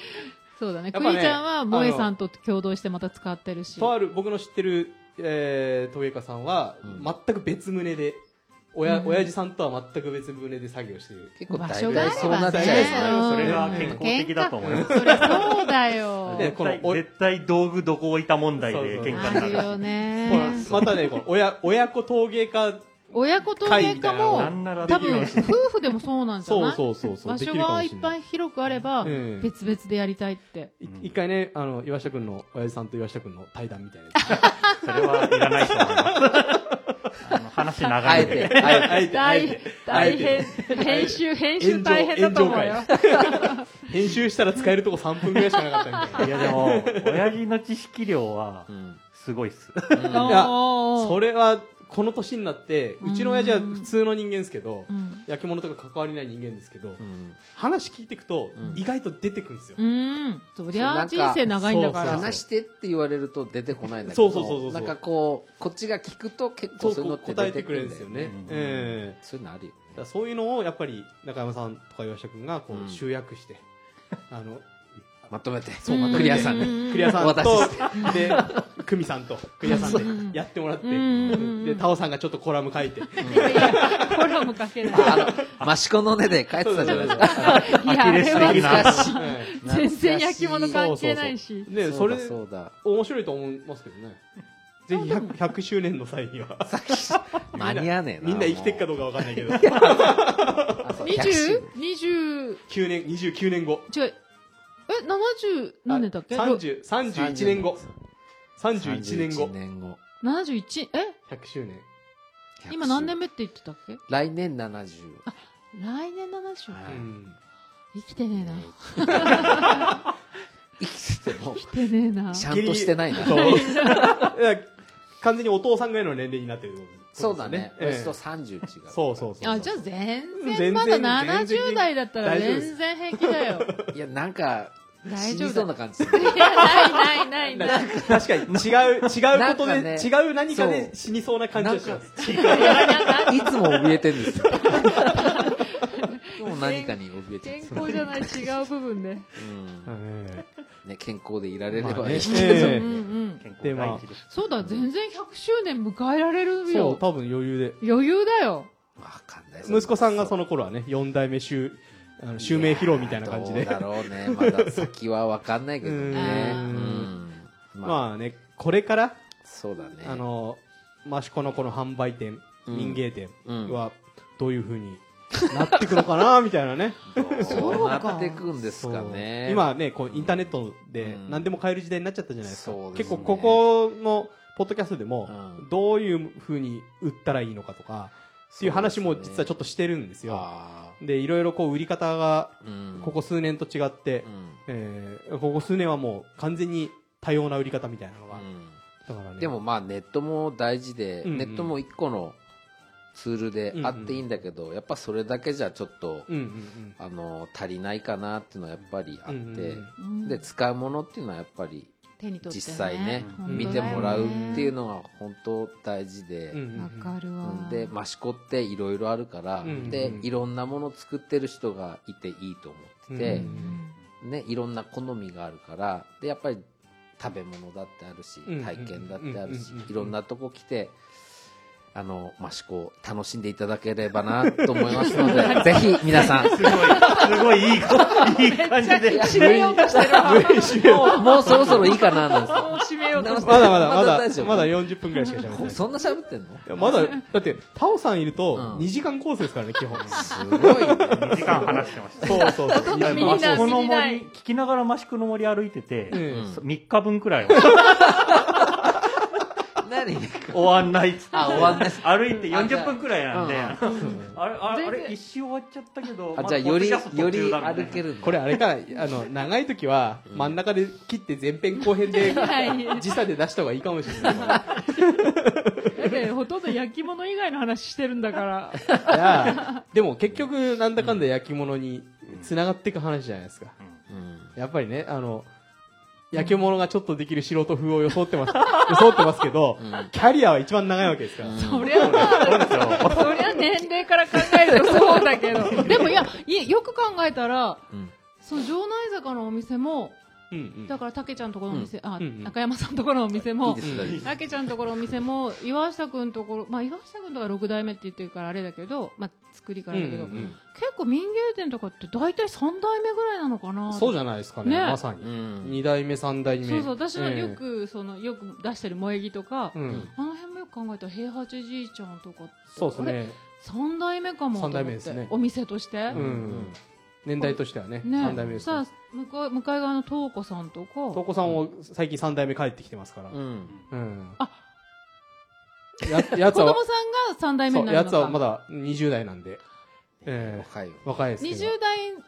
S2: そうだね。
S1: や
S2: ク
S1: っぱね
S2: リちゃんは、萌えさんと共同してまた使ってるし。
S1: とある僕の知ってる、えー、陶芸家さんは、
S4: うん
S1: 全く別棟で親,、
S2: うん
S1: 親父さんとは全く別棟で作業してる
S4: 結構
S2: 場
S4: 大
S2: 所があれ
S4: 概
S2: ばね
S4: そうなっちゃいま
S3: それが健康的だと思います。
S2: それそうだよ。
S1: で
S3: 絶対絶対道具どこ置いた問題で喧
S2: あ
S3: 嘩
S2: る
S3: になる。
S2: よね
S1: ほ。らまたねこの親親子陶芸家
S2: 親子陶芸家も
S3: なんなら
S2: 多
S3: できる
S2: 分
S3: よ
S2: 夫婦でもそうなんじゃ
S1: そう
S2: ない
S1: そうそうそう
S2: 場
S1: でき
S2: 所
S1: るかも
S2: がい
S1: し
S2: っ
S1: れ
S2: ぱ
S1: ない
S2: い広くあれば
S1: うん
S2: 別々でやりたいって、
S1: い一回ねあの岩下君の親父さんと岩下君の対談みたいなやつ
S3: それはいらないと思います。あの話長
S4: あえ
S3: いんで。
S4: て
S2: *laughs*
S4: あえて
S1: あえ
S2: 大
S1: て
S2: 大
S1: あ
S2: 変編集編集大変だと思うよ
S1: 炎編集したら使えるとこ3分ぐらいしかなかったみた
S3: *laughs*
S1: い
S3: いやでも、親父の知識量は
S4: うん
S3: すごいっす。
S4: うん
S1: や
S2: お
S1: な
S2: ー
S1: それはこの年になってうちの親父は普通の人間ですけど
S2: うん
S1: 焼き物とか関わりない人間ですけど
S2: *laughs*
S4: うん
S1: 話聞いていくと
S4: うん
S1: 意外と出てくるんですよ
S2: うんそり
S4: そうな
S2: ゃ
S4: んか
S2: 人生長いんだから
S4: 話してって言われると出てこないんだけど
S1: そうそうそうそう
S4: なんかこうこっちが聞くと結構そういうのって
S1: 答
S4: 出
S1: えて
S4: て
S1: く
S4: く
S1: れ
S4: る
S1: るんで
S4: んだ
S1: す
S4: よ
S1: よ
S4: ね
S1: ねええ
S4: そういうのある
S1: だ
S4: よ
S1: か
S4: ね
S1: らそういうのをやっぱり中山さんとか岩下君がこ
S4: う
S1: うん集約してあの
S4: まとめて
S1: そうまとめて
S4: クリアさんに
S1: クリアさん
S4: お
S1: と
S4: 渡しし、
S1: で、クミさんと、クリアさんでやってもらって、
S2: うんうんうん
S1: で、タオさんがちょっとコラム書いて、
S2: いやいやコラムかけない。
S4: あの益子の根で書いてたじゃないですか
S2: いや、あれ
S3: アキレス腱
S2: は
S4: 懐かしい
S1: はい
S2: 全然焼き物関係ないし。
S1: で、それ、
S4: そうだ
S1: 面白いと思いますけどね。ぜひ 100, 100周年の際には、
S4: そうだ間に合わねえな
S1: *laughs* みんな生きてっかど
S4: と
S1: うかわかんないけど、
S2: 二十二十
S1: 9年、29年後。
S2: 違う。え、七十何年だっけ
S1: 30 ?31 年後。31年後。
S4: 年後
S2: 七十一え
S1: 100周年。
S2: 今何年目って言ってたっけ
S4: 来年70
S2: 来年七十
S4: は
S1: う
S4: い
S1: ん。
S2: 生きてねえな。
S4: 生きてても
S2: 生きてねえな。
S4: ちゃんとしてないな
S1: そう *laughs* だから完全にお父さんぐらいの年齢になってるってことです
S4: そうだね
S1: ええ
S4: うちと30違う
S1: そうそうそう。
S2: あ、じゃあ全
S1: 全
S2: 然、
S1: 然
S2: まだ
S1: 全然
S2: 70代だったら
S1: 大丈夫です
S2: 全然平気だよ。
S4: いやなんか
S2: 大
S4: 死
S2: 丈
S4: に
S2: 夫
S4: そ
S2: だ
S4: う
S2: よ。
S4: な感じす
S2: い
S4: る
S2: やないないないない。
S1: 確
S4: *laughs*
S1: かに違う、違うこと
S4: なんか
S1: で、
S4: ね
S1: 違う何か
S4: そ
S1: で
S4: う
S1: 死にそうな感じがします。
S2: いやい
S4: *laughs*
S2: やない
S4: つも怯えてるんですよ *laughs* いつも何かに怯えてる
S2: 健
S4: んですよ
S2: 康じゃない違う部分で。
S4: うん
S1: え
S4: ね健康でいられれ
S1: まあ
S4: ば
S1: ね
S4: いいけど
S2: うん
S1: ええ
S2: うんうん。
S3: 健
S1: で
S3: 康
S1: まあ
S3: 大事です。
S2: そうだ、全然100周年迎えられ
S1: え
S2: る
S1: そう、
S2: よ。
S1: 多分余裕で。
S2: 余裕だよ。
S4: *laughs* わかんない
S1: 息子さんがそ
S4: の
S1: の頃はね、4代目襲、あの襲名披露みたいな感じで
S4: どう。だろうねまだ先はわかんないけどね
S1: うん
S4: うんまあ、
S1: *laughs* まあね、これから、
S4: そうだね
S1: あの、益子のこの販売店、
S4: うん
S1: 民芸店
S4: うん
S1: は、どういう風になっていくのかな、みたいなね。
S4: どうなってくんですかね
S1: そう今ね、こう、インターネットで
S4: うん
S1: 何でも買える時代になっちゃったじゃないですか。
S4: そうですね
S1: 結構、ここの、ポッドキャストでも
S4: うん、
S1: どういう風に売ったらいいのかとか、っていう話も実はちょっとしてるんですよ。
S4: あ
S1: で、いろいろこう、売り方が、
S4: ーうん
S1: ここ数年と違って
S4: う、ん
S1: えーここ数年はもう完全に多様な売り方みたいなのが、
S4: うん
S1: だからね。
S4: でもまあネットも大事で、
S1: うんうん
S4: ネットも一個のツールで
S1: うんうん
S4: あっていいんだけど、やっぱそれだけじゃちょっと、
S1: うんうんうん、
S4: あの足りないかなっていうのはやっぱりあ
S1: う
S4: って、
S1: んうんうん
S2: うん
S4: で使うものっていうのはやっぱり
S2: 手に取ってね
S4: 実際ね
S2: 本当だよね
S4: 見てもらうっていうのが本当大事で、
S1: うんうんうん
S2: わかる
S4: う
S2: わ
S4: んで益子っていろいろあるから、
S1: うんうん
S4: でいろんなもの作ってる人がいていいと思ってて、
S1: うん
S4: ね、いろんな好みがあるからでやっぱり食べ物だってあるし
S1: うん
S4: 体験だってあるし
S1: うん
S4: いろんなとこ来てあの益子を楽しんでいただければなと思いますのでぜひ皆さん
S3: すごい、すごいいい子、いい感じで。
S2: 締めようとしてるわもう
S4: もうもうそろそろいいかななんです
S2: 締めようとして
S1: まだまだま
S4: まだ
S1: だ
S4: 大丈夫
S1: まだ40分ぐらいしか
S4: *laughs*
S1: 喋ってない。い
S4: そんな喋ってんの
S1: やまだ、だって、タオさんいると
S4: うん
S1: 2時間コースですからね、基本。
S4: すごいね
S3: 2時間話してま
S4: *laughs*
S3: した。
S1: そうそうそう。
S2: んどみんな
S3: 益子の
S2: 知りたい
S3: 森、聞きながら益子の森歩いて
S1: う
S3: て、
S1: ん
S4: うん
S3: 3日分くらいは
S4: 何
S3: 終わんないっつって。
S4: あ終わんない
S3: 歩いて40分くらいなんで。
S4: あ
S3: あれ、あれ、あ
S2: 全
S3: れ
S2: 然
S3: 一周終わっちゃったけど。
S4: あじゃあより
S3: まだポッ
S4: よ
S3: ドキャスト途中
S4: り
S3: だみたい
S4: 歩
S3: な
S4: けるんだ
S1: これあれか、あの、長い時は真ん中で切って前編後編
S4: *laughs*
S1: で
S2: はい
S1: 時差で出した方がいいかもしれない。
S2: だってほとんど焼き物以外の話してるんだから
S1: いやでも結局なんだかんだ焼き物に繋がっていく話じゃないですか。
S4: うん
S1: やっぱりね、あの、焼き物がちょっとできる素人風を装って
S4: *laughs*
S1: ます、装ってますけど、
S4: うん
S1: キャリアは一番長いわけですから。
S4: うん
S2: そりゃまあそりゃ年齢から考えるとそうだけどでもいやいよく考えたら
S4: うん
S2: そう城内坂のお店も
S1: うんうん
S2: だからたけちゃんとこのお店、あ
S1: うんうん
S2: 中山さんとこのお店
S4: いい
S2: も
S4: ですいいです
S2: たけちゃんところお店も岩下君ところまあ岩下君とか6代目って言ってるからあれだけどまあ作りからだけど、
S1: うんうんうん
S2: 結構民芸店とかって大体3代目ぐらいなのかな
S1: そうじ
S2: ゃ
S1: ゃないですかね、
S2: ね
S1: まさ
S4: う
S1: に。
S4: ん
S1: 二代目、三代目。
S2: そうそう私は
S1: ええ
S2: よ、くそのよく出してる萌え木とか、
S1: うん。
S2: あの辺もよく考えたら平八じいちゃんとかって
S1: そうです
S2: あれ
S1: ね。
S2: 3代目かもと思って
S1: 三代目ですね
S2: お店として、
S1: うん年代としてはね、
S2: ね
S1: 三代目ですね。
S2: さあ向こう向かい側の東子さんと
S1: 東
S2: か
S1: 子さんも最近三代目帰ってきてますから。
S4: う
S1: うんん。
S2: あ
S1: や、やつ
S2: 子供
S1: は、
S2: さんが3代目
S1: そ
S2: に
S1: う、
S2: なる
S1: や
S2: の
S1: つ
S2: か
S1: はまだ二十代なんで。え
S4: 若いよ
S1: え若いですけど。
S2: 20代の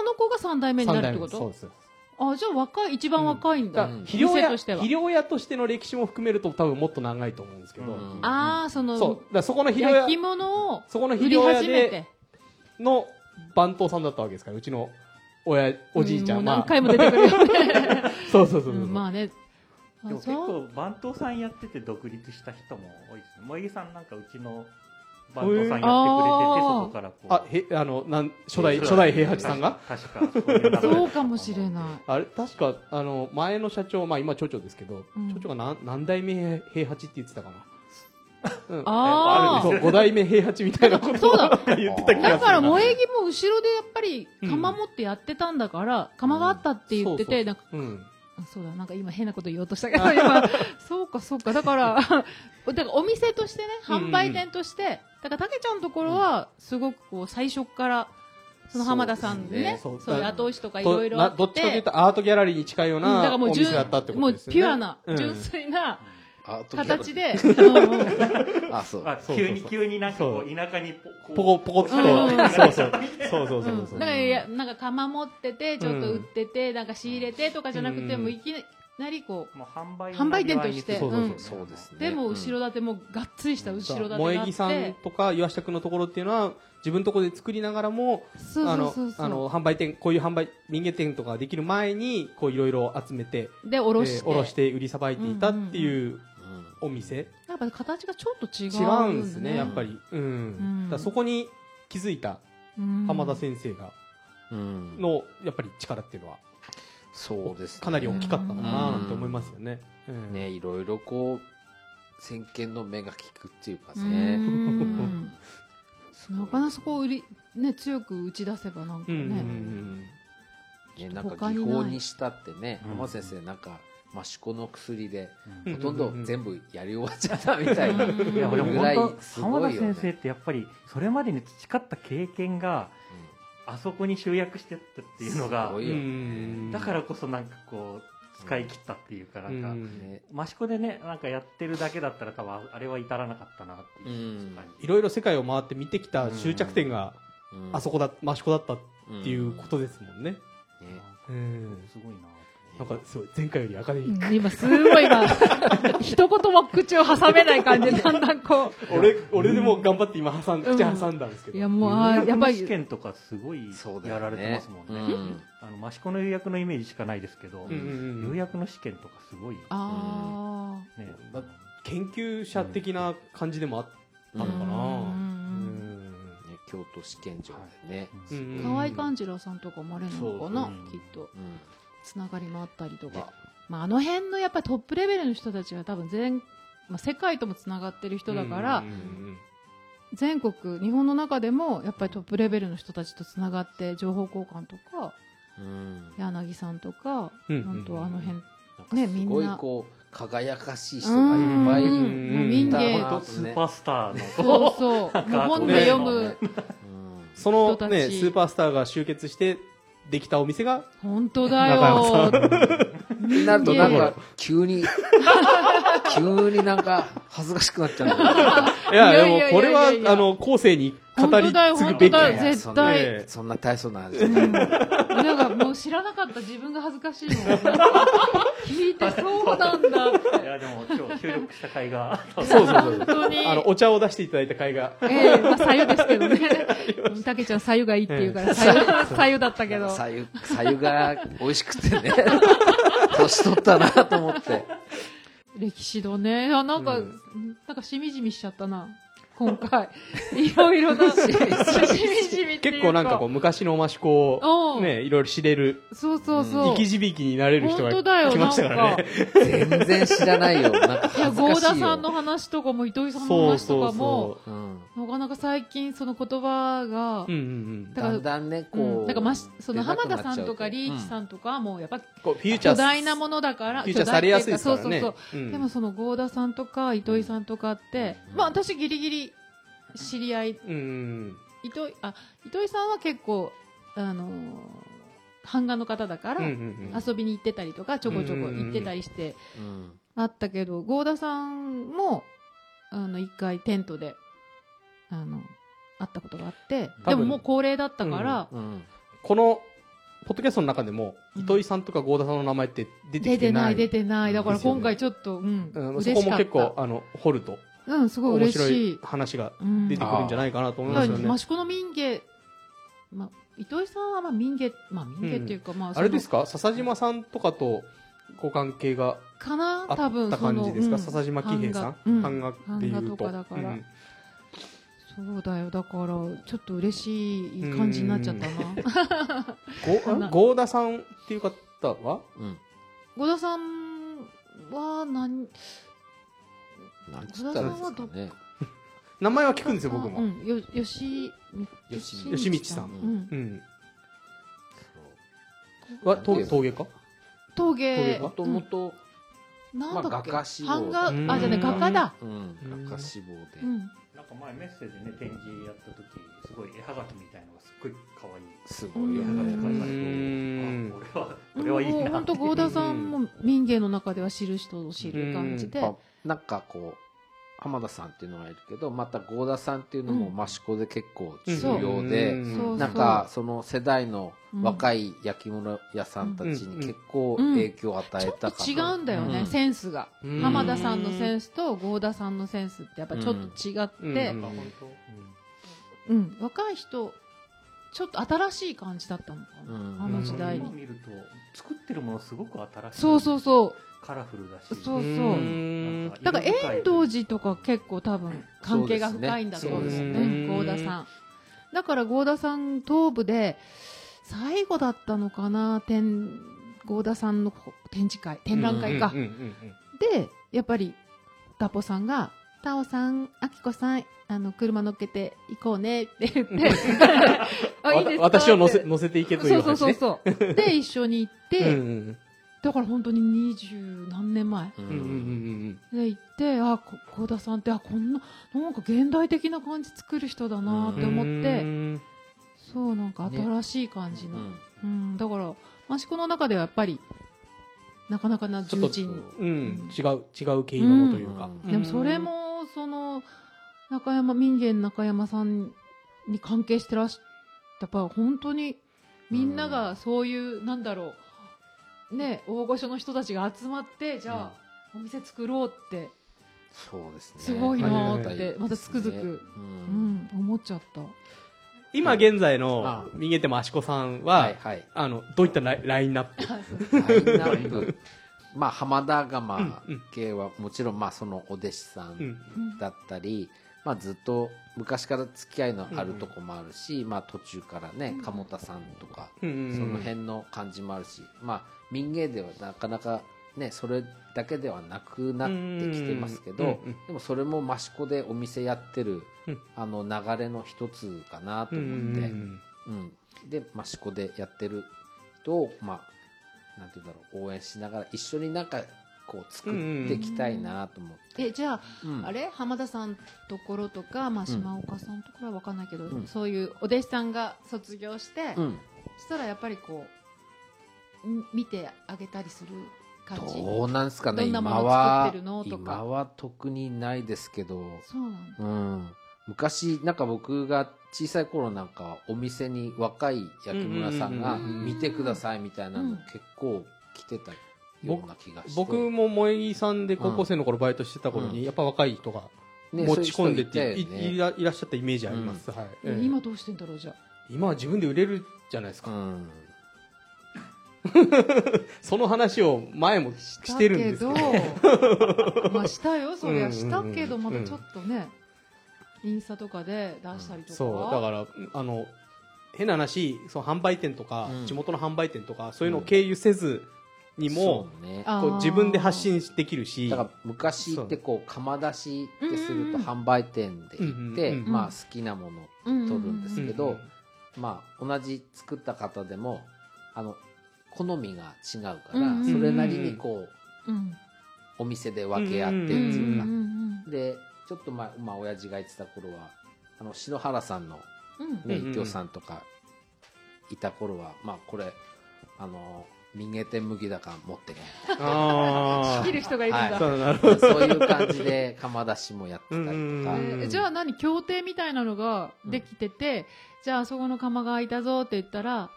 S2: あの子が3代目にな
S1: 三
S2: るっ
S1: 代
S2: て
S1: 目
S2: こ
S1: ですそう
S2: と
S1: です。
S2: あじゃあ若い一番若いん
S1: だ
S2: だ、
S4: う
S1: から
S4: ん
S1: 肥料
S2: 店
S1: 屋
S2: としては
S1: 肥料屋としての歴史も含めると多分もっと長いと思うんですけど、
S4: うん
S2: ああその
S1: そうだからそこの肥料
S2: 焼き
S1: 屋
S2: 物を
S1: そこの
S2: 売
S1: 肥
S2: り
S1: 料屋
S2: 始め
S1: で
S2: て
S1: の番頭さんだったわけですからうちの親おじいちゃん、
S2: うもう
S1: まあ
S2: 何回も出てくるよね
S1: そうそうそうそううそう、
S2: んまあねあ
S3: でも結
S2: そう
S3: 構番頭さんやってて独立した人も多いですね萌木さんなんかうちのバンドさんやってくれてて、
S1: へー
S2: あー
S3: そこからこう。
S1: あ、へ、あの、なん、初代、初代平八さんが
S3: 確か確かそういう流れだった
S2: そうかもしれな
S1: あれ、確か、あの、前の社長、まあ今、町長ですけど、
S2: うん
S1: 町長が何何代目平八って言ってたかな。うん
S2: あー
S1: そう、5代目平八みたいなことを
S2: そうだ
S1: 言ってた気がする。
S2: い。だから萌え木も後ろでやっぱり釜持ってやってたんだから、釜があったって言ってて、なんか
S1: うん。
S2: そうだ、なんか今変なこと言おうとしたけど、
S1: *laughs*
S2: 今、そうかそうか、だから、 *laughs* だからお店としてね、
S1: うんうん
S2: 販売店として、だからたけちゃんのところは、すごくこう、最初から、その浜田さんでね、
S1: そ
S2: そうう
S1: ですねそう
S2: いう後押しとかいろいろ
S1: な
S2: あって、
S1: どっちかというとアートギャラリーに近いよう
S2: うん
S1: なお
S2: う純
S1: 店だったってことですよね。
S2: もうピュアな、
S1: うん
S2: 純粋な
S4: あ
S2: 形
S4: で。
S2: で、あ *laughs* の
S4: あ、そう。
S3: あ
S1: そうそうそう
S3: 急に急になんかこう田舎に
S1: ポコポコっと、
S2: うんうん
S1: そうそう。そうそうそう
S2: うん
S1: そう。
S2: だからいやなんか釜持っててちょっと売ってて、なんか仕入れてとかじゃなくて、
S1: うん
S2: もういきなりこ
S3: もう販売
S2: 販売店として
S1: そうそうそう
S3: そ
S4: そう
S3: う
S4: で
S3: ですす
S2: う
S4: ね。
S2: でも後
S4: うん
S2: ろ盾もがっつりした後ろ盾があ
S1: 萌
S2: っ
S1: 木
S2: て
S1: さんとか岩下君のところっていうのは自分のところで作りながらも
S2: そうそうそうそう
S1: あのあの販売店こういう販売民芸店とかができる前にこういろいろ集めて
S2: でおろし
S1: え
S2: て,、
S1: ー卸して売りさばいていたっていう
S4: うん
S1: お店、
S2: やっぱ形がちょっと違う、
S1: 違うんですねやっぱり、うん
S2: ん
S1: だからそこに気づいた
S2: うん
S1: 浜田先生が
S4: うん
S1: のやっぱり力っていうのは
S4: そうですね
S1: かなり大きかったのかななんて思いますよね。うん
S4: ねいろいろこう先見の目が利くっていうか
S2: う
S4: ね
S2: ん
S4: すごい
S2: なかなかそこを売り、ね、強く打ち出せばなんか
S1: うん
S2: ね、
S1: うんうん
S4: ねなんか
S2: 他
S4: 技
S2: にない
S4: 法にしたってね
S3: うん
S4: 浜田先生なんか益子の薬で
S1: う
S4: ほとんど全部やり終わっちゃったみたいな
S2: うん
S3: いや俺
S4: ぐらい
S3: 本
S4: す
S3: 当
S4: ご
S3: 浜
S4: い
S3: 田
S4: よね
S3: 先生ってやっぱりそれまでに培った経験があそこに集約してったっていうの
S4: す
S3: が
S4: ごいよね
S3: だからこそなんかこう使い切ったっていうかなんか、
S1: うん
S4: ね
S3: 益子でねなんかやってるだけだったら多分あれは至らなかったなっていう感じ
S1: いろいろ世界を回って見てきた終着点があそこだ益子だったっていうことですもんね。
S4: うんね
S1: うん
S3: すごいな
S1: なんかすごい前回よりアカデミック。
S2: 今すごい今 *laughs* 一言も口を挟めない感じでだんだんこ
S1: 俺俺でも頑張って今挟ん
S2: うん
S1: 口挟んだんですけ
S2: う
S1: ど。
S2: いやもうあーやっぱ
S3: 入学の試
S2: り
S3: 験とかすごい
S4: そうだよ
S3: や
S4: ね
S3: られてますもんね
S4: うん
S3: あの益子の予約のイメージしかないですけど、
S1: うんうんうん
S3: 予約の試験とかすごい、ね、
S2: ああ
S1: だ研究者的な感じでもあったのかな。うん
S4: ね京都試験場でね
S3: はい
S4: すごい
S1: うん
S2: 河合勘次郎さんとかもあれなのかな、
S3: そううん
S2: きっと
S4: うん
S2: つながりもあったりとか、
S4: ね
S2: まあ、あの辺のやっぱりトップレベルの人たちが多分全、まあ、世界ともつながってる人だから、
S1: うんうん
S2: 全国日本の中でもやっぱりトップレベルの人たちとつながって情報交換とか
S4: うん
S2: 柳さんとか、
S1: うん
S2: 本当あの辺
S4: なんか
S2: ね
S4: すご
S2: みん
S4: い
S2: な
S4: こう輝かしい人がいっぱいい
S2: うん
S4: る
S2: もう民
S4: え
S2: 芸
S4: だ
S3: 本当スーパースターの
S1: *laughs*
S2: そうそうもう本で読む
S4: うん
S1: その
S2: 人た
S1: ね
S2: ち
S1: スーパースターが集結してできたお店が
S2: 本当だ
S1: 中
S2: よ
S4: ってなるとなん
S2: いやい
S4: か
S2: や
S4: 急に *laughs* 急になんか恥ずかしくなっちゃうんだ
S1: いや
S2: いや
S1: で
S2: いやい
S1: も
S2: やいや
S1: これはあの後世に
S2: 本
S1: 語り
S2: 当だよ
S1: 継ぐ
S2: 本
S1: べ
S2: 当
S1: き
S2: だよ
S4: いや
S2: 絶対、
S1: ね
S4: けどそんな大層な話じゃ
S2: う
S4: ない
S2: ん、だからもう知らなかった自分が恥ずかしいもん聞いてそうなんだって
S3: いやでも今日収録した
S1: *laughs*
S3: 回が
S1: そうそうそう
S2: 本当に
S1: あのお茶を出していただいた会が
S2: ええまあ、さゆですけどね。 *laughs* たけちゃん、さゆがいいって言うから、さゆ、さゆだったけど。
S4: さゆ、さゆが美味しくてね。 *laughs* 年取ったなと思って。
S2: 歴史だね。あ、なんか、
S1: うん
S2: なんかしみじみしちゃったな。今回。 *laughs* いろいろな、 *laughs* しみじみってい
S1: 結
S2: う
S1: 構なんかこう昔の益子を
S2: うん
S1: ねいろいろ知れる
S2: そうそうそ
S1: 生
S2: う。
S1: き字引になれる人
S2: 本
S1: が
S2: 当だよ、
S1: 来
S2: な
S1: ま
S2: ん
S1: したから
S2: か
S1: ね。
S4: 全然知らないよ。なんか
S2: いや、
S4: 恥ず
S2: 郷
S4: か
S2: 田
S4: しい
S2: さんの
S4: よ。
S2: 話とかも、糸井さんの
S1: そう
S2: 話と
S1: そ
S2: か
S1: う
S2: も
S1: そ、
S4: うん
S2: なかなか最近その言葉が
S1: う、うんうんうん
S2: だか
S4: だ
S2: ら
S4: んだんね、
S2: う
S4: こ
S2: ん
S4: う。
S2: なんかまし、その浜田さんとかリ
S4: リ
S2: ーチさんとかはもうやっぱ
S1: こうフューチャー
S2: 巨大なものだから、
S1: フューチャーされやすい
S2: 巨
S1: ですか
S2: 大って
S1: ら
S2: うそうそう
S1: ね
S2: そう。でもその郷田さんとか糸井さんとかって、
S4: うん
S2: まあ私ギリギリ知り合い
S1: うんうん
S2: 糸井あ糸井さんは結構あのー版画の方だから、
S1: うんうんうん
S2: 遊びに行ってたりとかちょこちょこ行ってたりして
S4: うん。
S2: あったけど郷田さんもあの一回テントであの会ったことがあって
S1: 多
S2: で
S1: 分
S2: ももう高齢だったから、
S4: うん。
S1: このポッドキャストの中でも糸井さんとか郷田さんの名前って出て
S2: 出
S1: き
S2: て
S1: て
S2: な
S1: ない
S2: い出
S1: て
S2: てないだから
S1: ですよね
S2: 今回ちょっと、うん
S1: うんそ
S2: 嬉
S1: こ
S2: し
S1: も
S2: か
S1: 結構
S2: っ
S1: あの掘ると
S2: たうんすごい
S1: 面
S2: 嬉
S1: 白い
S2: しい、
S1: 話が
S2: うん
S1: 出てくるんじゃないかなと思いますよね
S2: 益子の民芸、まあ、糸井さんはまあ民芸、まあ、民芸っていうか、まあその
S1: あれですか笹島さんとかとご関係が
S2: かな
S1: あ
S2: 多分
S1: った
S2: そ
S1: 感
S2: の
S1: じですか
S2: うん
S1: 笹島喜平さん
S2: 版画うん
S1: 版画ってい
S2: 版
S1: う
S2: 画と
S1: と
S2: かだから、そうだよだからちょっと嬉しい感じになっちゃったな
S1: ご合田さんっていう方は
S4: うん。
S2: *laughs* 五田さんは何
S4: なんつったらいいですかね。
S1: 名前は聞くんですよ僕も、
S2: うん、よ吉
S4: よし
S1: よしみちさん
S2: うん
S1: うん
S4: う
S1: は陶陶芸家
S2: 陶
S1: 芸
S2: 芸
S4: もともと、
S2: うんなんだっけ
S4: まあ画家志望
S2: 版画あ
S1: うん
S2: じゃね画家だ
S4: うん
S1: うん、
S4: 画家志望で
S2: う。ん
S3: なんか前メッセージね展示やった時すごい絵はがきみたいのがすっごい可愛い
S4: すごいよ
S3: 絵はがき
S4: ね
S3: 書いてあ
S2: う
S3: る
S2: ん
S3: と
S1: うん
S3: あこれはこれはいい
S2: もう
S3: な
S2: 本当郷田さんも民芸の中では知る人を知る感じで
S4: やっぱなんかこう、浜田さんっていうのがいるけど、また合田さんっていうのも
S2: うん
S4: 益子で結構
S1: うん
S4: 重要で、
S1: うん
S2: そうそう
S4: なんかその世代の若い焼き物屋さんたち
S1: うん
S4: に結構影響を与
S2: ち
S4: え
S2: ょった
S4: か
S2: と
S4: な
S2: 違うんだよね、
S4: うん
S2: センスが
S1: うん
S2: 浜田さんのセンスと郷田さんのセンスってやっぱちょっと違って、
S1: うん
S3: なんか本当
S2: うん若い人ちょっと新しい感じだったのかな、
S4: うん
S2: あの時代に、
S3: 今見ると作ってるものすごく新しい
S2: そうそうそう
S3: カラフルだし
S2: そう
S1: う
S2: そう
S1: ん
S2: だから遠藤寺とか結構多分関係が深いんだと思うんですよ
S1: そうです
S2: ね
S1: ね
S2: 郷田さんだから郷田さん東部で最後だったのかな展郷田さんの展示会展覧会か、
S1: うんうんうんうん
S2: でやっぱりダポさんが「タオさんあきこさんあの車乗っけて行こうね」って
S1: *laughs*
S2: 言って「あいいですか?」
S1: わた私を乗
S2: っ
S1: せ
S2: て
S1: 乗せていけとい
S2: そううそう
S1: 話
S2: そう
S1: ね
S2: そうで一緒に行って、
S1: うんうん
S2: だから本当に二十何年前
S4: う
S1: うんうんうん
S4: ん
S2: で行ってあこ幸田さんってあこんななんか現代的な感じ作る人だなっ
S1: うん
S2: て思っ
S1: う
S2: て
S1: ん
S2: そうなんか新しい感じ
S4: う
S2: の、
S4: ん
S2: うん、だから益子の中ではやっぱりなかなかな
S1: ちょ
S2: 重
S1: っと
S2: 鎮
S1: うん違う違う経緯のというか
S4: うん
S2: でもそれもその中山民芸の中山さんに関係してらっしやっぱ本当にみんながそういう、なんだろうね大御所の人たちが集まってじゃあ、お店作ろうって、
S4: そうですね
S2: すごい
S1: なー
S4: ありがたい
S2: ってまたつくづく
S4: う
S2: うんん、思っちゃった
S1: 今現在
S4: あ
S1: の逃げてもあしこさん
S4: は
S1: はい *laughs*
S4: はい
S1: あのどういったライラインナッ
S4: *laughs*
S1: プ
S4: ラインナップまあ浜田釜
S1: うんうん
S4: 系はもちろんまあそのお弟子さ
S1: うんん
S4: だったり、まあ、ずっと昔から付き合いのあるとこもあるし、まあ、途中からね鴨田さんとか、
S1: うんうんうん
S4: その辺の感じもあるし、まあ、民芸ではなかなか、ね、それだけではなくなってきてますけど、
S1: うんうん
S4: でもそれも益子でお店やってる、
S1: うん
S4: あの流れの一つかなと
S1: うん
S4: 思っ
S1: うん
S4: て、
S1: う
S4: うん
S1: ん
S4: で益子でやってる人を、まあ、なんて言うんだろう応援しながら一緒になんかこう作っていきたいなと思って。
S2: えじゃあ、
S4: うん
S2: あれ浜田さんところとか、まあ、島岡さんところは分かんないけど、
S4: うん
S2: そういうお弟子さんが卒業して、
S4: うん
S2: そしたらやっぱりこうん見てあげたりする感じ
S4: どうなんすかね
S2: どんな
S4: 今
S2: もの
S4: は
S2: 作ってるのとか
S4: 今は特にないですけど、
S2: そうなんだ
S4: うん、昔なんか僕が小さい頃なんかはお店に若い焼き物屋さんが
S1: うん
S2: うんうんうん
S4: 見てくださいみたいな
S2: う
S4: の
S2: ん
S4: 結構来てたような気がして
S1: 僕も萌木さんで高校生の頃バイトしてた頃
S4: うん
S1: にやっぱ若い人が
S4: ね
S1: 持ち込んでっ
S4: そういう
S1: て
S4: 人いたよね
S1: いいらいらっしゃったイメージありますはいええ
S2: 今どうしてんだろうじゃあ
S1: 今は自分で売れるじゃないです
S4: う
S1: か
S4: ん
S1: その話を前もしてるんですけど
S2: だけど *laughs* まあしたよそり
S1: う
S2: ゃ
S1: んうんうん
S2: したけどまたちょっとね、インスタとかで出したりとか、
S1: そうだからあの変な話その販売店とか、
S4: うん
S1: 地元の販売店とかそういうのを経由せずにも、
S4: そうね
S2: あ
S1: こ
S2: ー
S1: う自分で発信できるし
S4: だから昔ってこう釜出しってすると販売店で行って、
S1: うんうんうん
S4: まあ、好きなもの
S2: うんうんうん
S4: 撮るんですけど、
S1: うん
S4: まあ、同じ作った方でもあの好みが違うか
S2: う
S4: ら、
S2: んうん
S4: それなりにこう
S2: うん
S4: お店で分け合ってって
S2: うんう
S4: い
S2: ん
S4: う
S2: う
S4: か、
S2: ん
S4: でちょっと前まあ親父が言ってた頃はあの篠原さんの
S2: うん
S4: ね
S1: うんうんうん
S4: 一挙さんとかいた頃はまあこれあの民芸店麦だから持ってね
S1: あ
S2: 切る人がいるんだ、
S4: はい
S1: そうなるほど
S4: そういう感じで釜出しもやってたりとか、
S1: うんうん
S2: え
S1: うん
S2: ーじゃあ何協定みたいなのができてて、じゃああそこの釜が開いたぞって言ったら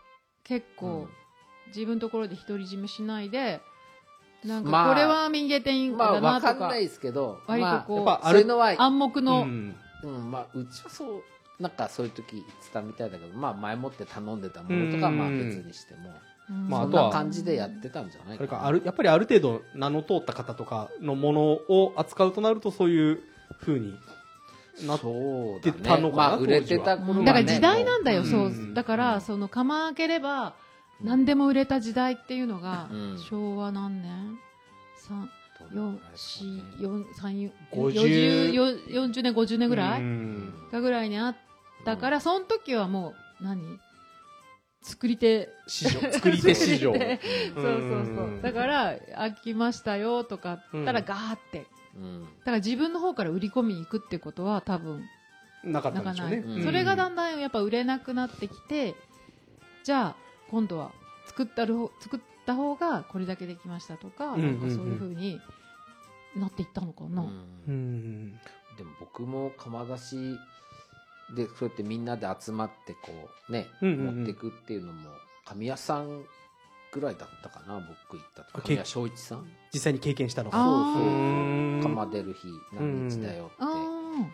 S2: 結構、自分のところで独り占めしないでなん
S4: まあ
S2: かこれは民芸店
S4: ま
S2: だ
S4: あ
S2: な
S4: わ
S2: と
S4: か
S2: か,、
S4: んないですけど
S2: 割と
S4: まあ
S2: こう
S4: やっぱそういうのは
S2: 暗黙の、
S1: うん
S4: うんまあ、うちはそうなんかそういう時言ってたみたいだけど、まあ、前もって頼んでたものとかはまあ
S1: うん
S4: 別にしても、
S2: うん
S1: まあ
S4: そ
S1: あ
S4: ん
S1: とは
S4: な感じでやってたんじゃない
S1: それ
S4: か
S1: か
S4: な
S1: あるやっぱりある程度名の通った方とかのものを扱うとなるとそういうふうになっ
S4: そう
S1: てたのかな
S4: まあ、売れてた
S2: う
S4: 頃
S2: ん
S4: は
S2: だから時代なんだよ、
S4: うん
S2: そうだからその釜開ければ何でも売れた時代っていうのが、
S4: うん
S2: 昭和何年三四四四三四
S1: 50
S2: 40 40年50年ぐらい、
S1: うん
S2: がぐらいにあったから、その時はもう何作り手
S1: 市場作り手市場
S2: 作り手そうそうそううんだから飽きましたよとか言ったら
S1: うん
S2: ガーって、だ
S4: うん
S2: から自分の方から売り込みに行くってことは多分
S1: *laughs* なかっ
S2: な
S1: たん
S2: か
S1: でしょ
S2: な
S1: う
S2: い、
S1: ね
S4: うん
S2: それがだんだんやっぱ売れなくなってきてじゃあ今度は作ったる方作った方がこれだけできましたとか,、
S1: うんうんうん
S2: なんかそういうふうになっていったのかな、
S1: う
S4: うん
S1: ん
S4: でも僕も釜出しでそうやってみんなで集まってこうね、
S1: うんうんうん
S4: 持ってくっていうのも神谷さんぐらいだったかな僕行った
S1: あ
S4: 時神谷正一さん
S1: 実際に経験したの
S4: そう
S1: か
S2: あ
S4: そう
S1: うん
S4: 釜出る日何日だよって、
S2: あ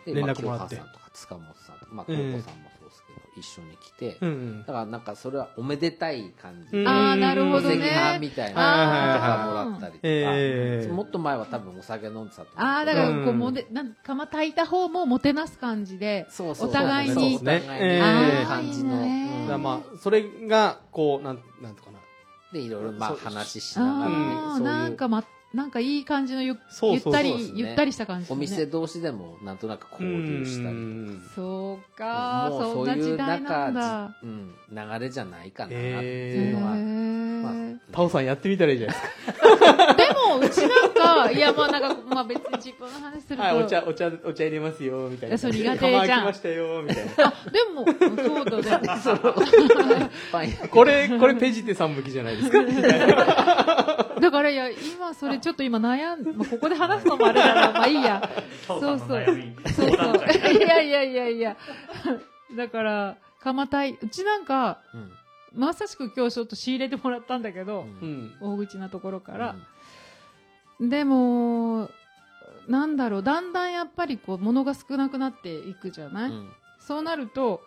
S4: で
S1: 連
S4: まあ
S1: 絡もらって
S4: 清川さんとか塚本さんとかまあ東子さんもそうですけど、一緒に来て、
S1: うんうん
S4: だからなんかそれはおめでたい感じ
S1: う
S4: で
S1: ん
S2: ーあーなる
S4: お
S2: ほど
S4: 赤飯
S2: ね
S4: みたいな
S1: あ
S4: の
S2: ー
S4: とかもらったりとか、
S1: ええ
S4: もっと前は多分お酒飲んでたと思うけど
S2: ああだからこう、
S1: うん
S2: もでなんかま炊いた方ももてなす感じで
S4: そうそう
S2: お互いに
S4: そうそうお互いに
S1: えー
S4: いい感じの、
S2: あーいい
S1: だ
S2: ね
S4: うん
S1: からまあそれがこうなんなんとかな
S4: でいろいろまあ
S1: そう
S4: 話ししながらね
S2: あ
S4: そう
S2: あ
S4: いう
S2: なんかまなんかいい感じのゆ
S1: そうそうそう
S2: ゆった
S1: そう
S4: で
S2: り
S4: すね
S2: ゆったりした感じだ
S4: お
S2: ね
S4: 店同士でもなんとなく交流した
S1: う
S4: り
S1: ん
S2: そう
S4: と
S2: か
S4: もう
S2: そんな時代なんだ
S4: じうん、流れじゃないかなってい
S1: え
S4: うのは、まあ
S2: へ
S1: タオさんやってみたらいいじゃないです
S2: えでもうちなんかいやまあなんかまあ別に自分の話する
S1: か
S2: と、
S1: はいお茶お茶お茶入れますよみたい
S2: い
S1: な
S2: やそれ苦手じゃん
S1: 釜開きましたよみたいな
S2: あでもそうだ
S1: *laughs*
S2: ね
S4: パン屋
S1: これこれペジテさん向きじゃない
S2: *laughs*
S1: ですか
S2: だからいや今それちょっと今悩ん、まあ、ここで話すのもあれだなまあいいや
S3: そ
S2: そうそうそう
S3: 相談
S2: そういやいやいやいやだから蒲田いうちなんか
S4: うん
S2: まさしく今日ちょっと仕入れてもらったんだけ
S4: う
S2: ど、
S1: うんん
S2: 大口なところから、でもなんだろうだんだんやっぱりこう物が少なくなっていくじゃ
S4: う
S2: ない、
S4: ん
S2: そうなると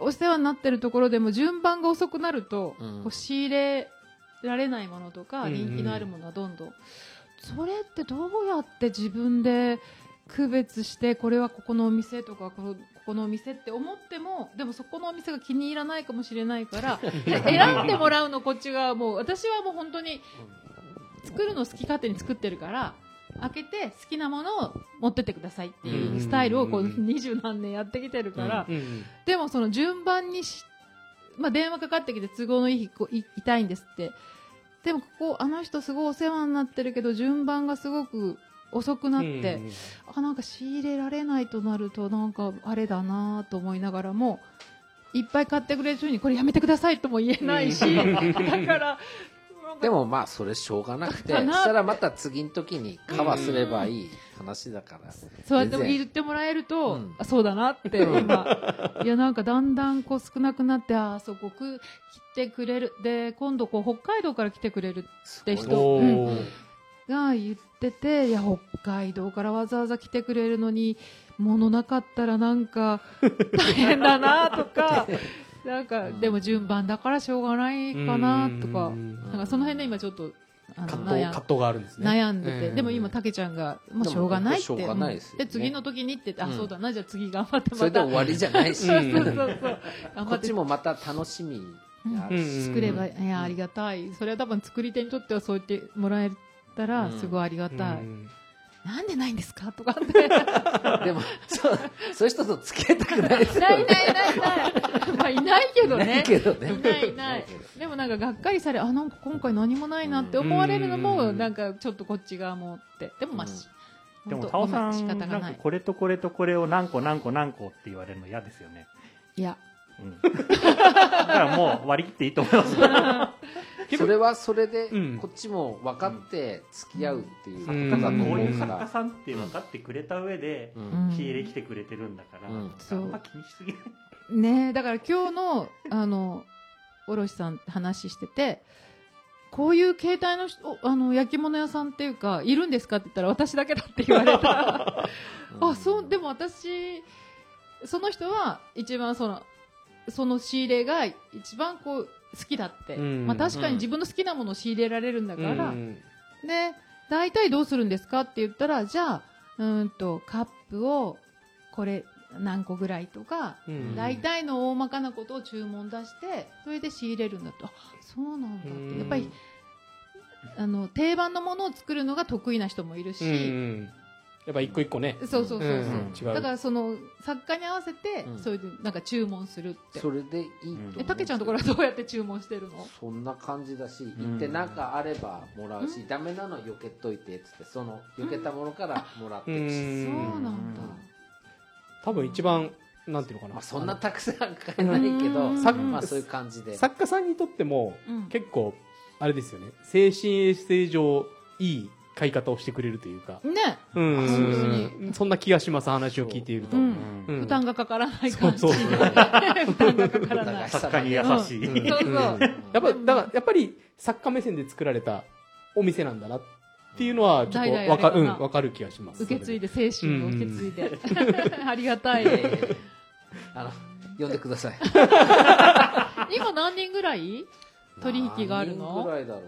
S2: お世話になってるところでも順番が遅くなると、
S4: うん
S2: こう仕入れられないものとか、
S1: うんうん
S2: 人気のあるものはどんどんそれってどうやって自分で区別してこれはここのお店とかこのここのお店って思ってもでもそこのお店が気に入らないかもしれないから
S1: *laughs*
S2: 選んでもらうのこっち側もう私はもう本当に作るの好き勝手に作ってるから開けて好きなものを持ってってくださいっていうスタイルをこ
S1: う
S2: うん
S1: うんうん
S2: 二十何年やってきてるから、
S4: うん
S1: うん
S2: でもその順番にし、まあ、電話かかってきて都合のいい日こいいたいんですってでもここあの人すごいお世話になってるけど順番がすごく遅くなって、あなんか仕入れられないとなるとなんかあれだなと思いながらもいっぱい買ってくれる人にこれやめてくださいとも言えないし、 *laughs* だ
S4: *laughs*
S2: から
S4: でもまあそれしょうがなくてそ
S2: かな
S4: したらまた次の時にカバーすればいい話だから、
S2: そうやって
S4: 全然
S2: 言ってもらえると、
S4: うん
S2: あそうだなって今いやなんかだんだんこう少なくなってあーそこく来てくれるで今度こう北海道から来てくれる
S4: す
S2: で
S4: ごい
S2: 人
S1: お
S2: うん
S1: ー
S2: が言ってていや北海道からわざわざ来てくれるのに物なかったらなんか大変だなとかなんかでも順番だからしょうがないかなとか
S1: うん
S2: なんかその辺で今ちょっとあの
S1: 葛藤
S2: 悩ん
S1: 葛藤があるんですね
S2: 悩んでて、
S1: ええ
S2: でも今たけちゃんがもうしょうがないって
S4: でもしょうがないですよ
S2: う
S4: ね
S2: ん次の時にって言って、
S4: うん
S2: あそうだなじゃあ次頑張ってまた
S4: それで終わりじゃないし、
S1: う
S2: そ
S1: ん
S2: うそうそう頑
S4: こ
S2: 張
S4: っ
S2: って
S4: ちもまた楽しみがあるし、
S2: 作ればいやありがたいそれは多分作り手にとってはそう言ってもらえたら
S4: うん
S2: すごいありがたい、
S1: うん
S2: なんでないんですかとかって
S4: *laughs*
S2: な
S4: でもそうそういう人と付き合いたくないですよ
S2: い
S4: ね
S2: ないないないまあいないけどね
S4: ないけどね
S2: ないない
S4: けど
S2: でもなんかがっかりされあなんか今回何もないなって思われるの
S1: う
S2: も
S1: ん
S2: なんかちょっとこっち側もってでもまあ、し
S3: でも、
S2: 本
S3: タ
S2: 当
S3: オさ
S2: ごめ
S3: ん、
S2: 仕方
S3: なん
S2: が
S3: か
S2: ない
S3: これとこれとこれを何個何個何個って言われるの嫌ですよね。
S2: いや
S3: うん。だからもう割り切っていいと思います。
S4: それはそれで
S1: うん
S4: こっちも分かって付き合うっていう
S1: うん
S4: ことだと
S3: こう
S4: 思
S3: いうう
S4: か
S3: 作家
S4: ら、
S3: さんって分かってくれた上で
S4: う、
S2: うん
S4: ん
S3: 仕入れ来てくれてるんだから、
S4: うん
S3: あんま気にしすぎない。
S2: ねえだから今日のあの卸さん話しててこういう携帯の人おあの焼き物屋さんっていうかいるんですかって言ったら私だけだって言われたあそうでも私その人は一番そのその仕入れが一番こう好きだって、
S1: うん
S2: まあ、確かに自分の好きなものを仕入れられるんだから、
S1: うん
S2: で大体どうするんですかって言ったらじゃあうーんとカップをこれ何個ぐらいとか、
S1: うん
S2: 大体の大まかなことを注文出してそれで仕入れるんだとあそうなんだってやっぱりあの定番のものを作るのが得意な人もいる
S1: うんう
S2: し、
S1: んやっぱ一個一個ね
S2: そうそうそうそう、
S1: んん違う
S2: だからその作家に合わせて、
S4: うん
S2: そういうなんか注文するって
S4: それでいいと思う
S2: えたけちゃんのところはどうやって注文してるの
S4: そんな感じだし
S3: ん
S4: 行って何かあればもらうし、ダメなのは避けといてっつってその避けたものからもらっ
S1: う
S4: てくし、
S2: そうんなんだ
S1: 多分一番なんていうのか
S4: まあ、
S1: な
S4: そんなたくさん買えないけど、
S2: うん
S1: さ
S4: まあそういう感じで
S1: 作家さんにとっても
S2: うん
S1: 結構あれですよね精神衛生上いい買い方をしてくれるというか
S2: ね、
S1: うん
S2: あそうです
S1: うんそんな気がします話を聞いていると、
S2: う *laughs*
S1: うんん
S3: うん
S2: 負担がかからない
S1: そ
S2: 感
S1: う
S2: じ
S1: そう
S2: 負
S1: やっ
S2: 担がかからない
S4: お
S3: 作家に優しい、
S4: う
S2: そうそう、
S1: ぱだからやっぱり作家目線で作られたお店なんだなっていうのはちょっ
S2: 代々
S1: とわか,、
S2: あれ
S1: う
S2: か
S1: ん
S2: な、
S1: わかる気がします
S2: 受け継い
S1: で
S2: で精神を受け継いで、ありがたい
S4: いやいやいやあの呼んでください
S2: 今何人ぐらい取引があるの
S4: 何人ぐらいだろう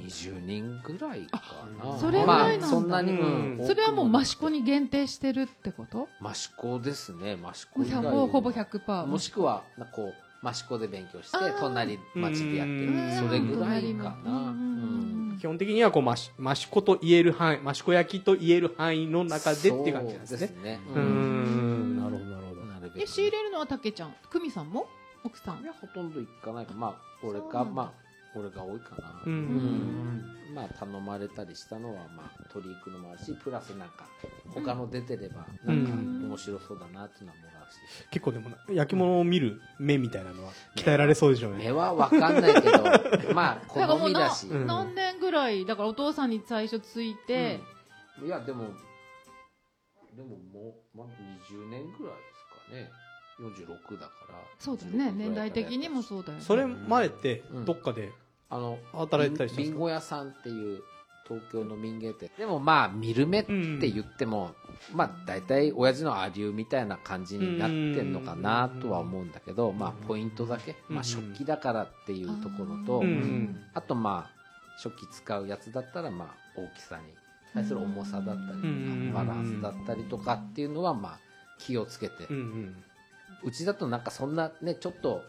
S4: 20人ぐらいかな
S1: あそ
S2: れぐらいなんだ
S4: まあ、そんなに、
S1: うん
S2: それはもう益子
S4: に
S2: に限定してるってこと
S4: 益子ですね益子以外
S2: ほぼほぼ100%
S4: もしくはなこう益子で勉強して
S2: あー
S4: 隣町でやってる
S1: うん
S4: それぐらいかな、
S2: うん
S4: うん
S1: 基本的にはこうマシマシコと言える範囲マシコ焼きと言える範囲の中でっていう感じなんです
S4: そう
S1: ね
S4: ですね、
S1: うー
S4: うん
S1: んなるほどなるほど
S4: なるべく
S2: え仕入れるのはたけちゃん久美さんも奥さ
S4: い
S2: ん
S4: やほとんど行かないかまあ
S2: そ
S4: 俺
S2: うな
S4: か
S2: んだ
S4: まあ俺が多いかな、
S1: うん
S4: うんまあ頼まれたりしたのはまあ取り行くのもあるしプラスなんか他の出てれば
S1: う
S4: なんんか面白そうだなっていうのはもらうし、
S1: 結構でもな焼き物を見る目みたいなのは鍛えられそうでしょうね
S4: 目は分かんないけ
S1: *laughs*
S4: どまあ好みだし、
S1: うん
S2: 何年ぐらいだからお父さんに最初ついて、
S4: うんいやでもでももう、まあ、20年ぐらいですかね46だから
S2: そうだね
S4: 16
S2: 年代的にもそうだよね
S1: それ前ってどっかで
S4: あの
S1: 働いてたりしたんで
S4: ビン
S1: す
S4: ビン
S1: か
S4: ゴ屋さんっていう東京の民芸店でもまあ見る目って言っても、まあ大体親父のアリューみたいな感じになってんのかなとは思うんだけど、まあポイントだけ、まあ食器だからっていうところと、
S1: うん
S4: あとまあ食器使うやつだったらまあ大きさに対する重さだったりとか、
S1: うん
S4: バランスだったりとかっていうのはまあ気をつけて、
S1: うんうん
S4: うちだとなんかそんなねちょっと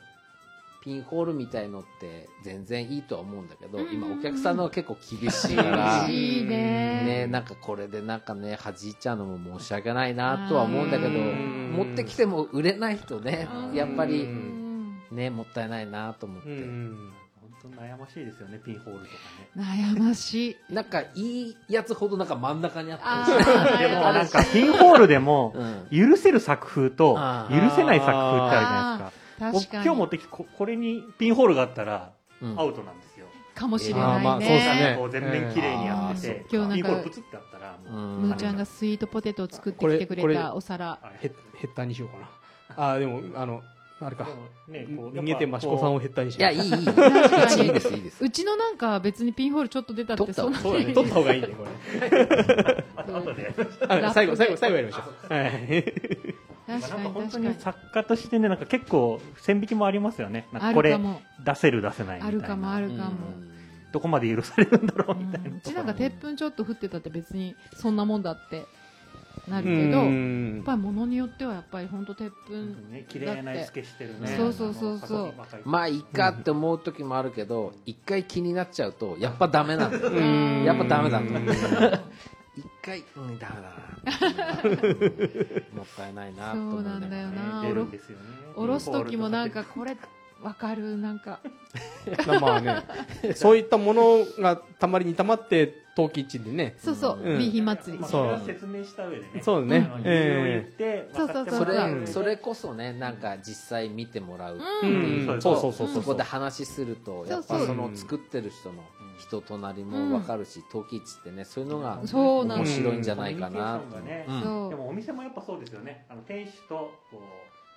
S4: ピンホールみたいのって全然いいとは思うんだけど、
S2: うん
S4: 今お客さんのは結構厳しいから
S2: 厳しいね
S4: ねなんかこれでなんかね弾いちゃうのも申し訳ないなとは思うんだけど
S1: うん
S4: 持ってきても売れないとね
S2: うん
S4: やっぱ
S1: う
S2: う
S4: り
S2: ん
S4: ねもったいないなと思って、
S1: うん
S3: 本当悩ましいですよねピンホールとかね
S2: 悩ましい
S4: なんかいいやつほどなんか真ん中にあった
S2: あ
S4: りして
S2: ー
S3: *laughs* でも
S2: 悩
S3: な
S2: ま
S3: ん
S2: しい
S3: かピンホールでも
S4: うん
S3: 許せる作風と
S4: あ
S3: 許
S1: ー
S3: せない作風ってあるじゃないです
S2: 確か
S3: か僕今
S2: に
S3: 日持ってきてここれにピンホールがあったら
S4: うん
S3: アウトなんですよ、
S2: かもしれ
S1: あー
S2: ないね
S1: まあそうですね
S3: こう全面綺麗にやってて
S4: え、えあーそっか
S3: ピンホールプツってあったらもう、
S4: うん
S2: むーちゃんがスイートポテトを作ってきてく
S1: こ
S2: れ
S1: れ
S2: たお皿
S3: あ
S1: ヘッヘッダーにしようかなあーでもあのあれか
S3: でもねこう
S1: 逃げて益子さんをヘッダーにし
S4: いやいいいいい
S2: かに
S4: いいですいいです
S2: うちのなんか別にピンホールちょっと出たって
S4: 取った
S2: そんな
S1: そうだね
S2: *laughs*
S1: 取った方がいいねこれ
S3: あとあとで、ね、
S1: あ最後最後最後やりましょうはい
S3: なん
S2: 確
S3: か
S2: かに
S3: 本当
S2: 確か
S3: に
S2: に
S3: 作家としてねなんか結構線引きもありますよねなん
S2: あ
S3: かこ
S2: る
S3: れ
S2: かも
S3: 出せる出せないみた
S2: あ
S3: いな
S2: るかもある
S4: う
S2: か
S4: ん
S2: も、
S3: どこまで許されるんだろ
S2: う
S3: うみ
S2: ん
S3: たいな、
S2: うちなんか鉄粉ちょっと降ってたって別にそんなもんだってなるけど
S1: う
S2: や
S1: ん
S2: っぱり物によってはやっぱり本当鉄粉、
S3: ね綺麗な絵付けしてるね
S4: そう
S2: そうそうそう
S4: まあいいかって思う時もあるけど、一回気になっちゃうとやっぱダメなんだよ、
S1: うん
S4: やっぱダメだ
S1: うん
S4: 一回うんダメだ
S1: *laughs*
S4: なうんもったいないなと思い
S2: そうなんだ
S4: が
S2: よ
S4: ら
S2: な
S3: 出るんですよね
S2: おろす時もなんかこれわかるなんか
S1: まあねそういったものがたまりにたまって陶器市でね
S2: そうそう、
S1: うん
S2: 美品祭り
S3: まあ
S1: そう
S3: それは説明した上でね
S1: そうだね
S3: あの
S1: ええ
S3: 理由を言って
S2: そう
S3: 分かって
S2: そう
S4: そ
S3: もら
S2: う
S3: う
S4: れそれこそねなんか実際見てもらうって
S1: うん
S4: いうの
S1: そう
S4: と
S1: そうそうそう
S4: そこで話するとやっ
S2: そう
S4: ぱ
S2: そう
S4: その作ってる人の人となりも分かるし陶器市ってねそういうのが
S2: そうなん
S4: 面
S2: です
S4: 白いんじゃないかな
S3: コ
S4: と
S3: ミュニケーションがね
S4: うん
S2: そう
S3: でもお店もやっぱそうですよねあの店主とこ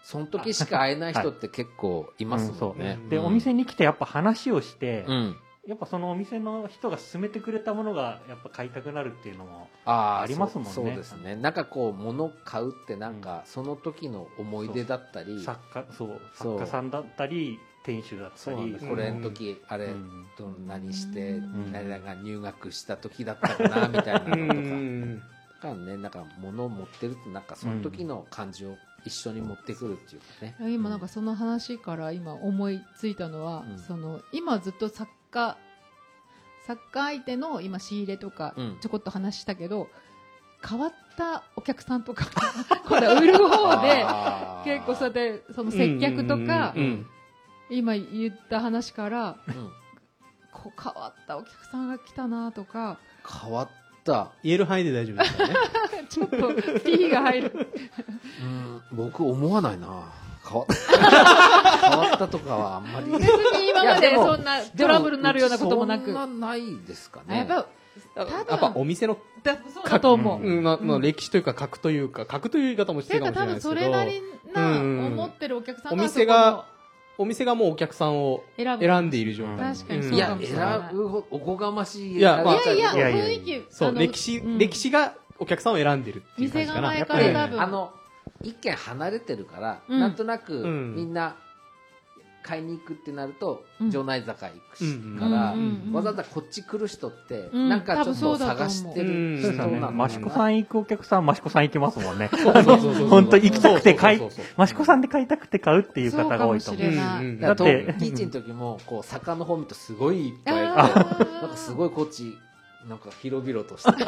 S4: その時しか会えない人って結構いますもんね
S1: うん
S3: うでお店に来てやっぱ話をして
S4: うん
S3: やっぱそのお店の人が勧めてくれたものがやっぱ買いたくなるっていうのも
S4: あー
S3: ありますもんね
S4: そうそうですねなんかこう物買うってなんか、その時の思い出だったり
S3: 作家そう
S4: そう
S3: 作家さんだったり店主だった
S4: そうなん
S3: り
S4: だ
S1: す
S4: これの時、あれ、
S3: うん
S4: どんなにして、
S2: うん
S4: 誰々が入学した時だったかなみたいなのとか、
S1: うん
S4: かねなんか物を持ってるってなんかその時の感じを一緒に持ってくるっていうかね、
S2: いや今なんかその話から今思いついたのは、
S4: うん
S2: その今ずっと作家作家相手の今仕入れとか
S4: うん
S2: ちょこっと話したけど、変わったお客さんとか *laughs* 今度は売る方で
S4: あー
S2: 結構そうやってその接客とか、
S1: うんうん
S2: 今言った話から
S4: うん
S2: こう変わったお客さんが来たなとか
S4: 変わった
S1: 言える範囲で大丈夫ですからね
S2: ちょっと P が入る
S4: うん僕思わないな変わ
S2: *laughs*
S4: 変わったとかはあんまり
S2: 別に今ま
S4: いや
S2: で
S4: でも
S2: そんなトラブルになるようなこともなく
S4: そんなないですか
S2: あ
S4: ね
S2: やっぱ多分
S1: やっぱお店の
S2: だそうだと思う、
S1: うんなな
S2: うん
S1: 歴史というか格というか格という言い方もして
S2: てい
S1: る
S2: う
S1: か
S2: か
S1: もしれ
S2: 多
S1: ないで
S2: 分
S1: すけど
S2: それなりな思ってるお客さん
S1: うんうんうんお店
S2: が
S1: がお店がもうお客さんを
S2: そこの選ぶ
S1: 選んでいる状態
S2: 確かに
S1: うん
S2: そう
S4: い
S2: か
S4: や
S2: もしれ
S4: 選
S2: ない、
S4: ぶほおこがましい
S1: いやまあ
S2: いやい
S3: いや
S2: や
S3: いやいや
S2: 雰囲気
S1: そう
S2: あの
S1: 歴史、
S2: うん
S1: 歴史がお客さんを選んでるっていう感じかな
S2: 店構え
S4: あ
S2: から
S1: やっぱ
S2: 多
S1: り
S2: 分
S4: あの一軒離れてるから、
S2: うん
S4: なんとなく
S1: うん
S4: みんな買いに行くってなると、
S2: うん
S4: 城内坂行くし、
S1: うん
S4: から、
S2: うんうんうん
S4: わざわざこっち来る人って、
S2: うん
S4: なんかちょっ
S2: 多
S4: と
S2: 分そうだと思う
S4: 探してる
S1: そ
S4: 人
S1: でよ
S3: そううですすよ
S1: ね
S3: ね。
S4: な
S1: マ
S3: マ
S1: シ
S3: シ
S1: コ
S3: コ
S1: さ
S3: さん行くお客さん、マシコさん行きますもんね。
S1: そうそうそうそう
S3: 本当行きたくて買い
S1: そうそうそう
S3: マシコさんで買いたくて買うっていう方が多いと
S2: そうかもしれ
S3: 思う。
S2: ない
S1: うん
S4: だ
S3: って
S4: から陶器市の時もこう坂の方見るとすごいいっぱいいて
S2: あー
S4: なんかすごいこっちなんか広々
S2: *laughs*
S4: とし
S2: *laughs*
S4: て
S2: い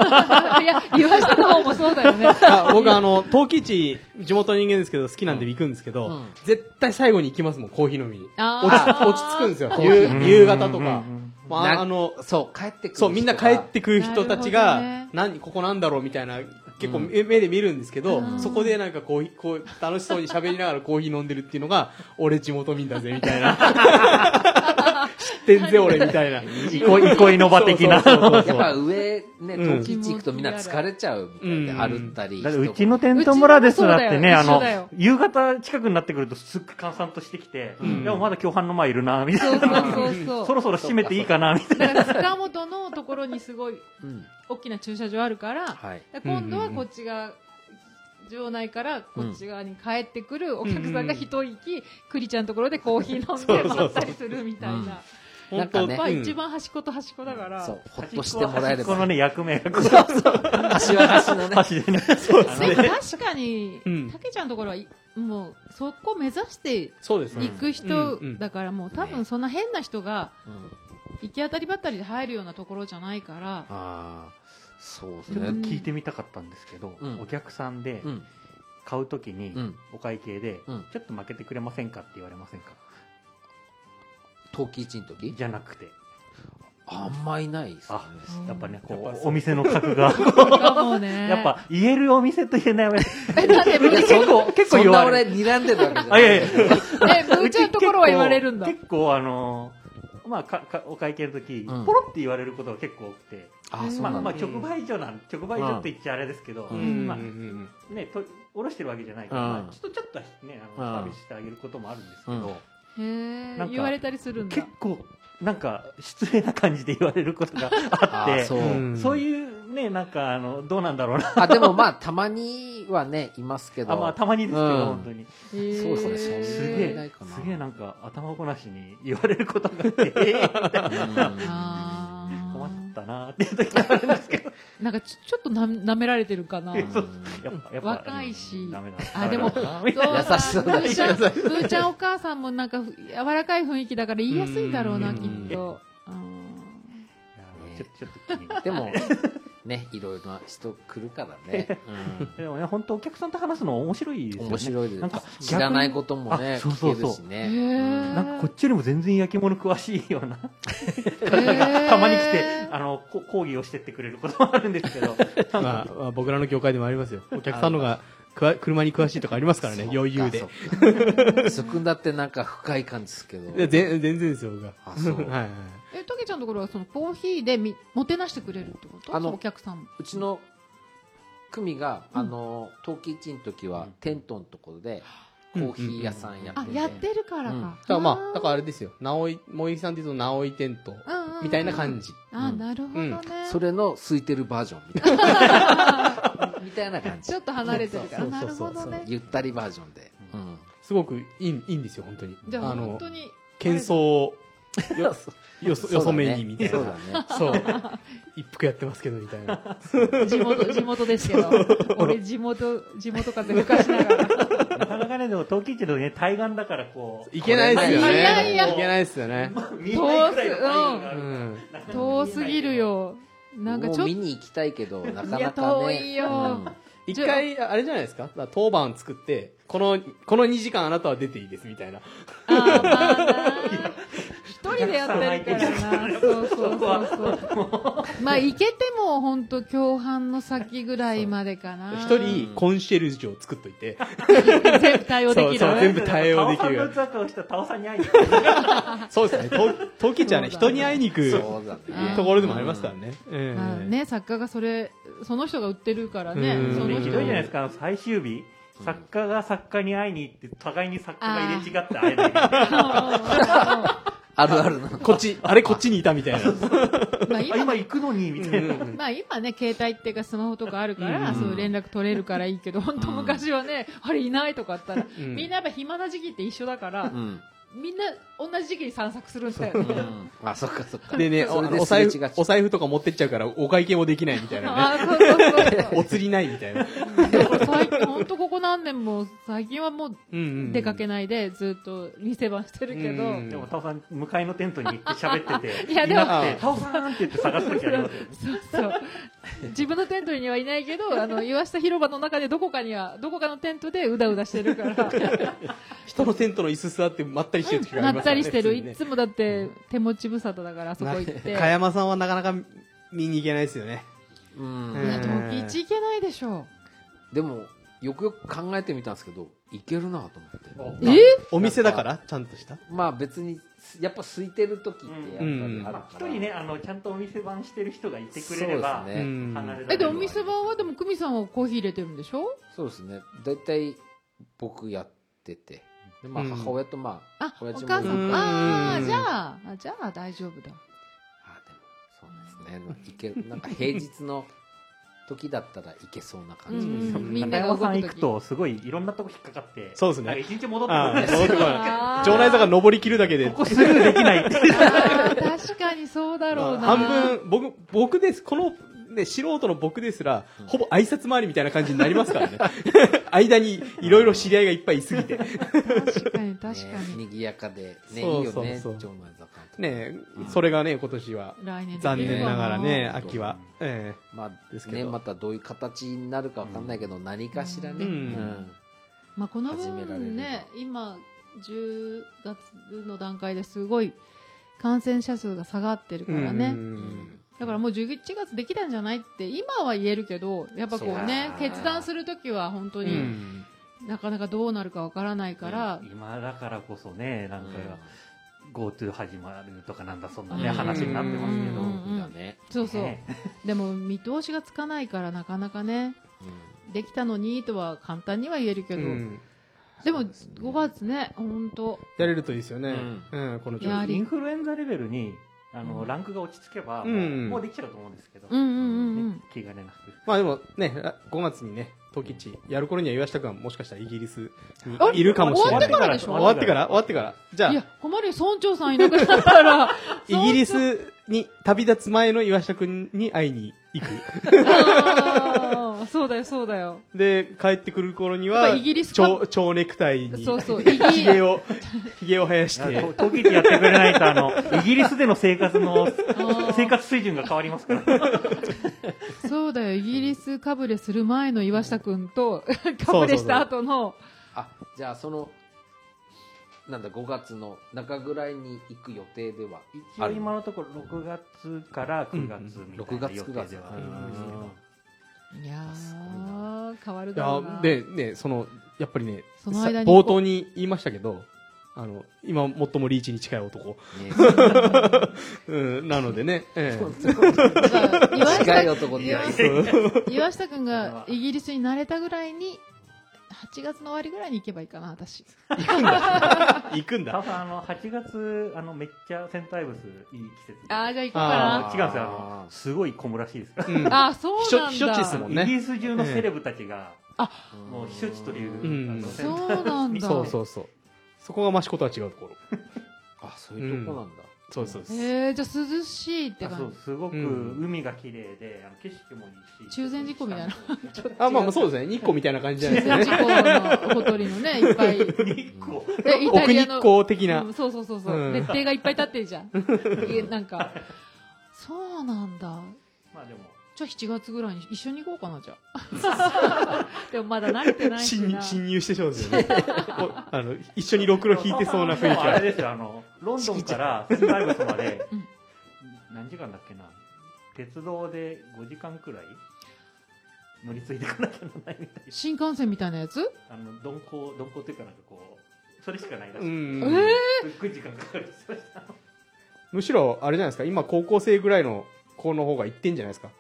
S2: や言わした方もそうだ
S1: *laughs*
S2: よね
S1: あ僕あの陶器市地元の人間ですけど好きなんで行くんですけど、
S4: うん
S1: 絶対最後に行きますもんコーヒー飲みに
S2: あ
S1: 落ち
S2: ー
S1: 落ち着くんですよ
S4: コーヒ
S1: 夕
S4: ー
S1: 夕方とか、ま
S4: な
S1: あ、あの
S4: そう帰ってくる
S1: そうみんな帰ってくる人たちが、
S2: なるほ
S1: 何ここなんだろうみたいな結構
S4: うん
S1: 目目で見るんですけど、
S2: うん
S1: そこでなんかこうこう楽しそうに喋りながらコー
S2: *laughs*
S1: ヒー飲んでるっていうのが俺地元民だぜみたいな
S2: *laughs*
S1: 知ってんぜ俺みたいな
S3: 憩い憩いの場的な
S1: そうそうそうそう
S4: やっぱ上ね
S1: うん
S4: 陶器市行くとみんな疲れちゃうみたいで
S1: うん
S4: 歩ったり
S3: だってうちのテント村ですだってね、
S2: う
S3: あ
S2: ちもそう
S3: の
S2: だよ、
S3: 夕方近くになってくるとすっごい閑散としてきて、
S1: ん
S3: でもまだ共犯の前いるな、みた
S2: そう
S3: いな。
S2: そう
S3: そ
S2: そう
S3: ろそろ閉めていいかな、みたい
S2: だから塚本のところにすごい
S4: うん
S2: 大きな駐車場あるから
S4: はい
S2: 今度はこっちが場内からこっち側に帰ってくるお客さんが一息栗ちゃんのところでコーヒー飲ん
S1: そう
S2: で
S1: そうそう
S2: まったりするみたいな
S1: 本
S4: な
S1: 当
S4: んかね
S2: まあ
S1: うん
S2: 一番端っこと端っこだから
S4: そうほっと
S3: な。
S4: してもらえれ
S3: こ
S4: ば
S3: のね、役目が、こう
S4: 端は端のね
S3: 箸でね。
S2: でも確かに
S1: うん
S2: たけちゃんのところはいもうそこ目指して
S1: そうです
S2: 行
S1: ね
S2: く人
S1: うん
S2: だからもう多分そんな変な人が
S4: うん
S2: 行き当たりばったりで入るようなところじゃない
S4: *laughs*
S2: から
S4: ああそうです
S3: ちょっと
S4: ね
S3: 聞いてみたかったんですけど、
S4: うん
S3: お客さんで
S4: うん
S3: 買うときに、
S4: うん
S3: お会計で、
S4: うん
S3: ちょっと負けてくれませんかって言われませんか
S4: 陶器市の時
S3: じゃなくて。
S4: あんまいないですね
S3: あやっぱね、こ
S1: やっぱ
S3: う、
S1: そう
S3: お店の格が、
S2: もうね
S3: やっぱ言えるお店と言えないお店。
S2: *laughs* えだってむーちゃん
S3: 結構、結構
S4: そん
S3: 言
S4: な
S3: わ
S4: 俺
S3: れる。
S4: 睨んでるわけじゃ
S3: あ、
S4: ないい
S3: やいや。
S2: えむーちゃんのところは言われるんだ
S3: 結構、結構あのーまあ、かかお会計の時、
S4: うん
S3: ポロって言われることが結構多くて、
S4: あそう
S3: まあ、
S4: なん
S3: まあ、
S4: だ
S3: 直売所なん、直売所って言っちゃあれですけど、
S4: うん
S1: うん
S3: まあ
S1: うんうん
S3: ね、と、おろしてるわけじゃないから、
S4: うん
S3: まあちょっとちょっとはね、あの、
S4: うん
S3: サービスしてあげることもあるんですけ
S4: う
S3: ど、
S4: ん
S2: へえ
S3: なんか
S2: 言われたりするんだ
S3: 結構、なんか、失礼な感じで言われることがあっ
S4: あ
S3: て、
S4: そう
S1: うん
S3: そういうね、なんか、あの、どうなんだろうな。
S4: あでもまあたまにはねいますけど
S3: あまあ、たまにですけど、
S4: うん
S3: 本当に。
S2: へー
S4: そうですね
S3: す
S4: えー
S3: げ
S4: な
S3: え
S4: いか、な
S3: すげえなんか、頭ごなしに言われることがあって、えーみたいな
S2: あー
S3: 困ったなーっていう時があるんですけど、
S2: なんかちょちょっとな舐められてるかな
S3: えそうやっぱ、やっぱ。
S2: 若いし
S3: うんダメだ。
S2: あでも
S3: ダメだなみたい
S2: そう
S4: 優しそうだ
S2: む
S3: *laughs*
S2: ーちゃんむーちゃんお母さんもなんかふ柔らかい雰囲気だから言いやすいだろう
S1: う
S2: なんきっとうん
S3: なあのちょちょっと気になる
S4: でもねいろいろな人来るからね、
S3: でもね、本当お客さんと話すの面白いです
S4: う
S3: よ
S4: ん、
S3: ね。
S4: 面白いです
S3: なんか逆に
S4: 知らないこともね
S3: あそうそうそう
S4: 聞けるしね、
S2: へー
S3: なんかこっちよりも全然焼き物詳しいような方
S2: へ
S3: が
S2: ー
S3: たまに来て、あの、こ講義をしてってくれることもあるんですけど、
S1: まあまあ僕らの業界でもありますよお客さんの方がくわ車に詳しいとかありますからね余裕で
S4: そっかそくんだってなんか深い感じですけど
S1: いや全全然ですよ僕は
S4: あそう
S1: *laughs* はいはい
S2: えたけちゃんのところはそのコーヒーでみもてなしてくれるってこと
S4: あの
S2: お客さんも
S4: うちの組が、あの陶器市の時は、テントのところでコーヒー屋さんやって
S2: あ
S4: て、
S2: やってるから
S4: うん
S2: か
S1: だからまあ、だからあれですよ。直井、萌木さんって言うと直井テント、
S2: ら
S1: みたいな感じ。
S2: あ
S4: うん
S2: なるほどね
S4: それの空いてるバージョンみたいな
S2: *laughs*
S4: みたいな感じ
S2: ちょっと離れてるから
S1: そう
S2: な
S1: そう
S2: る
S1: そ
S2: ほ
S1: うそう
S2: どね
S4: ゆったりバージョンで、うん
S1: すごくいい、いいんですよ、本当に。
S2: でも
S1: あの
S2: 本当に
S1: 喧騒をよよそよそめにみたいな
S4: そうだね。
S1: そう一服やってますけどみたいな
S2: 地
S1: *laughs*
S2: 元、地元ですけど。俺、地元、地元風吹かし
S1: *laughs*
S2: ながら。
S3: なかなかね、でも東京ってのね、対岸だからこう、
S1: いけないですよ
S2: いやい
S1: ね
S2: や
S1: いけないですよね
S3: 見えないくらいの範囲があ
S1: う
S3: る
S1: ん
S2: 遠すぎる。よ。なんかち
S4: も
S2: ょっ
S4: う見
S2: と、
S4: に行きたいけど、なかなかね。
S2: いや遠いよ
S1: 一回あれじゃないですかだから当番作ってこのこの2時間あなたは出ていいですみたいな
S2: あーまあな一人でやってるからな。そうそう
S3: そこは
S2: そうそう。まあ、行けても、本当共犯の先ぐらいまでかな。
S1: 一人コンシェルジュを作っといて
S2: 全部対応できる。
S1: そうそう全部対応できる
S3: タオさんの器から落ちたタオさんに会いに行く。
S1: そうですね東東吉はね
S2: そうだ
S1: 人
S2: ね
S1: に会いに行
S4: う
S1: く
S4: んそうだ
S2: う
S4: ね。
S2: ん
S1: ところでもありますからねええ
S2: まあね、作家がそれ、その人が売ってるからね
S1: うん。
S2: その
S3: ひ
S2: 人
S3: どいじゃないですか、最終日。作家が作家に会いに行って、互いに作家が入れ違って会えない。
S2: ま
S4: あるあるの。
S1: こっちあれこっちにいたみたいな
S2: あ
S3: あ
S2: 今
S3: 今行くのにみたいな。
S2: まあ今ね、携帯っていうかスマホとかあるか
S1: う
S2: ら、
S1: ん
S2: そういう連絡取れるからいいけど、本当昔はね、あれいないとかあったら、
S1: うん
S2: みんなやっぱ暇な時期って一緒だから
S4: う、ん。
S2: みんな同じ時期に散策するんだよ
S4: う
S2: ね。
S4: んあ、そっかそっか。
S1: でね、
S4: そ
S1: お
S4: れで
S1: お財
S4: す
S1: 布
S4: れ違っちゃう
S1: お財布とか持ってっちゃうから、お会計もできないみたいなね。
S2: あーそうそうそう
S1: お釣りないみたいな。
S2: だから最近、本当ここ何年も、最近はもう
S1: うんうん
S2: 出かけないで、ずっと店番してるけど、
S1: うん
S3: でも、タオさん、向かいのテントに行って喋ってて、
S2: いやでも
S3: なくてタオさんって言って探す時ありますよね。
S2: そうそう。自分のテントにはいないけど、あの、岩下広場の中でどこかには、どこかのテントでうだうだしてるから、
S1: 人のテントの椅子座ってまったりしてる時があり
S2: ま
S1: ま
S2: っ
S1: すか
S2: た
S1: らね
S2: りしてる。
S1: 普通に
S2: い
S1: ね
S2: つもだって、手持ち無沙汰だから、あそこ行って。
S1: 加山さんはなかなか見に行けないですよね。
S4: う。
S2: いや、
S1: うん
S2: 陶器市行けないでしょ。
S4: でも、よくよく考えてみたんですけど、いけるなと思って。
S2: え
S1: お店だからちゃんとした。
S4: まあ別に、やっぱ空いてる時ってやっぱりあるか
S3: ま
S4: ら。
S3: あ一人ね、あの、ちゃんとお店番してる人がいてくれれば
S4: そう、で
S1: う
S4: すね
S1: ん
S3: 離れられる
S2: え、で、お店番はでも、久美さんはコーヒー入れてるんでしょ
S4: そうですね。大体、僕やってて。でまあ
S1: うん
S4: 母親とまあ、
S2: あ、お
S4: 親父も
S2: 母さん
S1: うん
S2: か。ああ、じゃあ、あじゃあ大丈夫だ。
S4: あでもそうですね
S1: *laughs*
S4: まあいけるなんか平日の時だったらいけそうな感じ
S2: う
S4: で
S2: ん
S4: す、
S2: みんなが動
S3: 中山
S2: く時
S3: さん行くと、すごいいろんなとこ引っかかって、
S1: そうですね
S3: なんか一日戻って
S1: あ
S3: くるん
S1: あ、
S3: です
S1: そういうとこなんで
S2: *laughs*
S1: す
S2: あー
S1: 城内坂 *laughs* 登りきるだけで
S3: こ。こスルーできないって。
S2: あー確かにそうだろうな。
S1: 半分、僕、僕です。この、ね、素人の僕ですら、ほぼ挨拶回りみたいな感じになりますからね。 *laughs* 間にいろいろ知り合いがいっぱいいすぎて。
S2: 確かに、確か
S4: ね
S2: に。
S4: にぎやかでね
S1: そう
S4: いいよね
S1: そうそう
S4: 城内坂とか
S1: ねそれがね、今年は
S2: 来年できるか
S1: 残念ながらね、
S4: うん
S1: 秋は。え
S4: ま
S1: です
S4: あ
S1: けど
S4: ねまたどういう形になるかわかんないけど、何かしらね、
S1: うん
S2: まあ、この
S4: 始められ
S2: 分
S4: る
S2: ね、今、10月の段階ですごい感染者数が下がってる
S1: え
S2: からね。
S4: うん
S2: だからもう11月できたんじゃないって今は言えるけど、やっぱこうね、
S4: そう
S2: 決断するときは本当
S1: う
S2: に
S1: ん
S2: なかなかどうなるかわからないから、
S3: 今だからこそね、なんか、GoTo 始まるとかなんだ、そんな
S2: う
S3: ね、
S2: ん
S3: 話になってますけど
S2: うんうん。
S4: だね、
S2: そうそう、
S3: ね
S2: でも見通しがつかないからなかなかね、できたのにとは簡単には言えるけ
S1: う
S2: ど、
S1: ん
S2: でも
S4: そうですね
S2: 5月ね、本当
S1: やれるといいですよね。うん、この調
S2: やは
S1: 子。
S2: り
S3: インフルエンザレベルに、あ
S2: う
S3: の、
S2: ん
S3: ランクが落ち着けば、
S1: うん
S3: もうできちゃうと思うんですけど。
S2: うんうんうんうん
S3: ね気兼ねなく。
S1: まあでもね、ら5月にね、トキチやる頃には岩下くんはもしかしたらイギリスにいるかもしれない。
S2: 終わってからでしょ
S1: 終わってから、終わってから。じゃ
S2: いや
S1: あ、、
S2: 困るよ、村長さんいなくなったら、
S1: *laughs* イギリスに旅立つ前の岩下くんに会いに
S2: *laughs*
S1: 行く。
S2: あーそうだよ、そうだよ。
S1: で、帰ってくる頃に
S2: やっ
S1: は、
S2: ぱイギリスか
S1: 蝶蝶ネクタイに
S2: そうそう、イギリス。
S1: *laughs* ひげを、ひげを生やし
S3: いやと
S1: て、
S3: 時々やってくれないと、
S2: *laughs*
S3: あの、イギリスでの生活の、
S2: ー
S3: 生活水準が変わりますから。
S2: そうだよ、イギリスかぶれする前の岩下くんと、かぶれした後の、
S4: あじゃあそのなんだ5月の中ぐらいに行く予定では
S3: 一応今のところ6月から9月みたいな予定
S4: うんうん
S3: ではあるんですけど、
S2: いや
S4: す
S2: ー、変わる
S1: い
S2: だろう
S1: や
S2: な。、
S1: で、ね、その、やっぱりね、
S2: その間に
S1: さ冒頭に言いましたけど、あの、今最もリーチに近い男。
S4: ね、
S1: うん、なのでね、ええ
S2: だから岩下
S4: 近い男で
S2: 岩
S4: い
S2: 岩下くんがイギリスに慣れたぐらいに、8月の終わりぐらいに行けばいいかな、私。
S1: 行くんだ。 *laughs* 行くん
S3: タ
S1: だ。
S3: フさんあの8月あのめっちゃセンタイブスいい季節で
S2: あー、じゃあ行こう
S1: あ
S2: か
S3: 違うんですよあのすごい混むらしいですから
S1: うん
S2: な。あー、そうな
S1: 避
S2: ん
S1: 暑避暑地で
S2: だ。
S1: すもん
S3: イギ
S1: ね。
S3: リス中のセレブたちが、
S4: うん
S3: もう避暑地という、
S1: うん
S3: あのセンタ
S2: そうなんだ。
S1: そうそうそう。そこがマシコとは違うところ。
S4: あそういうとこなんだ、
S1: そうですそうです、
S2: えー、じゃあ涼しいって
S3: あそう
S2: 感
S3: すごく
S1: うん
S3: 海が綺麗で、あの景色もいいし
S2: 中禅寺湖みたいな
S3: ちょっ
S1: あまあまあそうですね日光みたいな感じじ
S2: じ。
S1: ゃないですか
S2: 中禅
S1: ね
S2: 寺湖のほとりのね、いっぱい。
S3: と日光
S2: え、イタ
S1: 奥
S2: リ
S1: 日
S2: アの。
S1: 光的な、
S2: うん、そうそうそうそう、
S1: うん
S2: 列艇がいっぱい立ってるじゃんいやなんかそうなんだ
S3: まあでも
S2: じゃあ7月ぐらいに一緒に行こうかなじゃ
S1: *laughs*
S2: あでもまだ慣れてないし
S1: 侵
S2: な
S1: 侵入してそうですよねおあの一緒にろくろ引いてそうな雰囲気
S3: もうあ
S1: が
S3: れですよあのロンドンからスライブスまで
S2: うん
S3: 何時間だっけな鉄道で5時間くらい乗り継いでいかなきゃならないみたい
S2: 新幹線みたいなやつ
S3: なあの鈍行鈍行っていうかなんかこうそれしかないらし
S1: う
S3: い、
S1: ん、
S2: *laughs* え
S3: すっごい時間かかるんですよ
S1: むしろあれじゃないですか今高校生ぐらいの子の方が行ってんじゃないですか、ね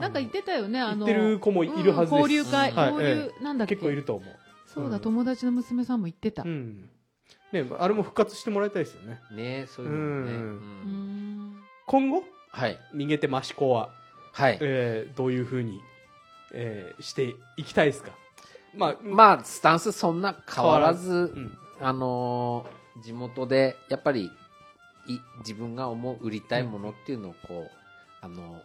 S2: なんか言ってたよね
S1: あ
S2: あ
S1: の
S2: の
S1: 行ってる子もいるはずです、
S2: うん交流会、
S1: はい
S2: 交流、なんだっけ
S1: 結構いると思う、
S2: そうだ、
S1: うん
S2: 友達の娘さんも言ってた、
S1: う
S2: うん
S1: ね、あれも復活してもらいたいですよね
S4: ねそういうのもね、
S1: うん
S2: ーん
S1: 今後
S4: はい
S1: 逃げてマシコは、
S4: はい、
S1: えーどういうふうに、えーしていきたいですかまあ、
S4: まあスタンスそんな変わらず
S1: うん
S4: あのー地元でやっぱりい自分が思う売りたいものっていうのをこう、あのー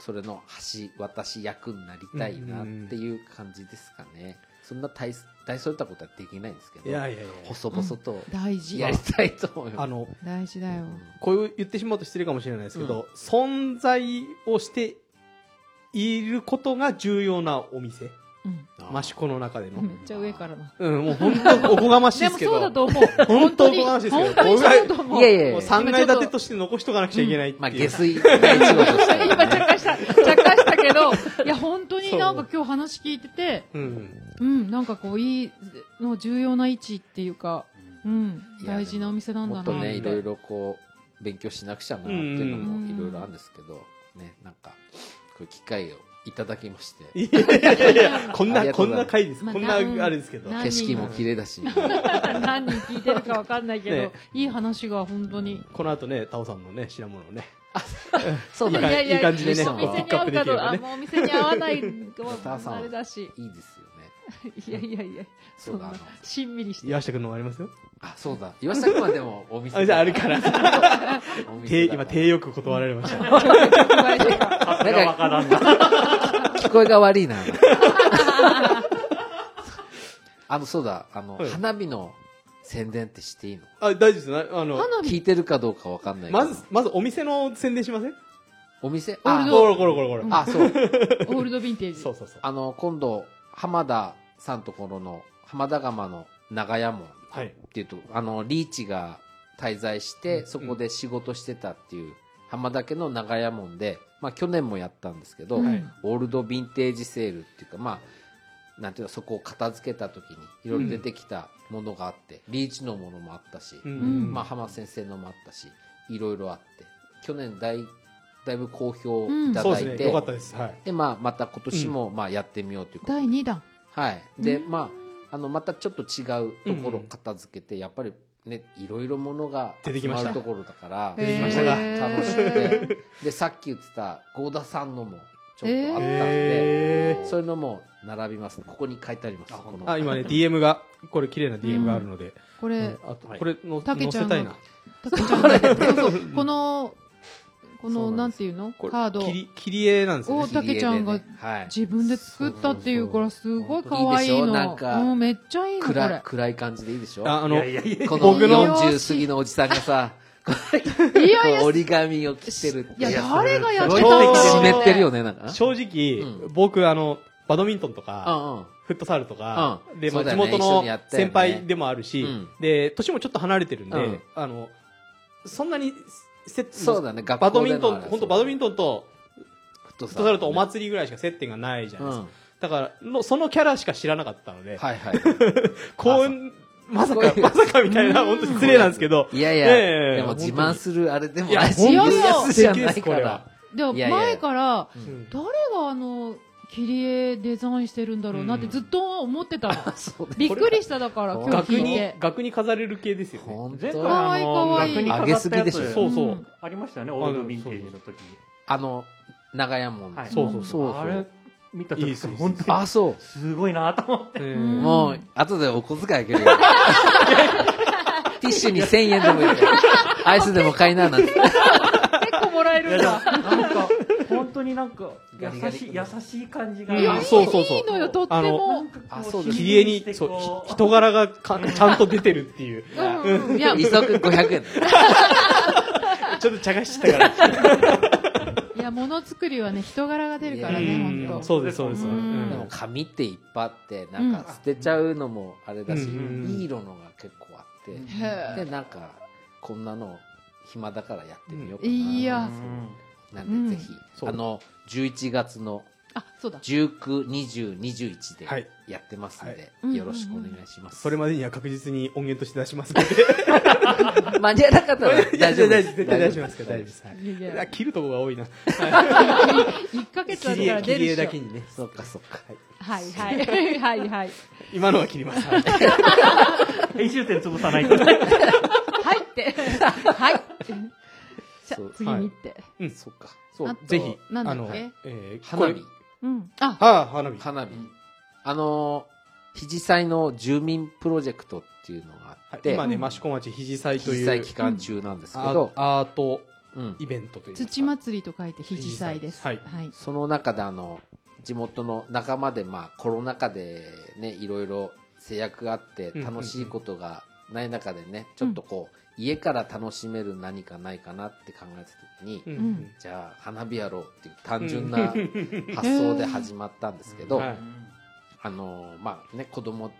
S4: それの橋渡し役になりたいなっていう感じですかね、そんな大す大それたことはできないんですけど
S1: いやいやいや
S4: 細々と
S2: 大事
S4: やりたいと思い
S1: あ
S4: ます、
S1: の
S2: 大事だよ
S1: こういう言ってしまうと失礼かもしれないですけど、存在をしていることが重要なお店
S2: うん
S1: マシコの中での、
S2: めっちゃ上からな
S1: うん、もう本当おこがましいで
S2: *laughs* でも
S1: すけ
S2: そ
S1: ど
S2: うだと思う
S1: 本当
S2: 本当
S1: おこ
S2: に
S1: がましいですけど
S2: 本当にそうだと思う
S4: いやいやい
S1: も
S4: や
S1: う3階建てとして残しとかなくちゃいけないっていう、
S4: まあ下水大仕事したい
S2: 今 *laughs* 着火した、着火したけど、いや、本当になんか今日話聞いてて、
S1: うん、
S2: うん、なんかこう、いい、の重要な位置っていうか、うん、
S4: いや
S2: 大事なお店なん
S4: も
S2: だな
S4: っとね
S2: って
S4: いろいろこう勉強しなくちゃなっていうのもいろいろあるんですけど、ねなんかこういう機会をいただきまして
S1: いやいやいやこん
S4: あり
S1: な
S4: がと
S1: こ
S4: うご
S1: んな
S4: ざいます
S1: 回です、
S2: まあ
S1: こんな
S2: な
S1: あれですけど
S2: な
S4: 景色も綺麗
S2: *laughs*
S4: だし
S2: 何人聞いてるかわかんないけど、
S1: ね
S2: いい話が本当に。
S1: この後ねタオさんのね品物をね
S4: そう
S2: い
S4: なん
S1: いや
S4: で
S1: いい感じでね
S2: お店
S1: ピ
S2: に合うかどうか、あ
S1: ックアップできればね
S2: もうお店に合わない、も
S4: スター
S2: う
S4: さん
S2: あれだし。
S4: すいいですよ
S2: い
S4: ね
S2: やいやいや、そ
S4: そうんだあ
S2: な
S4: の、
S2: しんみりして。
S1: 岩下君のもありますよ
S4: あそうだ岩下君はでもお店
S1: あじゃああるから
S4: お
S1: 手
S4: 店だ
S1: 今
S4: から
S1: 手よく断られました
S3: さすがわからんな
S4: *laughs* 聞こえが悪いな *laughs* あのそうだあの、
S1: はい
S4: 花火の宣伝ってしていいの
S1: あ大丈夫ですよあの
S2: 花火
S4: 聞いてるかどうかわかんないけど
S1: まずまずお店の宣伝しません
S4: お店
S2: オール
S1: こ
S2: ド
S4: あ
S1: れこれこれこれ
S2: うん
S4: あそう
S2: オールドヴィンテージ。
S1: そうそうそう
S4: あの今度浜田さんところの浜田釜の長屋門っ
S1: はい
S4: ていうとあのリーチが滞在して、
S1: うん
S4: そこで仕事してたっていう浜田家の長屋門で、まあ、去年もやったんですけど、
S2: うん
S1: はい
S4: オールドヴィンテージセールっていうかまあなんていうのそこを片付けた時にいろいろ出てきたものがあって、リーチのものもあったし、
S1: うん
S4: まあ、浜先生のもあったしいろいろあって去年だいだいぶ好評いた
S1: そう
S4: だ
S1: で
S4: い
S1: す
S4: て、
S1: ねよかったですはい
S4: でまあ、また今年もまあやってみようということで、
S2: 第2弾。
S4: はい、で、
S2: うん
S4: まあ、あのまたちょっと違うところを片付けて、やっぱりねいろいろものが
S1: 出てきました
S4: 集るところだから
S1: 出てきましたか
S2: へー
S4: 楽しくてでさっき言ってた合田さんのもちょっとあったんで、
S1: へー
S4: そういうのも並びますここに書いてあります
S3: あ
S4: こ
S3: 本
S4: の
S1: あ今ね DM がこれ綺麗な DM があるので、
S2: こ
S1: う
S2: れ
S1: ん、あと
S3: はい
S1: これの
S2: たけ
S1: 載
S2: ち
S1: せ
S2: ゃん
S1: た
S2: の
S1: いな
S2: だってちゃんとそうそう
S1: *laughs*
S2: この、こ
S1: そ
S2: の、
S1: うな
S2: なんん
S1: で
S2: ていうの
S1: *laughs* これ
S2: カード
S1: 切り切り絵なんですよ
S2: お
S1: ね
S2: たけちゃんが
S4: 切り絵でねはい、
S2: 自分で作ったっていうからすごい可愛い
S4: いい
S2: の。
S4: でしょなんか
S2: うんめっちゃいいの、こ
S4: 暗
S2: れ。
S4: 暗い感じでいいでしょ
S1: ああ
S3: い
S1: の
S3: やいやいや
S4: この
S1: 僕の
S4: 40過ぎのおじさんがさこう
S2: いやいや
S4: 折り紙を切ってるって
S2: いや、
S3: いや
S2: 誰がやって
S4: ち
S2: た
S4: ょ
S2: んだろ
S4: っと湿
S2: う
S4: ってるよねなんか
S1: 正直、
S4: うん
S1: 僕あのバドミントンと
S4: う
S1: か、
S4: んうん
S1: フットサルとか、
S4: うん
S1: で、ま
S4: そ
S1: あ地
S4: うだよね
S1: 元
S4: 一緒
S1: の
S4: にやった
S1: 先
S4: よね
S1: 輩でもあるし、
S4: うん
S1: で年もちょっと離れてるんで、
S4: うん
S1: あのそんなにせ
S4: そうだね学
S1: バ
S4: 校
S1: ド
S4: で
S1: ミ
S4: の
S1: ント
S4: あ
S1: ン
S4: れ
S1: 本当バドミントンと
S4: フット
S1: フットサルとお
S4: ま
S1: 祭りぐらいしか接点がないじゃ
S4: う
S1: ないですか、
S4: ん
S1: だからのそのキャラしか知らなかったので、
S4: はいはい。
S1: こう
S4: あそ
S1: まさ
S4: こうい
S1: か
S4: う
S1: まさかみたいな本当失礼なんですけど
S4: *laughs* いやい
S1: いやいやい
S4: や、
S1: や
S4: でも
S1: 本当に
S4: 自慢するあれでも
S1: いや
S4: ないし、
S2: 本当に
S4: 言うやつじゃ
S1: 素敵
S4: な
S1: です
S4: い
S1: こ
S4: か
S1: れは
S4: ら。
S2: でも
S4: いやいや
S2: 前から、
S4: う
S1: うんん
S2: 誰があの、切り絵デザインしてるんだろうなって
S1: うん
S2: ずっと思ってたの。
S4: そう
S2: びっくりしただから、
S4: こ
S2: 今
S4: れ
S1: 額
S2: 日聞い
S1: に
S2: て。
S1: 額に飾れる系ですよね
S4: 本
S3: 前回
S4: 当
S2: かわ
S3: あ
S2: いいか
S3: の
S2: わいい
S3: 額に飾ったやつ
S4: 上げすぎでしょ
S1: そうそう、
S2: うん
S3: ありましたよねオールドヴィンテージの時に
S4: あの、長屋門。
S3: はい
S1: そうそう
S4: そう
S3: あれ見た
S1: いい
S3: 時
S1: っすよ
S3: 本当に
S4: あ、そ
S3: すごいなと思って
S1: えー
S2: うん
S4: う。もう、後でお小遣いあげるよ。ティッッシュに1000円でもいいからアイスでも買いななんて。
S2: 結構もらえ
S3: い
S2: る
S3: や
S2: ん
S1: *laughs*
S3: でも
S2: だ。
S3: なんか本当になんか
S4: ガリガ
S3: 優
S4: リ
S3: しい優しい感じが
S1: い
S2: や
S1: そうそうそう
S2: いいのよ、とって
S1: あの
S2: も
S3: なん。かこ
S4: あそうです
S1: 切
S3: 切
S1: り絵
S3: り絵
S1: に、そう、
S3: こ
S1: ひ人柄がかちゃんと出てるっていう。
S2: うんうんいや、
S4: 利息500円。
S1: ちょっと茶化してたから。
S2: いや、ものづくりはね、人柄が出るから
S1: う
S2: ね、
S1: ん
S2: 本当。
S1: そうです、そうです。
S2: う
S1: うん
S4: でも
S1: ん
S4: 紙っていっぱいあって、なんか捨てちゃうのもあれだし、
S1: うんうん
S4: いい色のが結構あっ
S2: へ
S4: て、
S2: え
S4: で、なんか、こんなの暇だからやってみようかな。
S2: いや
S3: う、ん
S4: なんでぜひ、
S1: そう
S4: あの、11月の
S2: あ、そうだ。
S4: 19、20、21ではいやってますんで、
S2: はい
S4: よろしくお願いします。
S1: それまでには確実に音源として出しますので。
S4: 間に合わなかったら *laughs* 大丈夫です。
S1: 絶対出しますから、大丈夫です。はい
S2: いやい
S1: あ
S2: や、
S1: 切るとこが多いな。
S2: 一ヶ月だ
S1: 切
S2: った
S1: り絵、
S2: ら
S1: 切
S2: 出
S1: り絵
S2: る
S1: だ
S2: でし
S1: け
S2: ょ。
S1: にね。
S4: そうか、そうか。
S2: はいはい。はいはい。
S1: 今のは切ります。はい
S3: 編集点潰さないと
S2: はいって。 *laughs* はい。じゃ
S4: そう
S2: あ、次に行って。
S1: うん
S4: そうか。そう
S2: あと。
S1: ぜひ、
S2: なんだっけ
S1: はいえー
S4: 花火
S1: こ。
S2: うん。
S1: れ
S2: あ、
S1: はあ、花火。
S4: 花火。あのー、肘祭の住民プロジェクトっていうのがあ
S1: はい
S4: って、
S1: 今ね、益子町肘祭と
S4: 実
S1: い
S4: 際
S1: う
S4: 期間中なんですけ
S1: あ
S4: ど、
S1: アート
S4: うん、
S1: イベントというか
S2: 土祭りと書いて、ひじさいです。
S1: は
S2: はいい。
S4: その中であの地元の仲間で、まあ、コロナ禍で、ね、いろいろ制約があって
S1: うん
S4: 楽しいことがない中でね、ちょっとこう家から楽しめる何かないかなって考えた時に、
S1: うん
S2: うん
S4: じゃあ花火やろうっていう単純な発想で始まったんですけど、
S1: うんはい
S4: あのまあね、子供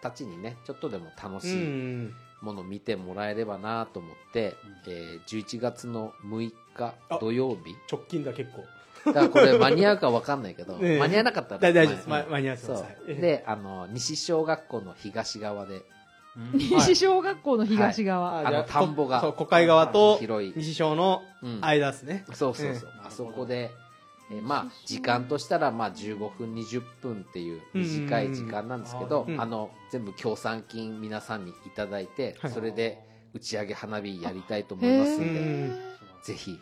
S4: たちにねちょっとでも楽
S1: う
S4: しい
S1: ん。
S4: ものを見てもらえればなと思って、えー11月の6日
S1: あ
S4: 土曜日
S1: 直近だ、結構。
S4: だからこれ間に合うか分かんないけど、
S1: ねえ
S4: 間に合わなかったら
S1: 大大丈夫です。
S4: まあ
S1: ま間に合わせ
S4: そ
S1: ま
S4: う
S1: す。はい
S4: であの西小学校の東側で
S2: 西小学校の東側。
S4: あの田んぼが
S1: そう、小海川と
S4: 広い
S1: 西小の
S4: うん
S1: 間ですね。
S4: そうそうそう、あそこで、えーまあ時間としたらまあ15分20分っていう短い時間なんですけ
S1: う
S4: ど、
S1: んうんうん
S4: あの全部協賛金皆さんにいただいて、
S1: はい
S4: それで打ち上げ花火やりたいと思いますんで、
S1: へえ
S4: ぜひ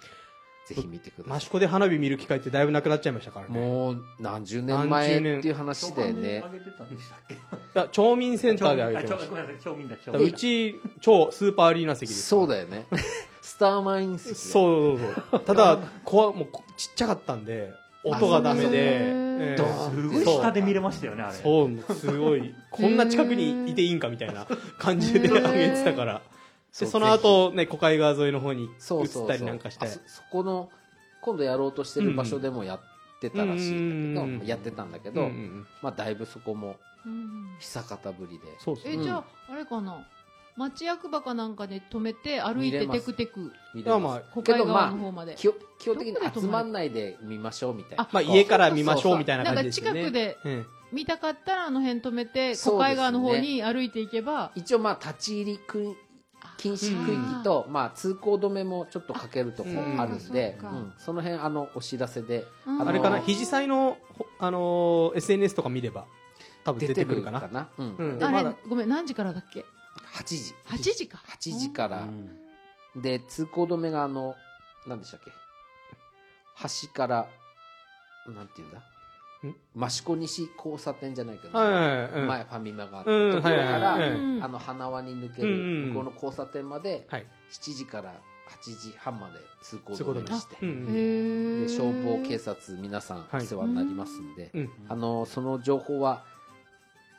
S4: ぜひ見てくださ
S1: 益子で花火見る機会ってだいぶなくなっちゃいましたから
S4: い
S1: ね。
S4: もう何十年前っていう話でね
S1: いや町民センターであげてました。
S3: ごめんなさい町民だ町
S1: だから
S3: 民
S1: うち、超スーパーアリーナ席です。
S4: そうだ
S1: *laughs*
S4: よねスターマイン席
S1: そうそうそうそう。ただ、こわもうこちっちゃかったんで、音がダメで、ええ
S4: ドーン
S3: すごい下で見れましたよねあれ
S1: そう、すごい、こんな近くにいていいんかみたいな感じで上げてたから。で、その後ね、小海川沿いの方に移
S4: そうそうそう
S1: ったりなんかして
S4: あ。そそこの今度やろうとしてる場所でもやってたらしいんだ
S1: う
S4: け
S1: ん
S4: ど、
S1: うん
S4: やってたんだけ
S1: うん
S4: ど、
S1: うんうん
S4: まあだいぶそこも
S2: うん
S4: 久方ぶりで
S1: そうそう
S2: え、じゃあ、あれかな。町役場かなんかで止めて、歩い
S4: 見れ
S2: て
S4: ま
S2: テ
S4: す
S2: クテク、
S4: 見
S1: だから
S4: れ
S1: ま
S4: ま
S1: あ
S4: す、
S2: 小
S4: け
S2: 海
S4: ど
S2: 川の
S4: ま
S2: 方まで
S4: あ。基本基本的に
S2: どこで泊まる
S4: 集まんないで見ましょうみたいな
S1: まあ、
S4: そう
S1: 家から見ましょうみたいな
S2: なんか
S1: 感じですよ
S2: 近
S1: ね。
S2: くで
S1: うん
S2: 見たかったらあの辺止めて、
S4: そうで
S2: 小
S4: すね
S2: 海川の方に歩いていけば、
S4: 一応まあ立ち入り区禁止区域とまあ通行止めもちょっとかけるとこあるんで
S2: あそうかそ
S4: う
S2: うん
S4: その辺あのお知らせで
S2: うん
S1: あれかな、
S4: あのー
S1: 肘祭の、ほあのー SNS とか見れば、多分
S4: 出
S1: 出
S4: て
S1: て
S4: く
S1: く
S4: る
S1: る
S4: か
S1: か
S4: な
S1: な。
S4: うん
S1: うん
S4: で
S2: あ
S1: ま
S2: れ
S1: だ、
S2: ごめん、何時からだっけ
S4: 8時
S2: ?8 時か。
S4: 8時から
S3: うん
S4: で通行止めがあの何でしたっけ端からなんていうんだ益子西交差点じゃないけど、
S1: はいはいはい。うん
S4: 前ファミマがあった
S1: うん
S4: ところか
S1: はいはい
S4: ら、
S1: はい
S2: うん
S4: あの花輪に抜け
S1: うんうん
S4: る向こうの交差点まで
S1: はい。
S4: 7時から8時半まで通行
S1: そういうこと
S4: 止め
S1: です
S4: にして、。
S1: うん
S2: へ
S1: うん
S2: ー
S4: で消防警察皆さんお
S1: はい
S4: 世話になりますんで、
S1: うん。
S4: あのその情報は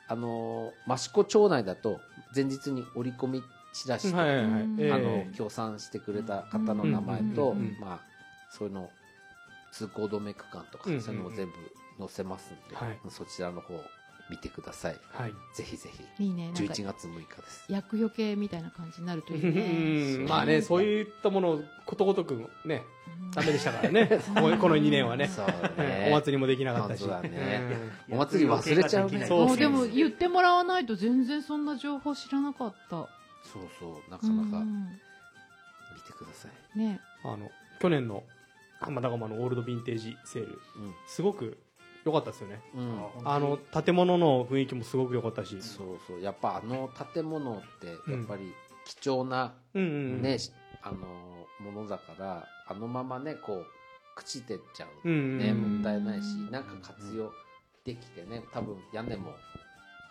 S4: あの益子町内だと前日に折り込みチラシとか
S1: はいはいはい。えー
S4: あの協賛してくれた方の名前
S1: う
S4: と
S1: んうんうんうん、
S4: まあ、そういうの通行止め区間とか、
S1: うんうんうん
S4: そういうのを全部載せますんで、
S1: はい
S4: そちらの方を見てください。
S1: はい。
S4: ぜひぜひ、
S2: いいね。なんか
S4: 11、月6日です。
S2: 厄除けみたいな感じになると
S1: う
S2: いいね。
S1: んまあね、そういったものをことごとくね、ダメでしたからね、
S4: *laughs*
S1: このこの2年はね、
S4: そう
S1: えー *laughs*
S4: ね
S1: お祭りもできなかったし。
S4: 本当だね
S1: うん
S4: お祭り忘れちゃうね。
S1: そう
S2: あ
S1: そ
S2: ー
S1: う
S2: でも言ってもらわないと全然そんな情報知らなかった。
S4: そうそう、なかなか
S2: うん
S4: 見てください。
S2: ね。
S1: あの、去年の浜田釜のオールドヴィンテージセール、
S4: うん
S1: すごく良かったですよね。
S4: うん
S1: あの、建物の雰囲気もすごく良かったし。
S4: そうそう、やっぱあの建物って、やっぱり貴重な
S1: うんうんうん。
S4: ね、あの、ものだから、あのままね、こう、朽ちてっちゃう
S1: うんうん
S4: ね、
S1: うん
S4: もったいないし、なんか活用できてね、多分屋根も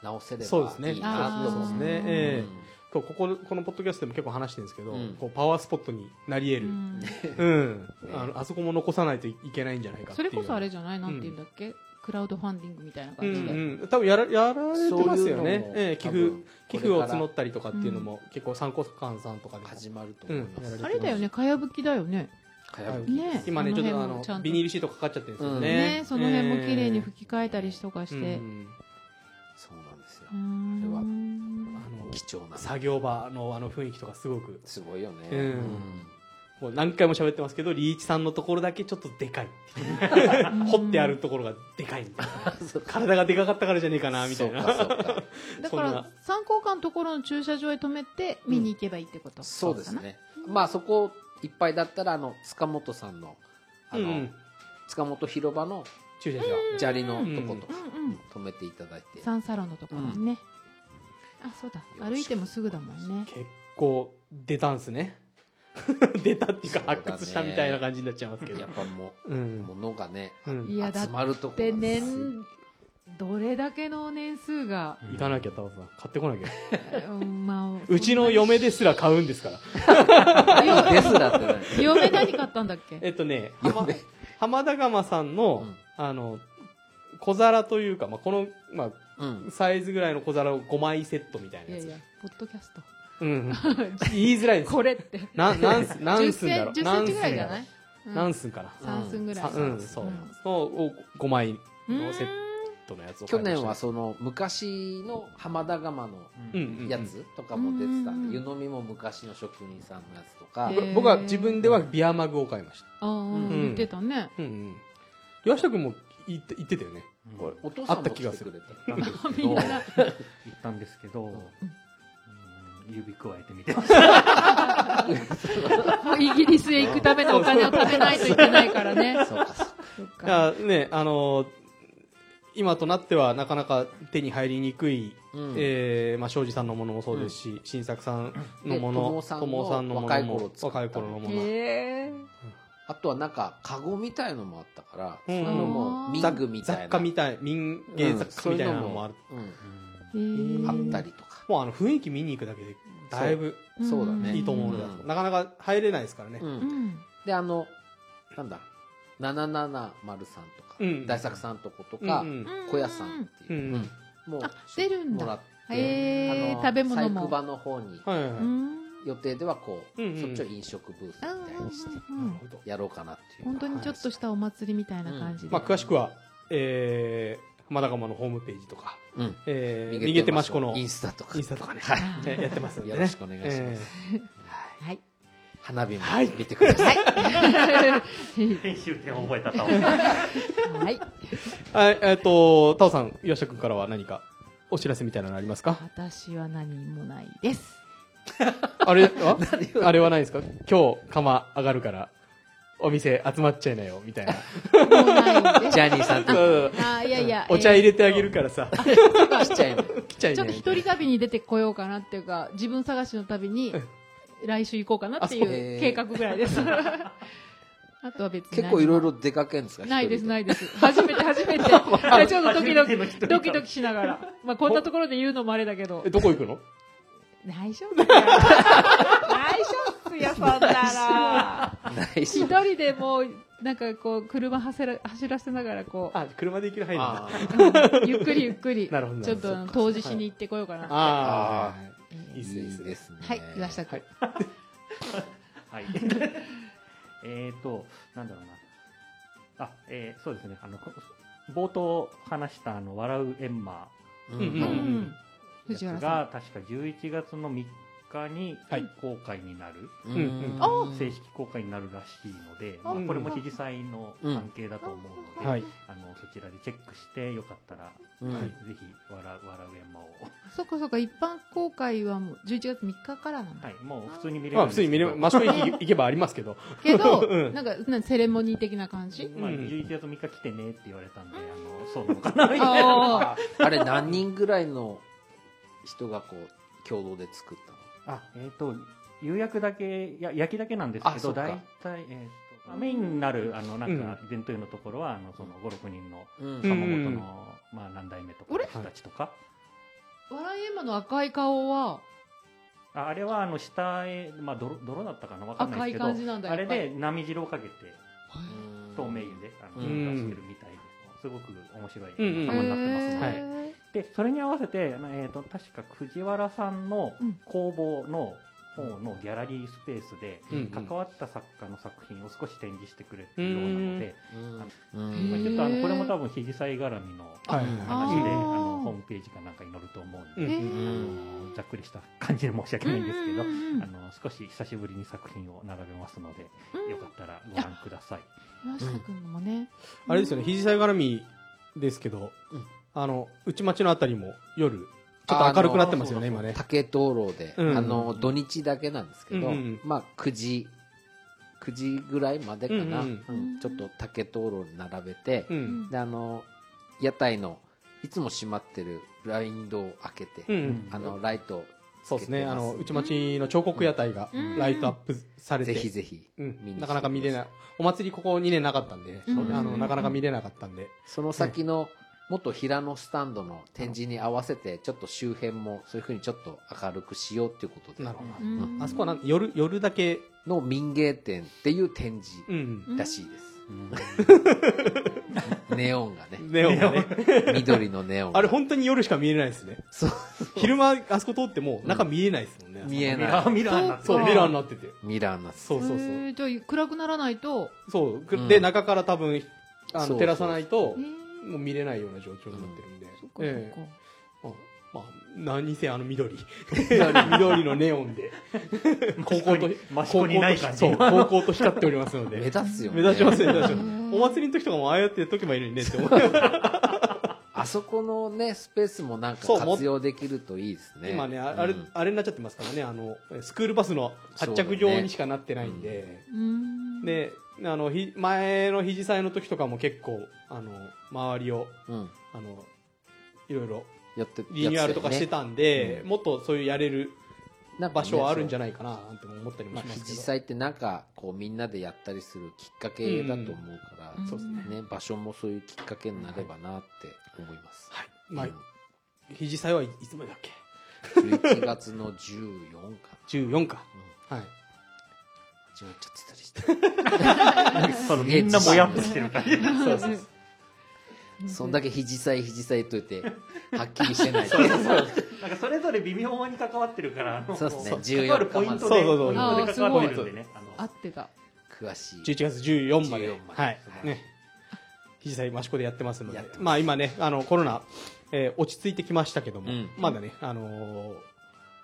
S4: 直せればいい
S1: そうですね。
S4: なと思
S1: そううです
S2: あー
S1: ね。ええそうこここのポッドキャストでも結構話してるんですけど、
S4: うん
S1: こうパワースポットになり得
S2: う
S1: る、
S2: ん
S1: うんあのあそこも残さないといけないんじゃないかって
S2: そ
S1: いう
S2: れこそあれじゃないなんていうんだっけ、クラウドファンディングみたいな
S1: う
S2: 感
S1: ん
S2: じで、
S1: うん、多分やらやられてますよね
S4: そういうのも
S1: ええ寄
S4: 多
S1: 付
S4: 分
S1: 寄付を募
S4: こ
S1: ったりとかっていうのも、結構参考官さんとかで
S4: れ
S1: も
S4: から始まると思います、
S1: うん
S2: あれだよねかやぶきだよね
S4: かやぶき
S2: ね
S1: 今ねちょっとあ
S2: その辺も
S1: の
S2: ちゃんと
S1: ビニールシートかかっちゃってるんですよね,ええ、
S2: ねその辺も綺麗に吹き替えたりしとかして、
S1: うん
S4: そうなんですよ
S2: うーん
S4: あれは
S1: あの
S4: 貴重な
S1: 作業場のあの雰囲気とかすごく
S4: すごいよね、
S1: うんもう何回も喋ってますけどリーチさんのところだけちょっとでかい *laughs* 掘ってあるところがでかいんだ体がでかかったからじゃねえかなみたいな
S4: そうかそうか
S2: だから参考官のところの駐車場へ止めて見に行けばいいってこと、
S4: そうですねまあそこいっぱいだったらあの塚本さんのあの、
S1: うん
S4: 塚本広場の
S1: 駐車場
S4: 砂利のとこと
S2: う
S4: か、
S2: んうん
S4: 止めていただいて
S2: サンサロンのところにね、あそうだ
S4: よろしく
S2: 歩いてもすぐだもんね
S1: 結構出たんすね出たっていうか
S4: そうだね
S1: 発掘したみたいな感じになっちゃいますけど
S4: やっぱも
S1: う
S4: う、
S1: ん
S4: 物がね
S1: うん
S2: いやだ
S4: 集
S2: っ
S4: まるとこ
S2: て
S4: がね
S2: 年どれだけの年数
S1: *laughs*
S2: が、
S1: 行かなきゃタオさん買ってこなきゃ
S2: うんまあ、
S1: うちの嫁ですら買うんですから
S4: 今ですだってない
S2: 嫁何買ったんだっけ
S1: えっとね浜
S4: 嫁
S1: 浜田釜さんの
S4: うん
S1: あの小皿というか、まあ、この、まあ、
S4: うん
S1: サイズぐらいの小皿を5枚セットみたい
S2: い
S1: な
S2: や
S1: やつ。
S2: いやポッド
S1: *laughs*
S2: キャスト
S1: うん。言いづらいんです
S2: これって *laughs*
S1: ななんす、なん
S2: 10
S1: すんだ
S2: セン
S1: ろ
S2: 10セン
S1: 何
S2: チ
S1: 寸
S2: ぐ
S1: だ
S2: ら
S1: ろ
S2: いじゃない、うん、
S1: 何寸かな。
S2: 3寸ぐらい
S1: さうん、そう。
S2: うん
S1: のを5枚のセッ
S2: う
S1: トのやつを
S4: 去
S1: 買いました
S4: 年はその昔の浜田釜の
S1: う
S3: うんん
S1: うんうん
S4: やつとかも出てたんで、
S2: うん
S4: 湯飲みも昔の職人さんのやつとか、
S2: へー
S1: 僕は自分ではビアマグを買いました。
S2: ああ、
S4: ん
S2: 言ってたね。
S1: うんうん。岩下くんも言って言ってたよね。
S3: これ
S4: お父さんも来
S1: あった
S4: て
S1: 気が
S4: くれた
S3: 行ったんですけ
S2: みん
S3: ど
S2: な
S3: 行
S2: な、
S3: ったんですけど、うん指加えてみて
S2: もうイギリスへ行くためのお金を食べないといけないか
S1: *laughs*
S2: らね。
S4: そうかそうか
S2: そっか
S1: いや、ね、あのー今となってはなかなか手に入りにくい、
S4: うん
S1: えーまあ、庄司さんのものもそうですし、新作さんのも
S4: で
S1: の、
S4: 友さんの
S1: 友さんのも
S4: 若
S1: の
S4: い頃
S1: も
S4: 作っ、た
S1: 若い頃のもの。
S2: へえ。
S4: あとはなんかカゴみたいのもあったから、
S1: うん
S4: そういうのも民具みたいな
S1: 雑貨みたい、民芸雑貨みたいなのもある。、
S4: うんそういう
S2: へ
S4: の
S2: ー
S4: もうんあった。りとか、
S1: もうあの雰囲気見に行くだけで、だいぶ
S2: うん
S4: そうだね
S1: いいと思うので、
S4: うん
S1: なかなか入れないですからね。
S4: う
S2: うんん。
S4: であのなんだ770さんとか、
S1: うん
S4: 大作さんとことか、
S1: うんうん
S4: 小屋さんっていう、
S1: うんうん
S4: もう
S2: あ、出るん
S4: もら
S2: だ。
S4: って、
S2: へー
S4: あの
S2: 食べ物も
S4: 細工場の方に
S1: はいはいは
S2: う
S1: い。
S2: ん。
S4: 予定ではこう、
S1: うんうん
S4: そっちを飲食ブースみたいにして
S2: うんうんうん
S1: なるほど
S4: やろうかなっていう
S2: 本当にちょっとしたお祭りみたいな感じで。
S1: まあ、詳しくは、えー、浜田釜のホームページとか、
S4: うん
S1: えー、逃げてましこの
S4: インスタとか
S1: インスタとかね
S4: はい、
S2: あ
S1: え
S2: ー
S1: やってますんでね。
S4: よろ *laughs* しくお願いします
S1: え
S2: はい。 *laughs*
S4: 花火も見てください、
S3: *laughs* 編集点覚えたと *laughs*
S2: はい。
S1: ーはい、えっ、と、タオさん、岩下くんからは何かお知らせみたいなのありますか
S2: 私は何もないです。
S1: あれはあれはないですか今日、釜上がるから、お店集まっちゃいなよ、みたいな。
S2: もうないです。
S4: ジャニーさんと
S1: うん
S2: あーいやいや。
S1: お茶入れてあげるからさ、
S4: ちっちゃいの
S1: 来ちゃい
S2: ち
S1: な
S2: ょっ
S1: よ
S2: と。一人旅に出てこようかなっていうか、自分探しの旅に
S1: うん
S2: 来週行こうかなってい
S4: あそうへ
S2: う
S4: ー
S2: 計画ぐらいです。 *laughs* あとは別に何も
S4: 結構いろいろ出かけるんですか
S2: ないです、ないいです。初めて、
S1: *laughs*
S2: 初めて。ちょっとドキドキ、ドキドキしながら。まあ、こんなところで言うのもあれだけど
S1: え、。どこ行くの
S2: 内緒っすよ。内緒っすよ、そんなら。
S4: ない
S2: 一
S4: し
S2: 人でもう、なんかこう、車走ら走らせながら、こう、
S1: あ、車で行ける範囲なんだ
S4: あ
S2: ゆっくりゆっくり、
S1: *laughs*
S2: ち
S1: なるほどなる
S2: ょっ
S1: ほど
S2: とあの投資しに行ってこようかな。
S1: あ
S2: え
S1: あ、
S2: ー
S1: いいっすね、いいっす
S4: いいで
S1: ね。
S4: すね
S2: はい、岩下君。
S3: はい。えっと、なんだろうな。あ、えーそうですね。あの、こ冒頭話した、あの、笑うエンマ
S4: うん
S1: う
S2: うん
S4: うん
S2: ん。
S3: やつ
S2: 藤原さん。
S3: が、確か11月の3日に
S1: はい
S3: 公開になる、
S4: うん
S1: うん
S4: うん
S3: 正式公開になるらしいので、
S2: あ
S3: まあこれも知事祭の関係だと思うので、
S1: はい。
S3: あの、そちらでチェックして、よかったら、
S4: うん
S3: ぜひ、笑う、笑うエンマを。
S2: そっかそっか、一般公開はもう11月3日からなんだ
S3: はい、もう普通に見れる
S1: まあ
S3: ん
S1: 普
S3: です
S1: 通
S3: け
S1: に見れ
S3: ど
S1: ば、益子駅行けばありますけど。
S2: けど、
S1: うん
S2: なんか、なんかセレモニー的な感じ
S3: まあ、
S1: うん
S3: 11月3日来てねって言われたんで、あの、そうなのかな、みたいな。
S2: あ
S4: ああれ何人ぐらいの人がこう共同で作ったの
S3: あ、 *laughs* えっ、と、予約だけ、や焼きだけなんです
S4: あ
S3: け
S4: そ
S3: ど、
S4: っか
S3: 大体、えっ、と、まあメインになる、あの、な
S1: うんん
S3: か、イベント用のところは、あの、その、5、6人の、
S4: うん
S3: 窯
S1: う
S3: 元
S1: ん
S3: の、まあ、何代目とか
S2: あれ、
S3: 人たちとか、
S2: ー笑いエマの赤い顔は、
S3: ああれはあの下へ、まあ、泥泥だったかなわかんな
S2: 赤
S3: い
S2: い
S3: ですけど
S2: 感じなんだ
S3: あ
S2: や
S3: れ
S2: っぱり
S3: で波汁をかけて透明
S4: うん
S3: 油であの
S4: う
S3: 出
S1: ん
S3: してるみたいですすごく面白い
S1: うんうん
S3: 玉になってますね、
S1: は
S2: へ
S1: い
S2: ー
S3: でそれに合わせて、えー、と確か藤原さんの
S2: うん
S3: 工房の方のギャラリースペースで
S1: うん
S3: 関わった作家の作品を少し展示してくれっていうようなので、
S4: うん
S2: へ
S3: まあ
S2: ー
S3: ちょっとあのこれも多分被疑祭絡みの
S1: はい
S3: 話で
S2: あ
S3: あ
S2: ー
S3: のホームページかなんかに載ると思う
S1: う
S3: んで、
S1: ん
S2: え
S3: あ
S2: ー
S3: のざっくりした感じで申し訳ないんですけど、
S2: うんうんうん
S3: あの少し久しぶりに作品を並べますので、よかったらご覧ください。
S2: 岩下くんのもね。
S1: あれですよね、肘さい絡みですけど、
S4: うん
S1: あの、内町のあたりも夜、ちょっと明るくなってますよね、
S4: あの
S1: 今ね。
S4: 竹灯籠で、
S1: うん
S4: あの土日だけなんですけど、
S1: うんうん
S4: まあ9時9時ぐらいまでかな、
S1: う
S4: うんん
S2: うん
S4: ちょっと竹灯籠並べて、
S1: う。
S2: うん
S4: であの屋台のいつも閉まってるブラインドを開けて、
S1: うん。
S3: ん
S4: あのライトを
S1: そうです
S4: つけて
S1: ね、
S4: ま
S1: あの、
S4: んで
S1: 内町の彫刻屋台が
S2: うん
S1: ライトアップされて、
S4: ぜひぜひ
S1: う
S4: 見に来て
S1: ん、
S4: ください
S1: なかなか見れない。お祭りここ2年なかったんで、
S2: うん
S1: あの、なかなか見れなかったんで。
S4: その先の元平野スタンドの展示に合わせてちょっと周辺もそういうふうにちょっと明るくしようっていうことで
S1: なるほど。
S2: うん
S1: あそこはなん夜、夜だけ、
S4: の民芸展っていう展示
S1: うん。
S4: らしいです、ネオンがね
S1: *laughs* ネオンがね。
S4: 緑のネオンが
S1: あれ本当に夜しか見えないですね。
S4: そう
S1: 昼間、あそこ通っても中見えないですもんね。
S4: 見え
S3: ミ
S4: な
S3: ラー
S4: い
S3: ミラーになって
S1: そう、ミラーになってて。
S4: ミラーな
S1: そうそうそう。
S2: へーじゃあ暗くならないと。
S1: そう、く
S4: うん
S1: で中から多分あ
S4: そ
S1: の
S4: う
S1: 照らさないと
S2: えー
S1: もう見れないような状況になってるんで、
S2: そっか
S1: ええ
S2: そっか
S1: まあ、何にせあの緑 *laughs*
S4: 緑
S1: 緑のネオンで高校と
S3: マシコにない感じ
S1: そう高校と光っておりますの
S4: 目
S1: で
S4: 立つよね
S1: 目立ちます目立ち
S2: う
S1: ま
S2: ん
S1: すお祭りの時とかもああやってやっとけばいいのにねって思う
S4: あそこのねスペースもなんか
S1: そうも
S4: 活用できるといいですね
S1: *laughs* 今ねああれ、
S4: うん
S1: あれになっちゃってますからねあのスクールバスの発着
S4: そうだ
S1: 場
S4: ね
S1: にしかなってないんで、
S2: うん。
S1: であのひ前の肘祭の時とかも結構あの周りを
S4: うん
S1: あのいろいろ
S4: やって
S1: リニューアルとかしてたんで、もっとそういうやれる場所はあるんじゃ
S4: ない
S1: ないかななんて思ったりも
S4: まあ
S1: しますけ
S4: 実
S1: ど、
S4: 際ってなんかこうみんなでやったりするきっかけだと思うから、
S2: うん
S1: そうですね
S4: ね、場所もそういうきっかけになればなって思います、
S1: はいまあ
S4: うん
S1: 肘祭はいつまでだっけ
S4: 11月の14日
S1: 14か、はい
S4: 間違えちゃってたりして
S3: *laughs* そのみんなもやっとしてる感じ。
S1: そうそうそ
S4: そんだけ肘さい肘さいといてはっきりしてないって
S3: なんかそれぞれ微妙に関わってるから、あの
S4: そうですね
S3: こ関
S4: 14
S3: わるポイントで、
S1: そうそうそう
S3: ポイントで関わってるんでね。
S2: 合
S3: あの
S2: ってた。
S4: 詳しい
S1: 11月14まで
S4: 14ま
S1: は
S4: で
S1: い
S4: はい
S1: ね肘祭益子でやってますので
S4: やってます
S1: まあ今ねあのコロナ、えー落ち着いてきましたけども、
S4: うん
S1: まだね、あのー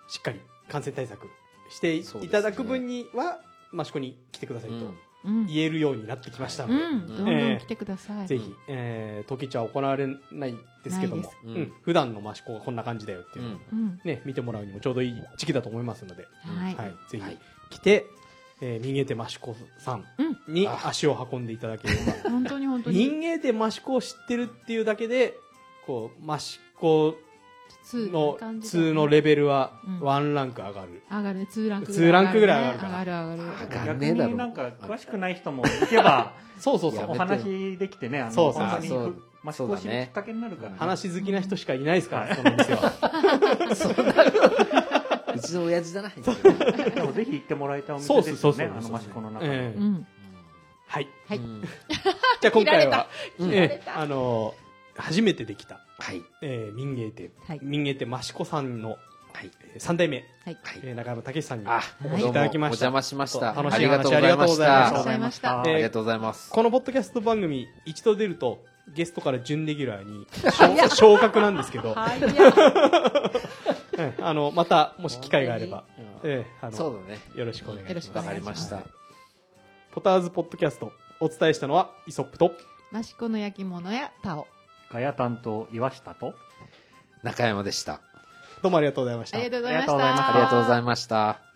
S1: しっかり感染対策してい
S4: そうですね
S1: ただく分には益子に来てくださいと
S4: う
S2: うん。
S1: 言えるようになってきましたの
S2: う
S1: で、
S2: ん。どんどん来てください。
S1: ぜひ、えー、時市は行われないですけど
S2: ない
S1: もう
S2: で、
S4: す
S1: ん、普段の益子がこんな感じだよってい
S4: ん
S1: うのを、
S2: うん。
S1: ね、見てもらうにもちょうどいい時期だと思いますので、
S2: はい。
S1: はい、ぜ
S4: はい
S1: ひ来て、えー、民芸手益子さん
S2: うん。
S1: に
S4: あ
S1: 足を運んでいただけれ
S2: *laughs* 本当に本当
S1: ば、
S2: に。
S1: 民芸手益子を知ってるっていうだけで、こう、益子
S2: 通
S1: の通のレベルは
S2: うん
S1: ワンランク上がる。
S2: 上がる、2ランク
S1: ツーランクぐらい上がる
S2: 上
S1: から
S2: がる上がる。
S4: 上がる
S3: 逆
S4: ねえだろ
S3: になんか詳しくない人も行けば、
S1: そうそうそ
S4: や
S1: う
S4: め
S3: お
S4: て。
S3: 話できてね、あの、
S1: そうそう
S3: 本当に
S4: そ
S3: ふ
S4: う、
S3: マシコを知るきっかけになるからね。
S1: 話好きな人しかいないですから、その店
S2: *laughs*
S1: は。
S4: うちの親父じゃないんだよ
S3: でもぜひ行ってもらいたいお
S1: そう
S3: 店
S1: そうそう
S3: ですよ
S1: そう
S3: ね、あのマシコの中
S1: え
S3: で。
S1: え
S2: うん。
S1: はい。
S2: は
S4: う
S2: い。
S4: ん
S1: じゃあ今回は、
S4: うん
S2: 切られ
S1: え
S2: た
S1: ーあのー、初めてできた、
S4: はい
S1: えー、民芸手
S2: はい。
S1: 民芸手益子さんの
S4: はい
S1: 3代目、
S2: はい。
S4: はい
S1: えー中山武さんに
S4: あ、
S1: お
S4: ど
S1: 越
S4: うも
S1: しいただきました
S4: お邪魔しました。
S1: そう楽
S4: あ
S1: しい
S4: りがとう
S1: 話
S4: ございました。
S1: ありがとうご
S2: ざいました
S4: ありがとうございます。
S1: このポッドキャスト番組一度出るとゲストから準レギュラーに
S2: *laughs*
S1: 昇昇格なんですけど、
S2: はい。は
S1: うんあのまたもし機会があれば、ええあ
S4: そう
S1: の
S4: だね。
S1: よろしくお願いし
S2: よろ
S1: ま
S2: し
S1: す
S2: くお
S4: わ
S2: 願い
S4: かり
S2: しま
S4: まし
S2: す
S4: た。
S1: ポターズポッドキャストお伝えしたのはイソップと *laughs*
S2: マシコの焼き物やタオ。
S3: ガヤ担当、岩下と。
S4: 中山でした。
S1: どうもありがとうございまし
S2: あ
S1: た
S2: りがとうございまし。
S3: ありがとうございました
S4: ありがとうございました。